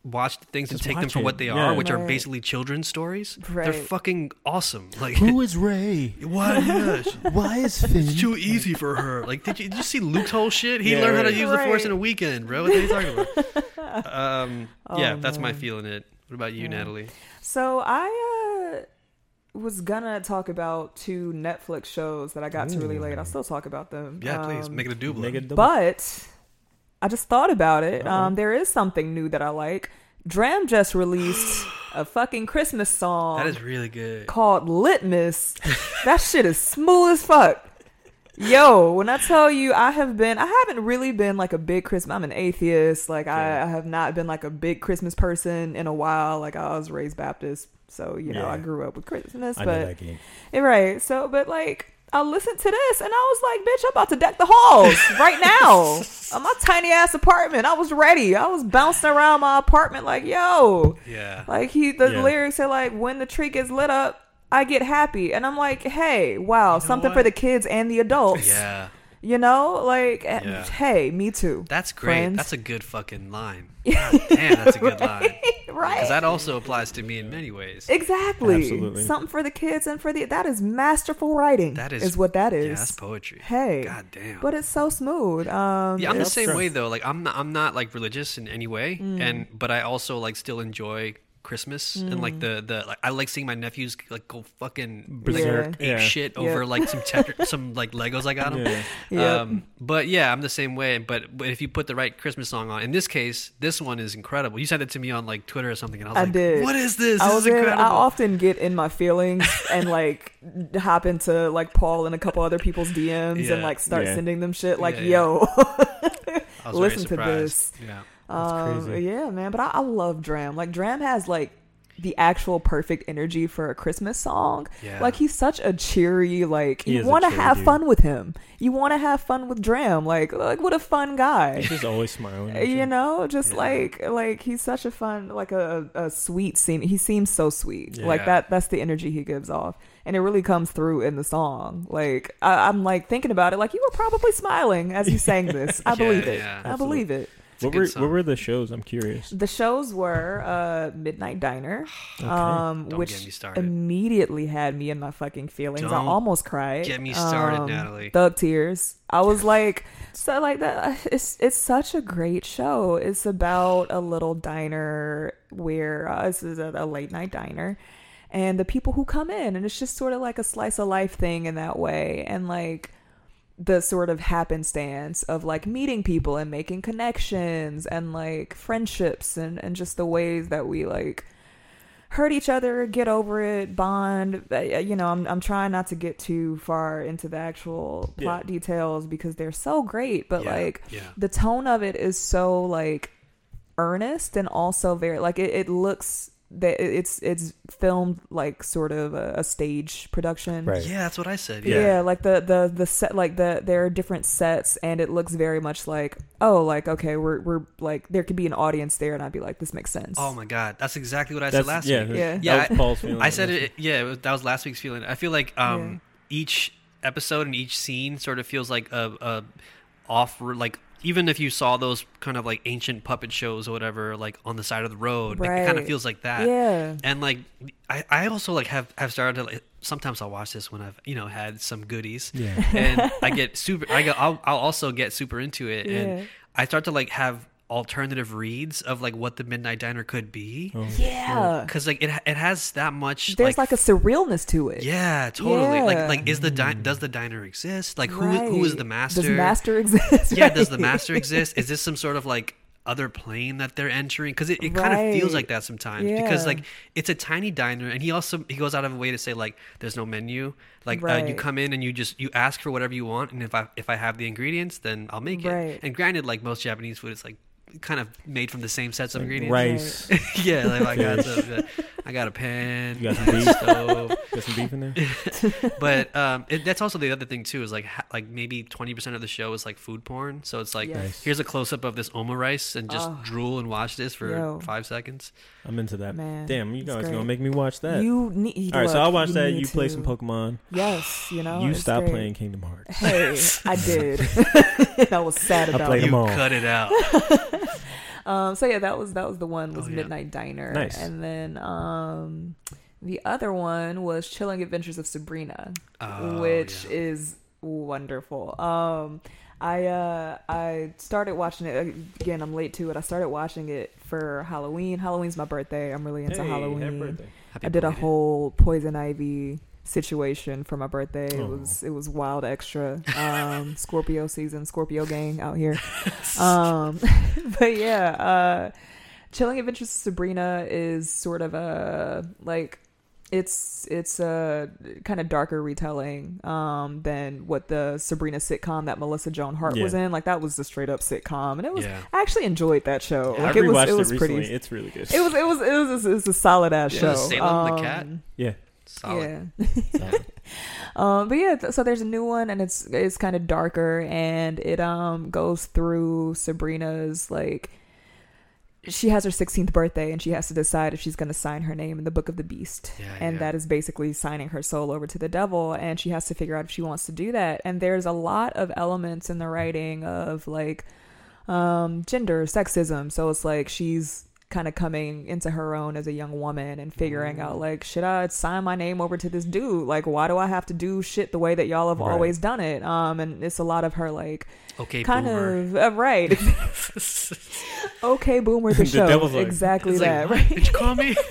S1: watch the things
S2: Just
S1: and take them
S2: watch
S1: for what
S2: it.
S1: they
S2: Yeah.
S1: are, which are
S3: Right.
S1: basically children's stories, they're
S3: Right.
S1: fucking awesome. Like,
S2: is Ray?
S1: why? yes,
S2: Why is Finn
S1: It's too easy for her. Like, did you, did you see Luke's whole shit? He
S2: Yeah,
S1: learned how
S2: right.
S1: to use the Force in
S3: Right.
S1: a weekend, bro. What are you talking about? Um, yeah,
S3: Oh,
S1: that's my
S3: man.
S1: feeling. It. What about you, Natalie?
S3: so I uh, was gonna talk about two Netflix shows that I got to really late. I'll still talk about them.
S1: Yeah, please
S3: Um,
S1: make it a double.
S2: Make a double-
S3: But I just thought about it. Um, there is something new that I like. Dram just released a fucking Christmas song
S1: That is really good.
S3: called Litmus. that shit is smooth as fuck. Yo, when I tell you I have been, I haven't really been like a big Christmas. I'm an atheist. Like I, I have not been like a big Christmas person in a while. Like I was raised Baptist, so you know I
S2: Yeah.
S3: grew up with Christmas.
S2: I know
S3: but
S2: that game.
S3: yeah, Right. So, but like, I listened to this and I was like, bitch, I'm about to deck the halls right now. on my tiny ass apartment. I was ready. I was bouncing around my apartment like, yo.
S1: Yeah.
S3: Like, he, the
S2: Yeah.
S3: lyrics are like, when the tree gets lit up, I get happy. And I'm like, hey, wow, something for
S1: what?
S3: the kids and the adults.
S1: Yeah.
S3: You know, like, eh,
S1: Yeah.
S3: hey, me too.
S1: That's great.
S3: Friends.
S1: That's a good fucking line. God damn, that's a good line.
S3: right.
S1: Because that also applies to me in many ways.
S3: exactly.
S2: Absolutely.
S3: Something for the kids and for the, that is masterful writing.
S1: That is,
S3: is, what that
S1: yeah,
S3: is.
S1: that's poetry.
S3: Hey.
S1: God damn.
S3: but it's so smooth. Um,
S1: yeah, I'm the
S3: it's-
S1: same
S2: true.
S1: way though. Like I'm not, I'm not like religious in any way,
S3: Mm.
S1: and but I also like still enjoy Christmas and
S3: Mm.
S1: like the the like, I like seeing my nephews like go fucking like,
S2: Berserk.
S1: ape
S2: Yeah.
S1: shit over like some Tetris, some like Legos I got them.
S2: Yeah.
S3: Yep.
S1: Um, but yeah, I'm the same way. But, but if you put the right Christmas song on, in this case, this one is incredible. You sent it to me on like Twitter or something, and I was
S3: I
S1: like,
S3: did.
S1: "What is this?
S3: I
S1: This
S3: was
S1: is
S3: in,
S1: incredible."
S3: I often get in my feelings and like hop into like Paul and a couple other people's DMs
S1: Yeah.
S3: and like start
S2: Yeah.
S3: sending them shit like
S1: Yeah, yeah.
S3: yo,
S1: I was very
S3: listen to
S1: surprised.
S3: this.
S1: Yeah.
S3: Um,
S2: crazy.
S3: Yeah, man. But I, I love Dram. Like Dram has like the actual perfect energy for a Christmas song.
S1: Yeah.
S3: Like he's such a cheery. Like
S2: He
S3: you
S2: is a
S3: want to
S2: cheery
S3: have
S2: dude.
S3: fun with him. You want to have fun with Dram. Like like what a fun guy.
S2: He's just always smiling. and
S3: you
S2: shit.
S3: know just
S1: Yeah.
S3: like like he's such a fun like a, a sweet scene he seems so sweet
S1: Yeah.
S3: like that that's the energy he gives off and it really comes through in the song like I, i'm like thinking about it like you were probably smiling as you sang this i
S1: Yeah,
S3: believe it
S1: yeah.
S3: i believe it
S1: It's a
S2: What
S1: good
S2: were
S1: song.
S2: what were the shows? I'm curious.
S3: the shows were uh midnight diner
S2: Okay.
S1: Don't
S3: um
S1: get me
S3: which
S1: started.
S3: immediately had me in my fucking feelings i
S1: Don't
S3: almost cried
S1: get me started,
S3: Um,
S1: Natalie.
S3: thug tears i was like so like that it's it's such a great show it's about a little diner where uh, this is a, a late night diner and the people who come in and it's just sort of like a slice of life thing in that way and like the sort of happenstance of like meeting people and making connections and like friendships and and just the ways that we like hurt each other, get over it, bond. Uh, You know, I'm I'm trying not to get too far into the actual
S2: Yeah.
S3: plot details because they're so great, but
S1: Yeah,
S3: like
S1: yeah.
S3: the tone of it is so like earnest and also very like it, it looks that it- it's it's filmed like sort of a, a stage production
S2: Right.
S1: Yeah, that's what I said.
S3: yeah.
S1: Yeah.
S3: like the the the set like the there are different sets and it looks very much like oh like okay we're we're like there could be an audience there and i'd be like this makes sense
S1: Oh my god, that's exactly what I said
S2: That's
S1: last
S2: yeah,
S1: week.
S3: Yeah.
S2: That
S1: Yeah,
S2: was
S1: I-
S2: Paul's feeling.
S1: I said it. Yeah, it was, that was last week's feeling. I feel like um, each episode and each scene sort of feels like a, a off like. Even if you saw those kind of like ancient puppet shows or whatever, like on the side of the road, like, it kind of
S3: Right.
S1: feels like that.
S3: yeah
S1: and like I, I also like have have started to like sometimes I'll watch this when I've you know had some goodies
S2: Yeah.
S1: and I get super I get, I'll, I'll also get super into it
S3: Yeah.
S1: and I start to like have alternative reads of like what the Midnight Diner could be
S3: yeah
S1: because like it it has that much
S3: there's
S1: Oh, like
S3: like, a surrealness to it
S1: yeah totally
S3: Yeah.
S1: like like is the di- does the diner exist like who who is
S3: Right.
S1: the master
S3: does master exist
S1: yeah does the
S3: Right.
S1: master exist is this some sort of like other plane that they're entering because it, it kind of feels
S3: Right.
S1: like that sometimes because
S3: Yeah.
S1: like it's a tiny diner and he also he goes out of a way to say like there's no menu like uh, you
S3: Right.
S1: come in and you just you ask for whatever you want and if i if i have the ingredients then i'll make it
S3: Right.
S1: and granted like most japanese food it's like kind of made from the same sets of ingredients
S2: Rice.
S1: yeah like i got some, i got a pan
S2: You got some
S1: I got a
S2: beef?
S1: stove
S2: Got some beef in there.
S1: but um, it, that's also the other thing too is like ha- like maybe twenty percent of the show is like food porn. So it's like
S3: Yes. Nice.
S1: here's a close up of this oma rice and just
S3: Oh.
S1: drool and watch this for
S3: Yo.
S1: five seconds.
S2: I'm into that.
S3: Man,
S2: Damn, you
S3: it's
S2: guys
S3: great.
S2: gonna make me watch that.
S3: You need.
S2: All right, so
S3: look,
S2: I'll watch that.
S3: need
S2: You play
S3: to-
S2: some Pokemon.
S3: Yes, you know.
S2: you
S3: it's
S2: stop
S3: great.
S2: playing Kingdom Hearts.
S3: Hey, I did. and I was sad
S2: I
S3: about
S2: played
S3: it.
S1: You
S2: them all.
S1: cut it out.
S3: Um, so yeah, that was that was the one was
S1: Oh, yeah.
S3: Midnight Diner,
S2: Nice.
S3: and then um, the other one was Chilling Adventures of Sabrina,
S1: Oh,
S3: which
S1: yeah.
S3: is wonderful. Um, I uh, I started watching it again. I'm late to it. I started watching it for Halloween. Halloween's my birthday. I'm really into Halloween.
S1: Happy
S3: I did a
S1: belated.
S3: whole poison ivy situation for my birthday. It
S2: Oh.
S3: was it was wild extra. Um, Scorpio season, Scorpio gang out here. Um, but yeah, uh, Chilling Adventures of Sabrina is sort of a like it's it's a kind of darker retelling um, than what the Sabrina sitcom that Melissa Joan Hart was
S2: Yeah.
S3: in. Like that was the straight up sitcom, and it was
S1: Yeah.
S3: I actually enjoyed that show. like
S2: I
S3: it was
S2: rewatched
S3: it was
S2: recently.
S3: pretty
S2: It's really good.
S3: it was it was it was, it was a solid ass
S1: Yeah,
S3: show. Um,
S1: Salem the cat?
S2: yeah.
S1: Solid.
S3: Yeah. Um, but yeah, th- so there's a new one and it's it's kind of darker and it um goes through Sabrina's like she has her 16th birthday and she has to decide if she's going to sign her name in the book of the beast
S1: Yeah,
S3: and
S1: yeah.
S3: that is basically signing her soul over to the devil and she has to figure out if she wants to do that and there's a lot of elements in the writing of like um gender sexism so it's like she's kind of coming into her own as a young woman and
S1: Mm.
S3: figuring out like should i sign my name over to this dude like why do i have to do shit the way that y'all have
S2: Right.
S3: always done it um and it's a lot of her like
S1: Okay,
S3: kind
S1: boomer.
S3: of uh, right okay boomer the,
S2: The
S3: show
S2: devil's like-
S3: exactly
S1: It's like,
S3: that
S1: "What?
S3: right
S1: Did you call me?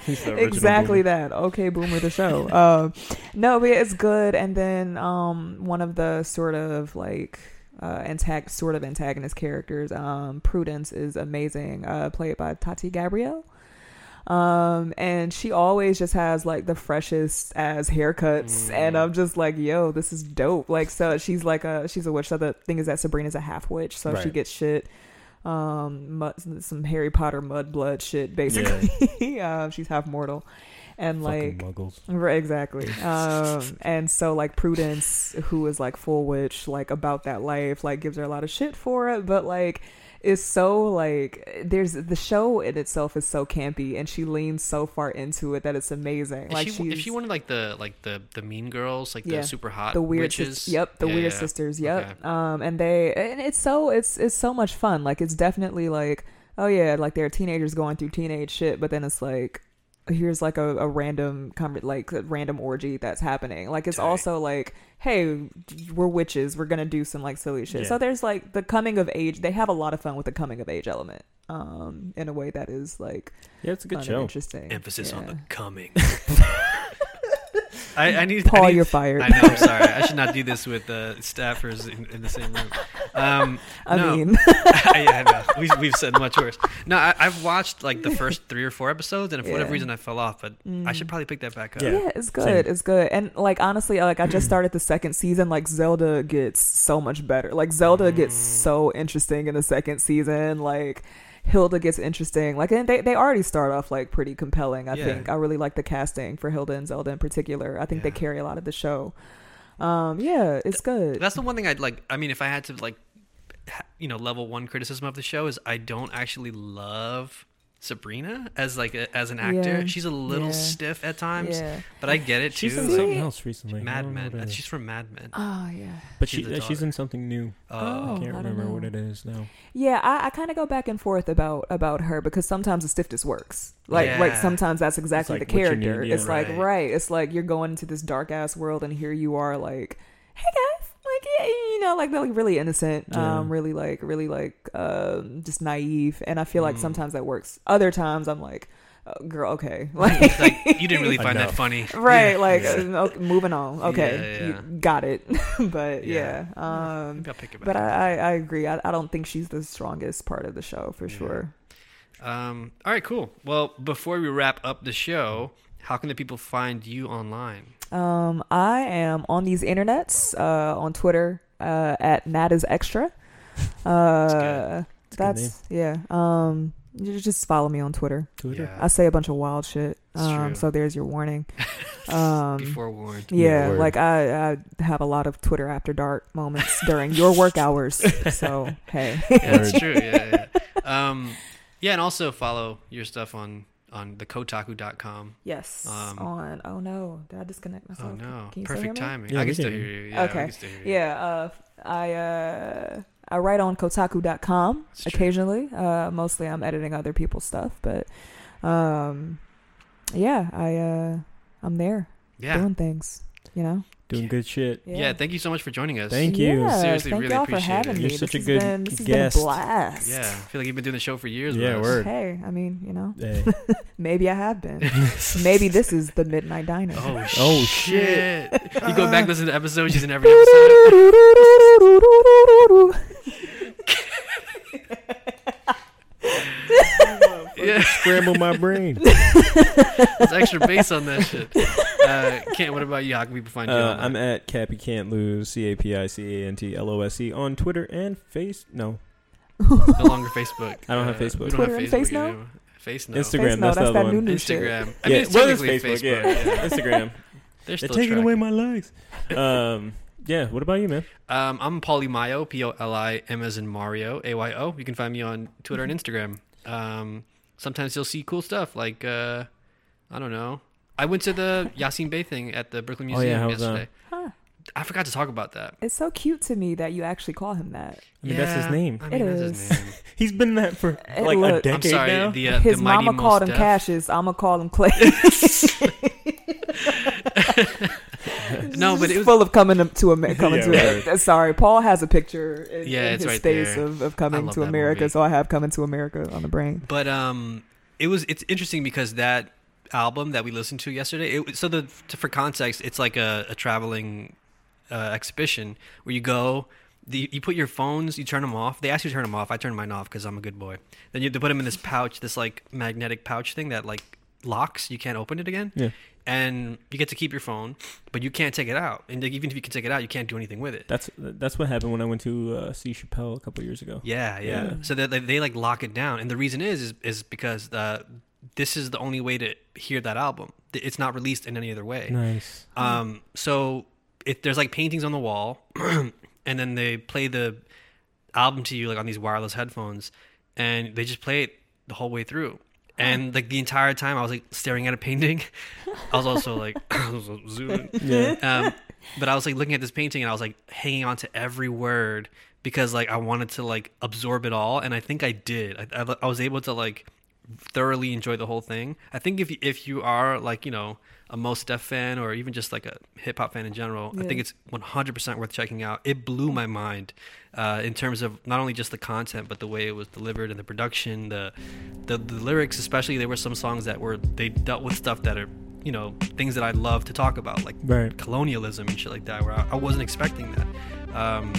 S2: He's the original
S3: exactly
S2: Boomer.
S3: that okay boomer the show um no but yeah, it's good and then um one of the sort of like uh antag- sort of antagonist characters um prudence is amazing uh played by tati gabrielle um and she always just has like the freshest as haircuts and
S2: Mm.
S3: i'm just like yo this is dope like so she's like a she's a witch so the thing is that sabrina's a half witch so she
S2: Right.
S3: gets shit um mud, some harry potter mud blood shit basically yeah, she's half mortal, and
S2: Fucking
S3: like
S2: muggles.
S3: right, exactly. Um, and so like Prudence, who is like full witch, like about that life, like gives her a lot of shit for it, but like is so like there's the show in itself is so campy, and she leans so far into it that it's amazing.
S1: If
S3: like
S1: she, if
S3: she's-
S1: she wanted like the like the the mean girls, like
S3: Yeah.
S1: the super hot
S3: the weird
S1: Uh,
S3: sis-
S1: witches.
S3: yep the
S1: Yeah,
S3: weird
S1: yeah.
S3: sisters yep
S1: Okay.
S3: um and they and it's so it's it's so much fun like it's definitely like oh yeah like they're teenagers going through teenage shit but then it's like here's like a, a random com- like a random orgy that's happening like it's
S1: Tight.
S3: also like hey we're witches we're gonna do some like silly shit
S2: Yeah.
S3: so there's like the coming of age they have a lot of fun with the coming of age element um in a way that is like
S2: Yeah, it's a good
S3: fun and
S2: show.
S3: interesting
S1: Emphasis on
S3: Yeah.
S1: the coming. I, I need I
S3: paul
S1: need,
S3: you're fired
S1: I know. I'm sorry. I should not do this with uh, staffers in, in the same room. Um,
S3: I
S1: no.
S3: mean
S1: yeah, I know. We've, we've said much worse. No, I, I've watched like the first three or four episodes, and for whatever
S3: Yeah.
S1: reason, I fell off. But I should probably pick that back up.
S2: Yeah.
S3: Yeah, it's good.
S2: Same.
S3: It's good. And like honestly, like I just started the second season. Like Zelda gets so much better. Like Zelda gets
S1: Mm.
S3: so interesting in the second season. Like Hilda gets interesting. Like and they they already start off like pretty compelling. I
S1: Yeah.
S3: think I really like the casting for Hilda and Zelda in particular. I think they
S1: Yeah.
S3: carry a lot of the show. Um, yeah, it's good.
S1: That's the one thing I'd like. I mean, if I had to like, ha- you know, level one criticism of the show is I don't actually love Sabrina as like a, as an actor.
S3: Yeah.
S1: She's a little
S3: Yeah.
S1: stiff at times,
S3: Yeah.
S1: but I get it
S2: She's
S1: too.
S2: in
S3: See?
S1: Like,
S2: something else recently. I
S1: Mad
S2: don't know
S1: Men.
S2: what it
S1: That's-
S2: is.
S1: She's from Mad Men.
S3: Oh yeah.
S2: but
S1: she's
S2: she,
S1: the
S2: uh, she's
S1: daughter.
S2: in something new.
S1: Uh,
S3: Oh.
S2: I can't
S3: I don't
S2: remember
S3: know.
S2: what it is now.
S3: Yeah, I, I kind of go back and forth about about her because sometimes the stiffness works. Like like
S1: Yeah.
S3: sometimes that's exactly
S2: like
S3: the
S2: what you need,
S3: character.
S2: yeah.
S3: It's like
S1: Right.
S3: right. It's like you're going into this dark ass world and here you are like, hey guys, like yeah, you know, like they're like really innocent,
S2: Yeah.
S3: um, really
S2: Mm.
S3: like really like um, just naive. And I feel like sometimes that works. Other times I'm like. oh, girl, okay, like,
S1: Like you didn't really find
S2: Enough.
S1: that funny,
S3: right, like
S2: yeah.
S3: uh, okay, moving on, okay,
S1: Yeah, yeah.
S3: You got it, but yeah,
S1: Yeah.
S3: um,
S1: Maybe I'll pick it back.
S3: but I, I, I agree. I, I don't think she's the strongest part of the show for sure.
S1: Um, all right, cool. Well, before we wrap up the show, how can the people find you online?
S3: Um, I am on these internets uh, on Twitter uh, at Nat is extra. Uh,
S2: It's a good
S3: that's yeah. Um, you just follow me on Twitter.
S2: Twitter.
S1: Yeah,
S3: I say a bunch of wild shit.
S1: It's
S3: Um,
S1: true.
S3: so there's your warning. Um,
S1: be forewarned.
S3: yeah,
S2: Word.
S3: like I, I have a lot of Twitter after dark moments during your work hours. So hey,
S1: Yeah, that's true. Yeah, yeah, yeah. Um, yeah, and also follow your stuff on on the Kotaku.com.
S3: yes.
S1: Um,
S3: on oh no, did I disconnect
S1: Oh
S3: myself?
S1: no,
S3: Can you still hear
S1: perfect
S3: me?
S1: timing.
S2: Yeah,
S1: I
S2: we
S1: can still
S2: can.
S1: hear you. Yeah, I
S3: Okay.
S1: can still hear you.
S3: Yeah, uh, I uh, I write on Kotaku.com
S1: That's true.
S3: occasionally. Uh, mostly I'm editing other people's stuff, but um, yeah, I uh, I'm there
S1: Yeah.
S3: doing things. You know.
S2: Doing good shit.
S1: yeah, Thank you so much for joining us.
S2: Thank you.
S3: Yeah,
S1: Seriously,
S3: thank
S1: really
S3: y'all
S1: appreciate
S3: for having
S1: it.
S3: me.
S2: You're
S3: this
S2: such a
S3: has
S2: good
S3: been, this has
S2: guest.
S3: Been a blast.
S1: Yeah, I feel like you've been doing the show for years.
S2: Yeah,
S1: with us.
S2: word.
S3: Hey, I mean, you know,
S2: Hey.
S3: maybe I have been. maybe this is the midnight diner.
S1: Oh,
S2: Oh,
S1: shit! you go back listen to episodes. She's in every episode. Yeah.
S2: Scramble my brain.
S1: There's extra bass on that shit. Uh, Kent, what about you? How can people find you?
S2: Uh,
S1: online?
S2: I'm at Cappy Can't Lose, C A P I C A N T L O S E on Twitter and Face. No,
S1: no longer Facebook. Uh,
S2: I don't have
S1: we
S2: Facebook.
S1: don't
S3: Twitter and
S1: have
S3: Face
S1: Facebook
S3: now?
S1: anymore. Face now.
S2: Instagram.
S3: Face-
S2: that's,
S3: no, that's
S2: the other
S3: that
S2: one.
S3: new- shit.
S1: Instagram. I
S2: yeah,
S1: mean, it's
S2: well, it's
S1: technically
S2: Facebook.
S1: Facebook.
S2: Yeah, Instagram.
S1: They're
S2: They're
S1: still
S2: taking away
S1: tracking.
S2: my legs. Um, yeah. What about you, man?
S1: Um, I'm Polymayo, P O L I M as in Mario, A Y O. You can find me on Twitter and
S3: Mm-hmm.
S1: Instagram. Um, sometimes you'll see cool stuff like, uh, I don't know. I went to the Yasin Bey thing at the Brooklyn
S2: Oh, yeah,
S1: Museum
S2: how was that?
S1: yesterday.
S3: Huh.
S1: I forgot to talk about that.
S3: It's so cute to me that you actually call him that.
S2: I mean, that's his
S1: Yeah,
S2: name.
S1: I mean,
S3: It
S1: that's
S3: is.
S1: his name.
S2: He's been that for
S3: Hey,
S2: like
S3: look,
S2: a
S3: I'm
S1: I'm
S2: decade
S1: sorry.
S2: now.
S1: The, uh,
S3: His
S1: the mighty
S3: mama called him
S1: Mos Def.
S3: Cassius. I'ma call him Clay.
S1: No, but
S3: Just
S1: it was
S3: full of coming to, to Amer- coming
S2: Yeah,
S3: to. America. Sorry, Paul has a picture in,
S1: Yeah,
S3: in
S1: it's
S3: his
S1: right
S3: face
S1: there.
S3: of, of
S1: I
S3: coming
S1: love
S3: to
S1: that
S3: America,
S1: movie.
S3: so I have coming to America on the brain.
S1: But um, it was it's interesting because that album that we listened to yesterday. It, was- so the to, for context, it's like a, a traveling uh, exhibition where you go. The, you put your phones, you turn them off. They ask you to turn them off. I turned mine off because I'm a good boy. Then you they put them in this pouch, this like magnetic pouch thing that like locks. You can't open it again.
S2: Yeah.
S1: And you get to keep your phone, but you can't take it out. And like, even if you can take it out, you can't do anything with it.
S2: That's that's what happened when I went to uh, see Chappelle a couple years ago.
S1: Yeah, yeah.
S2: Yeah.
S1: So that they, they like lock it down, and the reason is is, is because uh, this is the only way to hear that album. Th- It's not released in any other way.
S2: Nice.
S1: Um, so it, there's like paintings on the wall, and then they play the album to you like on these wireless headphones, and they just play it the whole way through. And like the entire time, I was like staring at a painting. I was also like I was zooming
S2: Yeah.
S1: um, but I was like looking at this painting and I was like hanging on to every word because like I wanted to like absorb it all, and I think I did. I, I, I was able to like thoroughly enjoy the whole thing. I think if you, if you are like you know a most Def fan or even just like a hip hop fan in general, I
S3: Yeah.
S1: think it's 100% worth checking out. It blew my mind uh, in terms of not only just the content but the way it was delivered and the production, the the, the lyrics especially. There were some songs that were they dealt with stuff that are you know things that I love to talk about like
S2: Right.
S1: colonialism and shit like that where I, I wasn't expecting that um,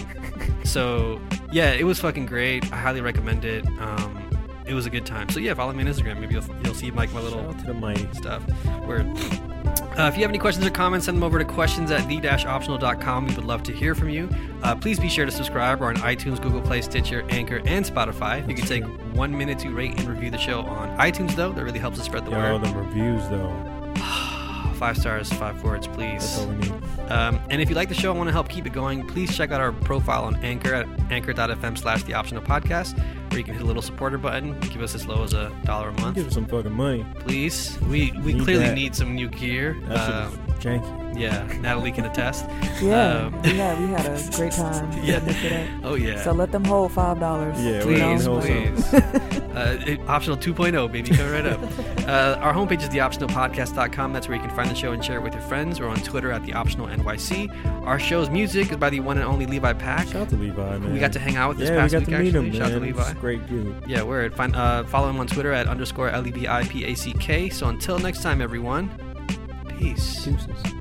S1: so yeah it was fucking great i highly recommend it um, it was a good time so yeah follow me on instagram maybe you'll, you'll see like my
S2: Shout
S1: little
S2: out to the mighty.
S1: stuff where uh, if you have any questions or comments, send them over to questions at the-optional.com. We would love to hear from you. Uh, please be sure to subscribe. We're on iTunes, Google Play, Stitcher, Anchor, and Spotify. You can take one minute to rate and review the show on iTunes, though. That really helps us spread the
S2: Yo,
S1: word. Oh,
S2: them reviews though.
S1: Five stars, five words, please.
S2: That's all we need.
S1: Um, and if you like the show and want to help keep it going, please check out our profile on Anchor at anchor.fm slash the optional podcast, where you can hit a little supporter button. Give us as low as a dollar a month,
S2: Give us some fucking money.
S1: please. We we
S2: Need
S1: clearly
S2: that.
S1: need some new gear.
S2: That
S1: Uh,
S2: shit is janky.
S1: yeah, Natalie can attest.
S3: Yeah,
S1: Um,
S3: yeah, we had a great time.
S1: Yeah.
S3: setting this shit up.
S1: Oh, yeah.
S3: So let them hold five dollars.
S2: Yeah, we
S1: Please,
S2: don't know
S1: please. uh, it- optional 2.0, baby. Come right up. Uh, our homepage is theoptionalpodcast.com. That's where you can find the show and share it with your friends. We're on Twitter at theoptionalnyc. Our show's music is by the one and only Levi Pack.
S2: Shout out to Levi, man.
S1: We got to hang out with this
S2: yeah,
S1: past
S2: we got
S1: week,
S2: to meet
S1: actually.
S2: him,
S1: Shout out to
S2: man.
S1: Levi.
S2: great dude.
S1: Yeah, word. Find, uh, follow him on Twitter at underscore L E D I P A C K. So until next time, everyone, peace.
S2: Deuces.